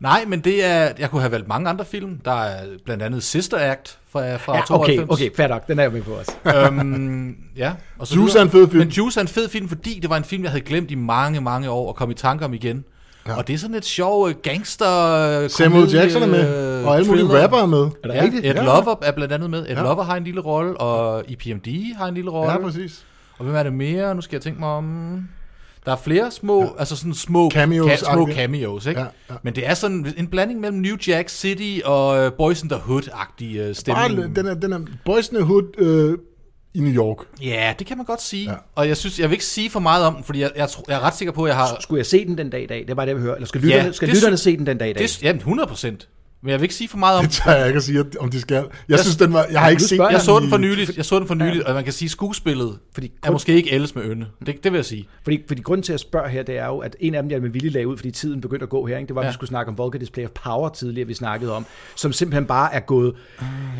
S2: Nej, men det er... Jeg kunne have valgt mange andre film. Der er blandt andet Sister Act fra, fra
S3: Ja, okay,
S2: 92.
S3: okay, fair nok. Den er jeg med på også.
S2: øhm, ja, og så
S1: Juice
S2: videre.
S1: er en fed film.
S2: Men Juice er en fed film, fordi det var en film, jeg havde glemt i mange, mange år og kom i tanke om igen. Ja. Og det er sådan et sjov øh, gangster... øh,
S1: Samuel
S2: komedie,
S1: Jackson er med,
S2: øh,
S1: og alle mulige
S2: thriller.
S1: rappere er med.
S3: Er det
S2: Ja,
S3: rigtigt?
S2: Ed
S1: Ja.
S2: Lover er blandt andet med. Ed
S1: Ja.
S2: Lover har en lille rolle, og EPMD har en lille rolle.
S1: Ja, præcis.
S2: Og hvem er det mere? Nu skal jeg tænke mig om... Der er flere små, ja. altså sådan små
S1: Cameos,
S2: Ka- små
S1: agtigt.
S2: cameos ikke?
S1: Ja, ja.
S2: Men det er sådan en blanding mellem New Jack City og øh, Boys in the Hood-agtige øh,
S1: Bare
S2: stemning.
S1: den er, den er Boys in the Hood øh, i New York.
S2: Ja, det kan man godt sige. Ja.
S1: Ja.
S2: Og jeg synes, jeg vil ikke sige for meget om den, fordi jeg, jeg, tror, jeg er ret sikker på, at jeg har...
S3: Skulle jeg se den den dag i dag? Det var det, jeg hørte. Eller skal lytterne,
S2: det
S3: skal
S2: sy-
S3: lytterne se den den dag i dag?
S2: Det, jamen, 100 procent. Men jeg vil ikke sige for meget om...
S1: Det tør jeg ikke at sige, at- om de skal. Jeg synes, den var... Jeg har ikke
S3: du
S1: set
S3: spørger
S2: Jeg
S1: den
S2: så
S1: i-
S2: den for nylig, jeg så den for nylig, og man kan sige, at skuespillet
S3: Fordi
S2: er
S3: kun-
S2: måske ikke ældes med ønde. Det, det vil jeg sige.
S3: Fordi, fordi grunden til at spørge her, det er jo, at en af dem, jeg med vilje lagde ud, fordi tiden begyndte at gå her, ikke? det var, at
S2: Ja.
S3: vi skulle snakke om Vulgar Display of Power tidligere, vi snakkede om, som simpelthen bare er gået...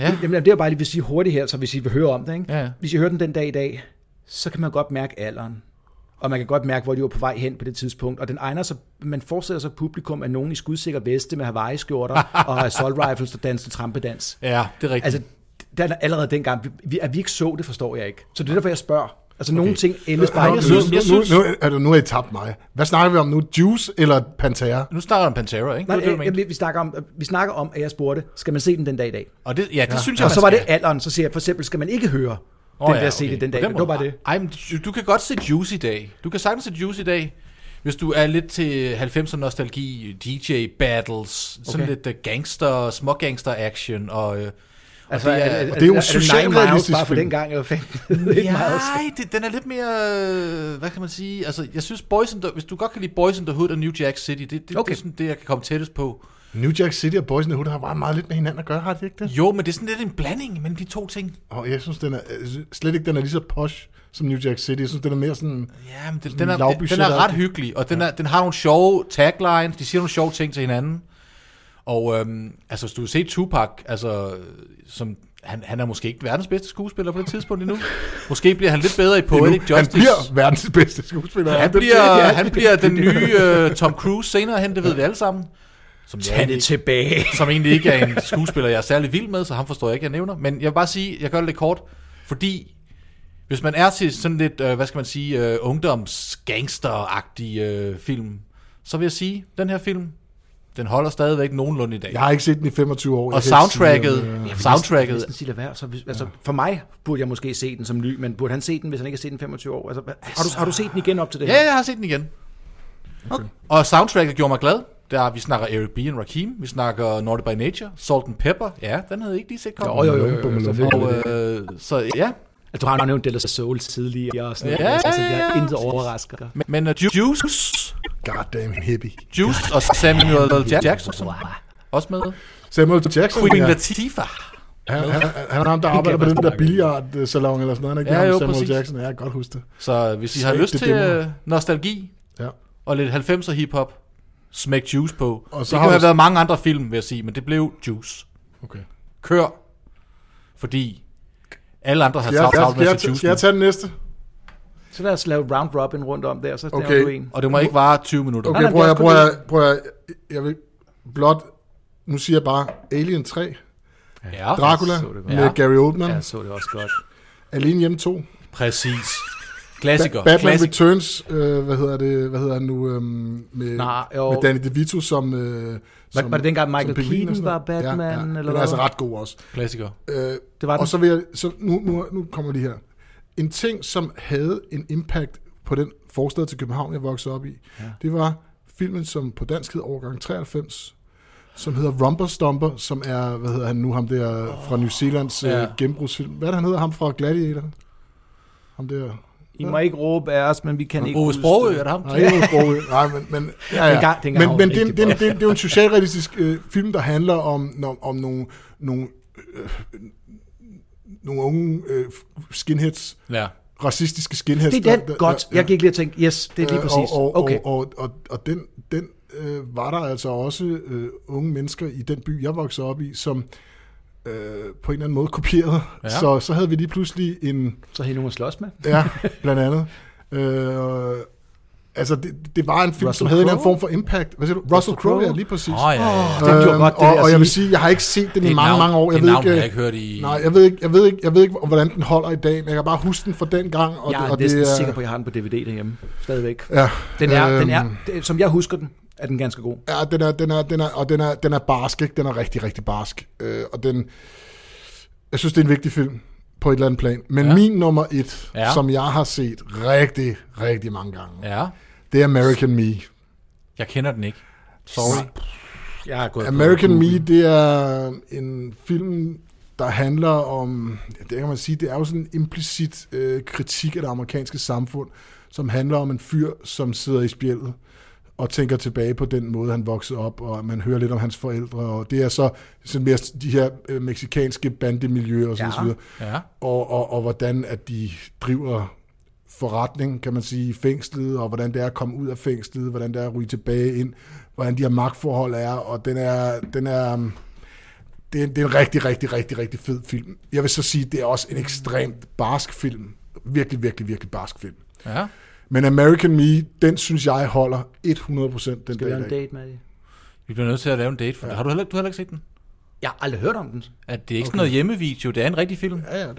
S2: ja.
S3: Jamen, det er bare lige vil sige hurtigt her, så hvis I vil høre om det. Ikke?
S2: Ja, ja.
S3: Hvis I hører den den dag i dag, så kan man godt mærke alderen. Og man kan godt mærke, hvor de var på vej hen på det tidspunkt. Og den egner sig, man forestiller sig publikum af nogen i skudsikker veste med Hawaii-skjorter og assault rifles, der danser trampedans.
S2: Ja, det er rigtigt.
S3: Altså, den er allerede dengang. Vi- Vi, at vi ikke så det, forstår jeg ikke. Så det er derfor, jeg spørger. Altså, nogle ting ældes bare
S1: Nå,
S3: ikke.
S1: nu,
S2: jeg synes-
S1: nu,
S2: jeg synes-
S1: nu, nu, altså, nu har I tabt mig. Hvad snakker vi om nu? Juice eller Pantera?
S2: nu snakker jeg om Pantera, ikke?
S3: Nej,
S2: det, var det, du
S3: jeg,
S2: mente.
S3: jeg, vi, snakker om, vi snakker om, at jeg spurgte, skal man se den den dag i dag?
S2: Og det, ja, det ja. synes jeg,
S3: og
S2: man
S3: så var
S2: skal.
S3: det alderen, så siger jeg for eksempel, skal man ikke høre oh, den ja, der CD den Altså, dag i dag? Det var bare det.
S2: Ej, men du, du kan godt se Juice i dag. Du kan sagtens se Juice i dag. Hvis du er lidt til 90'er nostalgi, DJ battles, sådan
S3: Okay.
S2: lidt øh, gangster, smågangster action og... Øh,
S3: Altså,
S2: det er-
S1: og det er jo en socialrealistisk
S3: film. Bare for
S1: film.
S3: dengang, eller fanden. Ja.
S2: Nej, det, den er lidt mere, øh, hvad kan man sige, altså jeg synes Boys in the, hvis du godt kan lide Boys in the Hood og New Jack City, det, det, okay. det
S3: Okay.
S2: er sådan det, jeg kan komme tættest på.
S1: New Jack City og Boys in the Hood har meget, meget lidt med hinanden at gøre, har de ikke det?
S2: Jo, men det er sådan lidt en blanding mellem de to ting.
S1: Og jeg synes, den er, jeg synes slet ikke den er lige så posh som New Jack City. Jeg synes, den er mere sådan...
S2: Ja, men den, den, er, den,
S1: lavbudget-
S2: den er ret hyggelig, og den, er, den har nogle sjove taglines, de siger nogle sjove ting til hinanden. Og øhm, altså, hvis du vil se Tupac, altså, som, han, han er måske ikke verdens bedste skuespiller på det tidspunkt endnu. Måske bliver han lidt bedre i Poetic
S1: endnu.
S2: Justice.
S1: han bliver verdens bedste skuespiller.
S2: han
S1: Det
S2: bliver,
S1: bliver-
S2: han bliver den nye øh, Tom Cruise senere hen, det ved vi alle sammen. Som jeg
S3: Tag
S2: egentlig
S3: det
S2: ikke-
S3: tilbage.
S2: som egentlig ikke er en skuespiller, jeg er særlig vild med, så ham forstår jeg ikke, jeg nævner. Men jeg vil bare sige, jeg gør det lidt kort, fordi hvis man er til sådan lidt, øh, hvad skal man sige, øh, ungdoms-gangster-agtig øh, film, så vil jeg sige, den her film, Den holder stadigvæk nogenlunde i dag.
S1: Jeg har ikke set den i 25 år. Jeg
S2: og
S1: kan ikke sige,
S2: soundtracket,
S1: om, øh,
S2: soundtracket,
S3: Næsten sige det værd. Så hvis, altså, for mig burde jeg måske se den som ny, men burde han se den, hvis han ikke har set den 25 år? Altså, har, du, har du set den igen op til det her?
S2: Ja, jeg har set den igen. Okay. Og soundtracket gjorde mig glad. Der, vi snakker Eric B. and Rakim, vi snakker Naughty by Nature, Salt and Pepper. Ja, den havde jeg ikke lige set komme.
S3: Jo, jo, jo, jo,
S1: Bummelum,
S3: jo, selvfølgelig.
S2: Og, øh, så ja,
S3: Altså, du har jo nævnt Dallas Soul tidligere og sådan
S2: Ja,
S3: noget. Altså,
S2: ja,
S3: jeg
S2: ja.
S3: er intet overrasker.
S2: men, men uh, Ju- Juice,
S1: Goddamn hippie.
S2: Juice og Samuel L. Jackson også med.
S1: Samuel Jackson.
S2: Queen
S1: ja.
S2: Latifah.
S1: Han, han, han er ham, der arbejder på den der billiardsalon eller sådan noget. Han er
S2: Ja,
S1: ja,
S2: jo,
S1: jo, Samuel
S2: præcis.
S1: Jackson. Ja, jeg kan godt huske det.
S2: Så hvis I har
S1: Svægte
S2: lyst til
S1: dæmoner.
S2: øh, nostalgi
S1: Ja.
S2: og lidt 90'er hiphop, smæk Juice på. Og
S1: Og
S2: så
S1: så
S2: det
S1: har
S2: kunne
S1: du-
S2: have været mange andre film, vil jeg sige, men det blev Juice.
S1: Okay.
S2: Kør, fordi alle andre har
S1: Skal jeg,
S2: travlt travlt med
S1: skal,
S2: at
S1: jeg,
S2: se
S1: skal,
S2: Juice.
S1: skal
S2: nu.
S1: jeg tage den næste?
S3: Så lad os lave round robin rundt om der, så okay.
S1: Okay.
S3: du en.
S2: Og det må ikke vare 20 minutter.
S1: Okay,
S3: nej,
S1: prøv
S3: det er
S1: at
S3: sgu
S1: prøv at prøv at jeg vil blot nu siger jeg bare Alien 3,
S2: Ja,
S1: Dracula
S3: så det godt.
S1: med
S2: Ja.
S1: Gary Oldman,
S3: Ja, jeg så det også godt.
S1: Alene hjemme 2, ba-
S2: præcis. Klassiker.
S1: Batman
S2: Klassik-
S1: Returns, øh, hvad hedder det, hvad hedder han nu øhm, med,
S3: Nej, jo.
S1: med Danny DeVito som, øh,
S3: Var,
S1: som
S3: var det dengang
S1: som
S3: Michael
S1: pingvin og
S3: Keaton
S1: sådan
S3: var
S1: noget?
S3: Batman?
S1: Ja, ja.
S3: Eller
S1: den er
S3: hvad?
S1: altså ret god også.
S2: Klassiker.
S1: Øh,
S3: Det var den.
S1: og så vil jeg, så nu, nu, nu kommer det her. En ting, som havde en impact på den forstad til København, jeg voksede op i, ja. det var filmen, som på dansk hed Overgang 93, som hedder Rumper Stomper, som er, hvad hedder han nu, ham der fra New Zealands
S2: Ja.
S1: ja. gennembrugsfilm. Hvad er det, han hedder? Ham fra Gladiator? Ham der...
S3: I må ikke råbe af os, men vi kan ikke
S2: Ove
S3: huske
S2: Sprogø,
S3: det.
S2: er det ham?
S1: Nej, ikke Ove Sprogøe. Nej, men, men, ja, ja.
S3: Dengang- dengang var
S1: men, men
S3: det
S1: det, er en- det, er en-
S3: rigtig godt.
S1: det, er- det er jo en socialrealistisk øh, film, der handler om, om, om nogle, nogle, øh, nogle unge øh, skinheads,
S2: Ja.
S1: racistiske skinheads.
S3: Det er
S1: der- der-
S3: den. Godt.
S1: der-
S3: Jeg gik lige og tænkte, yes, det er lige
S1: Øh,
S3: præcis.
S1: Og, og,
S3: Okay.
S1: og, og, og, og den, den øh, var der altså også øh, unge mennesker i den by, jeg voksede op i, som øh, på en eller anden måde kopierede. Ja.
S2: Ja.
S1: Så, så havde vi lige pludselig en...
S3: Så har I nogen at slås med?
S1: Ja, blandt andet. Øh, altså, det, det var en film, Russell som
S3: Russell
S1: havde en eller
S3: Crowe?
S1: anden form for impact. Hvad siger du? Russell Crowe,
S3: Crowe?
S1: ja, lige præcis. Øhm,
S2: Åh, ja, ja.
S3: Den gjorde godt, det
S1: og,
S3: vil jeg
S1: og jeg vil
S3: sige.
S1: sige, jeg har ikke set den
S2: Det er
S1: i
S2: et
S1: mange,
S2: navn,
S1: mange år.
S2: det er
S1: Jeg
S2: et
S1: ved
S2: navn,
S1: ikke, øh,
S2: jeg har ikke hørt i-
S1: Nej, jeg ved ikke, jeg ved ikke, jeg ved ikke, hvordan den holder i dag, men jeg kan bare huske den fra den gang. Og,
S3: Jeg
S1: det-
S3: er
S1: og det
S3: næsten
S1: er-
S3: sikker på, at jeg har den på DVD derhjemme. Stadigvæk.
S1: Ja,
S3: Den er, den er,
S1: Øhm.
S3: det- som jeg husker den, er den ganske god.
S1: Ja, den er, den er, den er, og den er, den er barsk, ikke? Den er rigtig, rigtig barsk. Øh, og den, jeg synes, det er en vigtig film på et eller andet plan. Men
S2: Ja.
S1: ja. min nummer et,
S2: Ja.
S1: ja. som jeg har set rigtig, rigtig mange gange, ja.
S2: Ja.
S1: det er American Me.
S2: Jeg kender den ikke. Sorry.
S3: Jeg er gået
S1: American Me, det er en film, der handler om, ja, det kan man sige, det er jo sådan en implicit øh, kritik af det amerikanske samfund, som handler om en fyr, som sidder i spjældet og tænker tilbage på den måde, han voksede op, og man hører lidt om hans forældre, og det er så sådan mere de her øh, meksikanske bandemiljøer og så
S3: Ja.
S1: ja. videre
S2: Ja.
S1: og, og, og hvordan at de driver forretning, kan man sige, i fængslet, og hvordan det er at komme ud af fængslet, hvordan det er at ryge tilbage ind, hvordan de her magtforhold er, og den er, den er, um, det er, det er en rigtig, rigtig, rigtig, rigtig fed film. Jeg vil så sige, det er også en ekstremt barsk film. Virkelig, virkelig, virkelig barsk film.
S2: Ja.
S1: Men American Me, den synes jeg holder 100% den
S3: Skal vi
S1: dag i
S3: have en
S1: dag.
S3: date, Maddie?
S2: Vi bliver nødt til at lave en date for det. Har du heller, du har heller ikke set den?
S3: Jeg har aldrig hørt om den.
S2: At det er ikke sådan noget hjemmevideo, det er en rigtig film.
S1: Ja, ja, det er.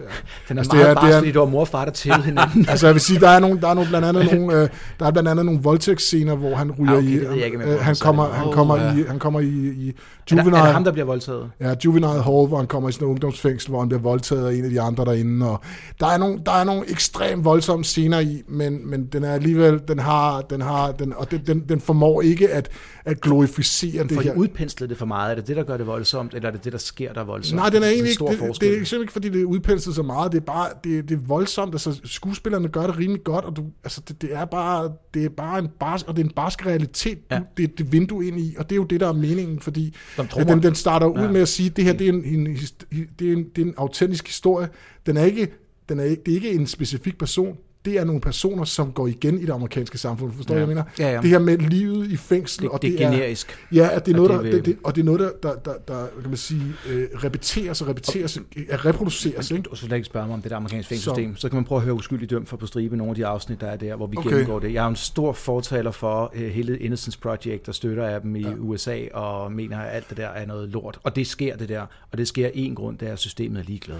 S3: Den er
S1: Altså, det
S3: altså, meget
S1: er-
S3: er,
S1: det
S3: bare,
S1: er-
S3: fordi det var mor og far, der tævede hinanden.
S1: Altså jeg vil sige, der er nogle, der er nogle, blandt andet nogle, øh, der er blandt andet nogle voldtægtsscener, hvor han ryger
S3: Ah, okay,
S1: i,
S3: det ved jeg ikke, om jeg
S1: øh,
S3: bryder
S1: han
S3: mig
S1: kommer,
S3: særlig
S1: han
S2: meget.
S1: kommer
S2: Åh, ja.
S1: i, han kommer i, i
S3: er, der, er det
S1: juvenile,
S3: ham, der bliver voldtaget?
S1: ja, juvenile hall, hvor han kommer i sådan noget ungdomsfængsel, hvor han bliver voldtaget af en af de andre derinde, og der er nogle, der er nogle ekstremt voldsomme scener i, men, men den er alligevel, den har, den har, den, og den, den, den formår ikke at, at glorificere det
S3: Får
S1: her.
S3: de udpenslet det for meget? Er det det, der gør det voldsomt, eller er det det, der sker, der er voldsomt?
S1: Nej, den er
S3: altså. Det
S1: egentlig
S3: en
S1: ikke,
S3: stor
S1: det, det, det
S3: forskel.
S1: er simpelthen ikke, fordi det er udpenslet så meget, det er bare, det, det er voldsomt, altså skuespillerne gør det rimelig godt, og du, altså det, det er bare, det er bare en barsk, og det er en barsk realitet, ja. du, det, det vindue ind i, og det er jo det, der er meningen, fordi
S3: Som
S1: at
S3: trommer.
S1: den, den starter ud ja. med at sige, det her, det er en, en, hist- det er en, det er en autentisk historie, den er ikke, den er ikke, det er ikke en specifik person, det er nogle personer, som går igen i det amerikanske samfund, forstår
S3: Ja.
S1: ja. jeg mener?
S3: Ja, ja.
S1: Det her med livet i fængsel,
S3: Det,
S1: og
S3: det, det er generisk.
S1: Ja, at det er
S3: Og
S1: noget,
S3: det
S1: der, det,
S3: vil-
S1: det, og det er noget, der, der, der, der kan man sige, øh, repeteres og repeteres, øh, reproduceres, ikke?
S3: Du skal slet Altså, ikke spørge mig om det der amerikanske fængselssystem. Så. så kan man prøve at høre uskyldig dømt for på stribe nogle af de afsnit, der er der, hvor vi okay.
S1: Okay.
S3: gennemgår det. Jeg er jo en stor fortaler for uh, hele Innocence Project og støtter af dem i ja. USA og mener, at alt det der er noget lort. Og det sker det der. Og det sker af én grund, det er, at systemet er ligeglad.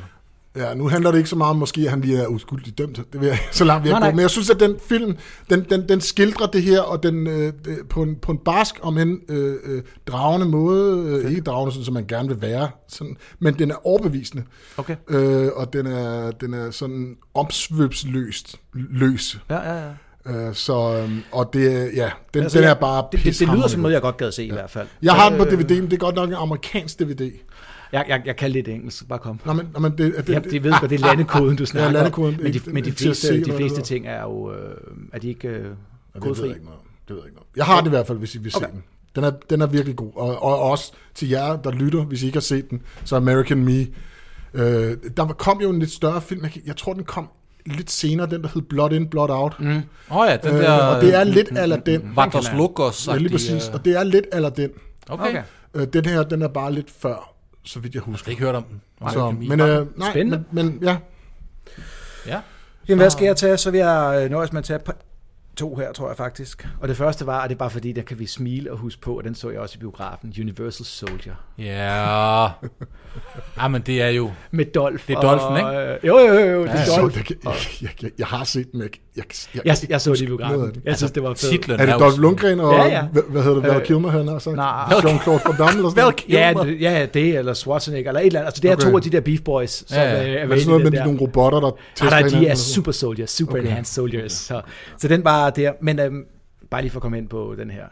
S1: Ja, nu handler det ikke så meget om måske, at han lige er uskyldigt dømt. Det vil jeg, så langt vi
S3: Nej,
S1: er
S3: nej.
S1: gået. Men jeg synes, at den film, den, den, den skildrer det her, og den øh, det- på, en, på en barsk, om en øh, øh, dragende måde, øh, ikke dragende, sådan, som man gerne vil være, sådan, men den er overbevisende.
S3: Okay.
S1: Øh, og den er, den er sådan omsvøbsløst løs.
S3: Ja, ja, ja.
S1: Øh, så, øh, og det, er- ja, den,
S3: Altså,
S1: altså, den er
S3: jeg-
S1: bare
S3: Det, det, det lyder
S1: pishamrende
S3: som
S1: god.
S3: noget, jeg godt gad se ja. i hvert fald.
S1: Jeg
S3: Så,
S1: har den på
S3: øh,
S1: DVD, men det er godt nok en amerikansk DVD.
S3: Jeg, jeg, jeg kan lidt engelsk, bare kom.
S1: Nå, men, nå, men det, det,
S3: Ja,
S1: det,
S3: det ved godt, det er landekoden, du snakker om.
S1: landekoden.
S3: Men de,
S1: Det-
S3: men de
S1: det- til at se,
S3: fleste, de
S1: hvad det
S3: fleste
S1: hedder.
S3: ting er jo... Øh, er de ikke øh,
S1: Og det ved
S3: kodefri?
S1: jeg ikke noget om. Det ved jeg ikke noget om. Jeg har det i hvert fald, hvis I vil se den. Den er, den er virkelig god. Og, og også til jer, der lytter, hvis I ikke har set den, så American Me. Øh, der kom jo en lidt større film. Jeg, kan- jeg tror, den kom lidt senere, den der hed Blood In, Blood Out. Mm,
S2: Åh oh, ja, den
S1: øh,
S2: der... øh,
S1: og det er lidt ala den.
S2: Vandres Lukos.
S1: Ja, lige præcis. Og det er lidt ala den.
S2: øh, Okay. okay.
S3: Okay.
S1: Øh, den her, den er bare lidt før, så vidt jeg
S2: Jeg
S1: husker.
S2: har ikke hørt om den.
S1: Så,
S2: American Me.
S1: men, øh, nej,
S3: Spændende.
S1: Men, men ja,
S2: ja.
S3: Jamen, hvad skal jeg tage? Så vil jeg øh, nøjes med at tage et par- to her, tror jeg faktisk. Og det første var, og det er bare fordi, der kan vi smile og huske på, og den så jeg også i biografen, Universal Soldier.
S2: Ja. Ah, men det er jo...
S3: Med Dolph.
S2: Det er Dolphen, ikke?
S3: og, øh, Jo, jo, jo, jo det
S1: jeg,
S3: er
S1: så,
S3: Dolph.
S1: jeg, jeg, jeg, jeg, jeg har set den, men jeg, jeg, jeg,
S3: Jeg, jeg så det i
S1: noget af
S3: biografen.
S1: det.
S3: Jeg synes,
S2: Altså,
S3: det var fedt.
S2: Titlen
S1: er det
S2: jo-
S1: Dolph Lundgren og,
S3: Ja, ja.
S1: hvad, hvad hedder det, Val
S3: Øh,
S1: Kilmer, han har så?
S3: nej.
S1: Jean-Claude Van Damme eller sådan noget?
S3: Ja,
S2: Kilmer.
S3: det- ja, det, eller Schwarzenegger, eller et eller andet. Altså, det er
S1: Okay.
S3: okay. to af de der Beef Boys, som
S2: Ja, ja.
S3: ja,
S2: Men
S3: er
S1: Men
S3: med
S1: det
S3: i
S1: sådan noget
S3: det
S1: med
S3: der.
S1: nogle robotter, der
S3: Ah,
S1: tester
S3: nej, de er
S1: hinanden?
S3: super soldiers, super okay. enhanced soldiers. Så, så den bare der. Men øhm, bare lige for at komme ind på den her.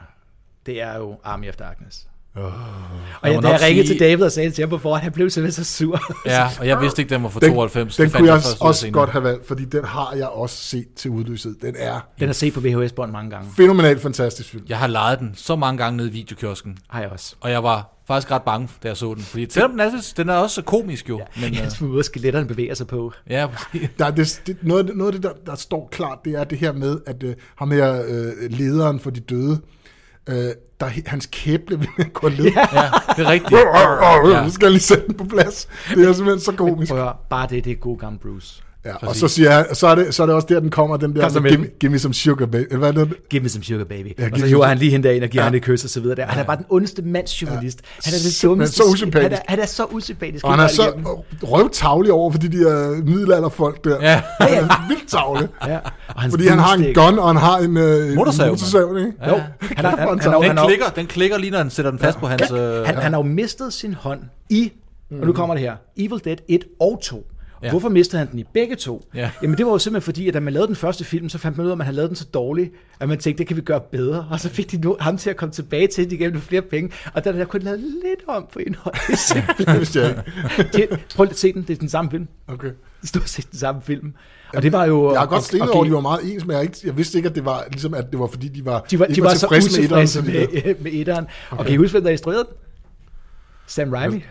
S3: Det er jo Army of Darkness. Oh, og
S2: Jeg
S3: jeg,
S2: må
S3: da
S2: nok
S3: jeg ringede
S2: sige-
S3: til David og sagde det til ham på forhånd, han blev simpelthen så sur.
S2: Ja, og jeg vidste ikke, den var fra
S1: Den,
S2: 92.
S1: den
S2: Det
S1: kunne
S2: fandt
S1: jeg
S2: først ud af
S1: også
S2: senere.
S1: godt have valgt, fordi den har jeg også set til udløshed. Den er
S3: den har set på VHS-bånd mange gange.
S1: fænomenalt fantastisk film.
S2: Jeg har lejet den så mange gange nede i videokiosken,
S3: Har jeg også.
S2: og jeg var faktisk ret bange, da jeg så den. Fordi selvom den er, lidt- den er også så komisk jo. Ja, men,
S3: Jeg
S2: øh,
S3: synes, at skeletterne bevæger sig på.
S2: ja præcis.
S1: Der, er det, det, noget, af det- noget af det, der, der står klart, det er det her med, at øh, ham her, øh, lederen for de døde, øh, der, hans kæble vil gå ned. Ja.
S2: ja, det er rigtigt.
S1: Ja.
S2: Ja.
S1: Nu skal jeg lige sætte den på plads. Det er simpelthen så komisk.
S3: Prøv at høre, bare det, det er god gammel Bruce.
S1: Ja, og så, siger jeg, så, er det, så er det også der, den kommer, den der,
S3: Kom så
S1: med,
S3: med
S1: give,
S3: den."
S1: give me some sugar, baby. Eller Hvad er det?
S3: Give me some sugar, baby.
S1: give
S3: og så
S1: me
S3: hiver
S1: some-
S3: han lige hende derind og giver ja. hende et kys og så videre. Der. Han er bare den ondeste mandsjournalist. Ja. Han er det
S1: Simpelthen
S3: dummeste.
S1: så usympatisk.
S3: Han er, han er så usympatisk.
S1: Og han er
S3: hele vejen igennem.
S1: så røvtavlig over for de der middelalderfolk der.
S2: Ja.
S1: Han er vildt tavlig.
S3: Ja. Og hans
S1: Fordi han har en
S3: bluestick.
S1: gun, og han har en øh,
S2: Motorsav, mand.
S1: motorsav, ikke?
S3: Jo, han, har, han, han, han,
S2: Den
S3: han, han,
S2: klikker, den klikker lige, når den sætter den fast på hans... Øh, Mm.
S3: han, han har jo mistet sin hånd i, og nu kommer det her, Evil Dead 1 og 2. Ja. Hvorfor mistede han den i begge to?
S2: Ja.
S3: Jamen det var jo simpelthen fordi, at da man lavede den første film, så fandt man ud af, at man havde lavet den så dårlig, at man tænkte, det kan vi gøre bedre. Og så fik de nu ham til at komme tilbage til det igen med flere penge. Og der er der kun lavet lidt om på indholdet. Det er simpelthen-
S1: Det vidste jeg ikke.
S3: Det- Prøv lige at se den, det er den samme film.
S1: Okay.
S3: Det er Stort set den samme film. Og det var jo...
S1: Jeg har
S3: og-
S1: godt
S3: og-
S1: stenet
S3: og
S1: over, at
S3: give-
S1: de var meget ens, men jeg, er ikke, jeg vidste ikke, at det var, ligesom, at det var fordi, de var,
S3: de var,
S1: ikke
S3: de var så
S1: med etteren,
S3: utilfredse
S1: så de
S3: med,
S1: der-
S3: med, med etteren. Og kan I huske, hvem der instruerede den? Sam Raimi.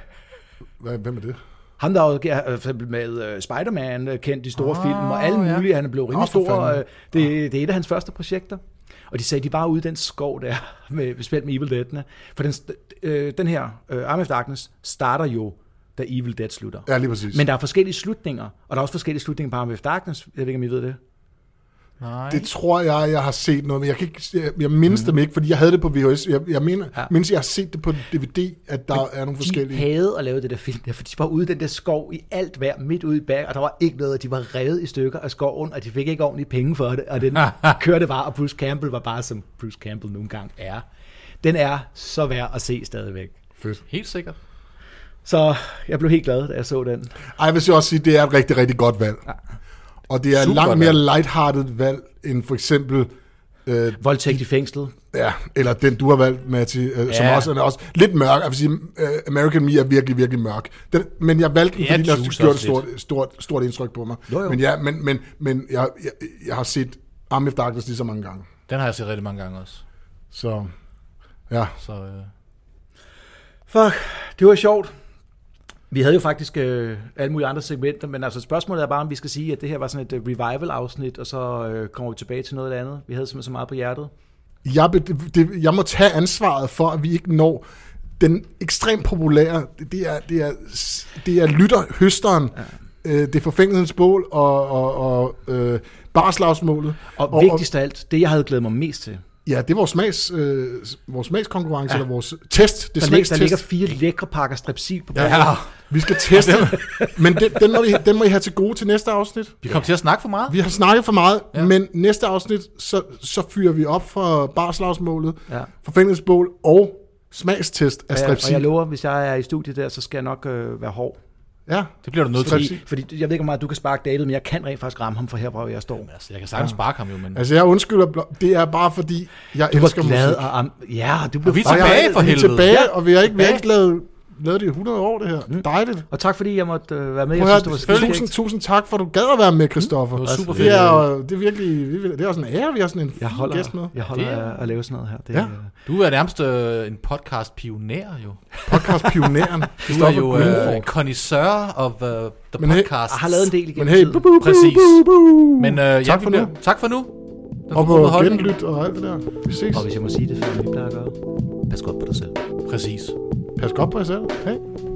S1: Hvad- Hvem er det?
S3: Ham, der også er, øh, for eksempel med øh, Spider-Man, øh, kendt i store oh, film, og alle mulige, ja. han er blevet rimelig
S1: Åh, for
S3: stor.
S1: fanden.
S3: øh, Det, det er et af hans første projekter. Og de sagde, de var ude i den skov der, med, specielt med Evil Dead'ene. For den, st- øh, den her, øh, Arm of Darkness, starter jo, da Evil Dead slutter.
S1: Ja, lige præcis.
S3: Men der er forskellige slutninger, og der er også forskellige slutninger på Arm of Darkness. Jeg ved ikke, om I ved det.
S2: nej.
S1: Det tror jeg, jeg har set noget, men jeg, kan ikke, jeg, jeg mindes mm. dem ikke, fordi jeg havde det på VHS. Jeg, jeg mener, ja.
S3: Ja.
S1: mindst jeg har set det på DVD, at der er nogle
S3: De
S1: forskellige...
S3: havde at lave det der film der, for de var ude i den der skov i alt vejr, midt ude i bag, og der var ikke noget, og de var revet i stykker af skoven, og de fik ikke ordentlige penge for det, og den kørte bare, og Bruce Campbell var bare, som Bruce Campbell nogle gange er. Den er så værd at se stadigvæk.
S1: Fedt.
S2: Helt sikkert.
S3: Så jeg blev helt glad, da jeg så den.
S1: Ej, jeg vil så også sige, det er et rigtig, rigtig godt valg. Ja. Og det er
S2: Super
S1: Super langt
S2: godt
S1: mere
S2: valg.
S1: lighthearted valg, end for eksempel... Øh,
S3: Voldtægt i fængslet.
S1: ja, eller den, du har valgt, Matti, øh, ja. som
S2: Ja.
S1: også er også lidt mørk. Jeg vil sige, øh, American Me er virkelig, virkelig mørk. Den, men jeg valgte den,
S2: Ja,
S1: fordi den
S2: den
S1: også
S2: suser
S1: gjorde et
S2: også
S1: stort, stort, stort indtryk på mig.
S3: Jo, jo.
S1: Men, ja, men, men, men jeg, jeg, jeg har set Army of Darkness lige så mange gange.
S2: Den har jeg set rigtig mange gange også.
S1: Så ja,
S2: Så, øh,
S3: Fuck, det var sjovt. Vi havde jo faktisk øh, alle mulige andre segmenter, men altså spørgsmålet er bare, om vi skal sige, at det her var sådan et øh, revival-afsnit, og så øh, kommer vi tilbage til noget af det andet. Vi havde simpelthen så meget på hjertet.
S1: jeg, be- det- det, jeg må tage ansvaret for, at vi ikke når den ekstremt populære, det- det er, det er, s- det er lytterhøsteren, ja. øh, det er forfængelsens bål og, og, og øh, barslagsmålet.
S3: Og, og vigtigst af alt, det jeg havde glædet mig mest til,
S1: Ja, det er vores, smags, øh, vores smagskonkurrence,
S3: Ja.
S1: ja. eller vores test. Det
S3: Der,
S1: er
S3: lig, der
S1: smagstest.
S3: ligger fire lækre pakker strepsil på
S2: Ja.
S3: bordet.
S1: Vi skal teste. men den, den, må I, den må I have til gode til næste afsnit.
S2: Vi kom til at snakke for meget.
S1: Vi har snakket for meget,
S2: Ja.
S1: ja. men næste afsnit, så, så fyrer vi op for barslagsmålet,
S3: Ja.
S1: forfængelsesbål og smagstest af
S3: Og jeg, og
S1: strepsil.
S3: jeg lover, hvis jeg er i studiet der, så skal jeg nok øh, være hård.
S1: ja.
S2: Det bliver du nødt til.
S1: Strepsil.
S3: Fordi, fordi jeg ved ikke, hvor meget du kan sparke David, men jeg kan rent faktisk ramme ham fra her, hvor jeg står.
S2: Altså, jeg kan sagtens sparke ham jo, men...
S1: Altså, jeg undskylder, blo- det er bare fordi, jeg
S3: Du
S1: elsker
S3: var glad
S1: musik.
S3: og am- Ja, du blev
S2: Og vi er
S1: Og jeg-
S2: tilbage for
S1: vi er
S2: helvede.
S1: tilbage,
S2: Ja.
S1: og vi har ikke, vi har
S2: Tilbage.
S1: ikke lavet, lavet det i 100 år, det her. Mm. Dejligt.
S3: Og tak fordi jeg måtte øh, være med.
S1: Prøv
S3: Jeg
S1: at
S3: synes, det
S1: høre,
S3: var
S1: tusind,
S3: skide
S1: tusind, tusind tak for, at du gad at være med, Christoffer.
S2: Mm. Det var super
S1: Det er,
S2: fedt.
S1: jo- det er virkelig, det er- det er også en ære, vi har sådan en
S3: Jeg
S1: fin
S3: holder,
S1: gæst med.
S3: jeg holder
S2: Det er-
S3: af at lave sådan noget her. Det,
S1: Ja.
S3: øh,
S2: Du er nærmest øh, en podcast-pionær jo.
S1: Podcastpionæren.
S2: Du er
S1: Christoffer
S2: jo øh,
S1: Grünfeld. connoisseur of uh, the Men hey-
S2: podcast.
S3: jeg har lavet en del
S1: Men
S3: igennem
S1: hey,
S3: tiden.
S1: bu, bu, bu,
S2: Præcis.
S1: bu, bu.
S2: Men øh,
S1: tak
S2: ja,
S1: for
S2: vi
S1: nu.
S2: bliver- tak for nu. Den
S1: Og
S2: forbrugte
S1: på
S2: holdning.
S1: genlyt og alt det der. Vi ses.
S3: Og hvis jeg må sige det, som vi plejer at gøre, pas godt på dig selv.
S2: Præcis.
S1: Pas godt på jer selv. Hej.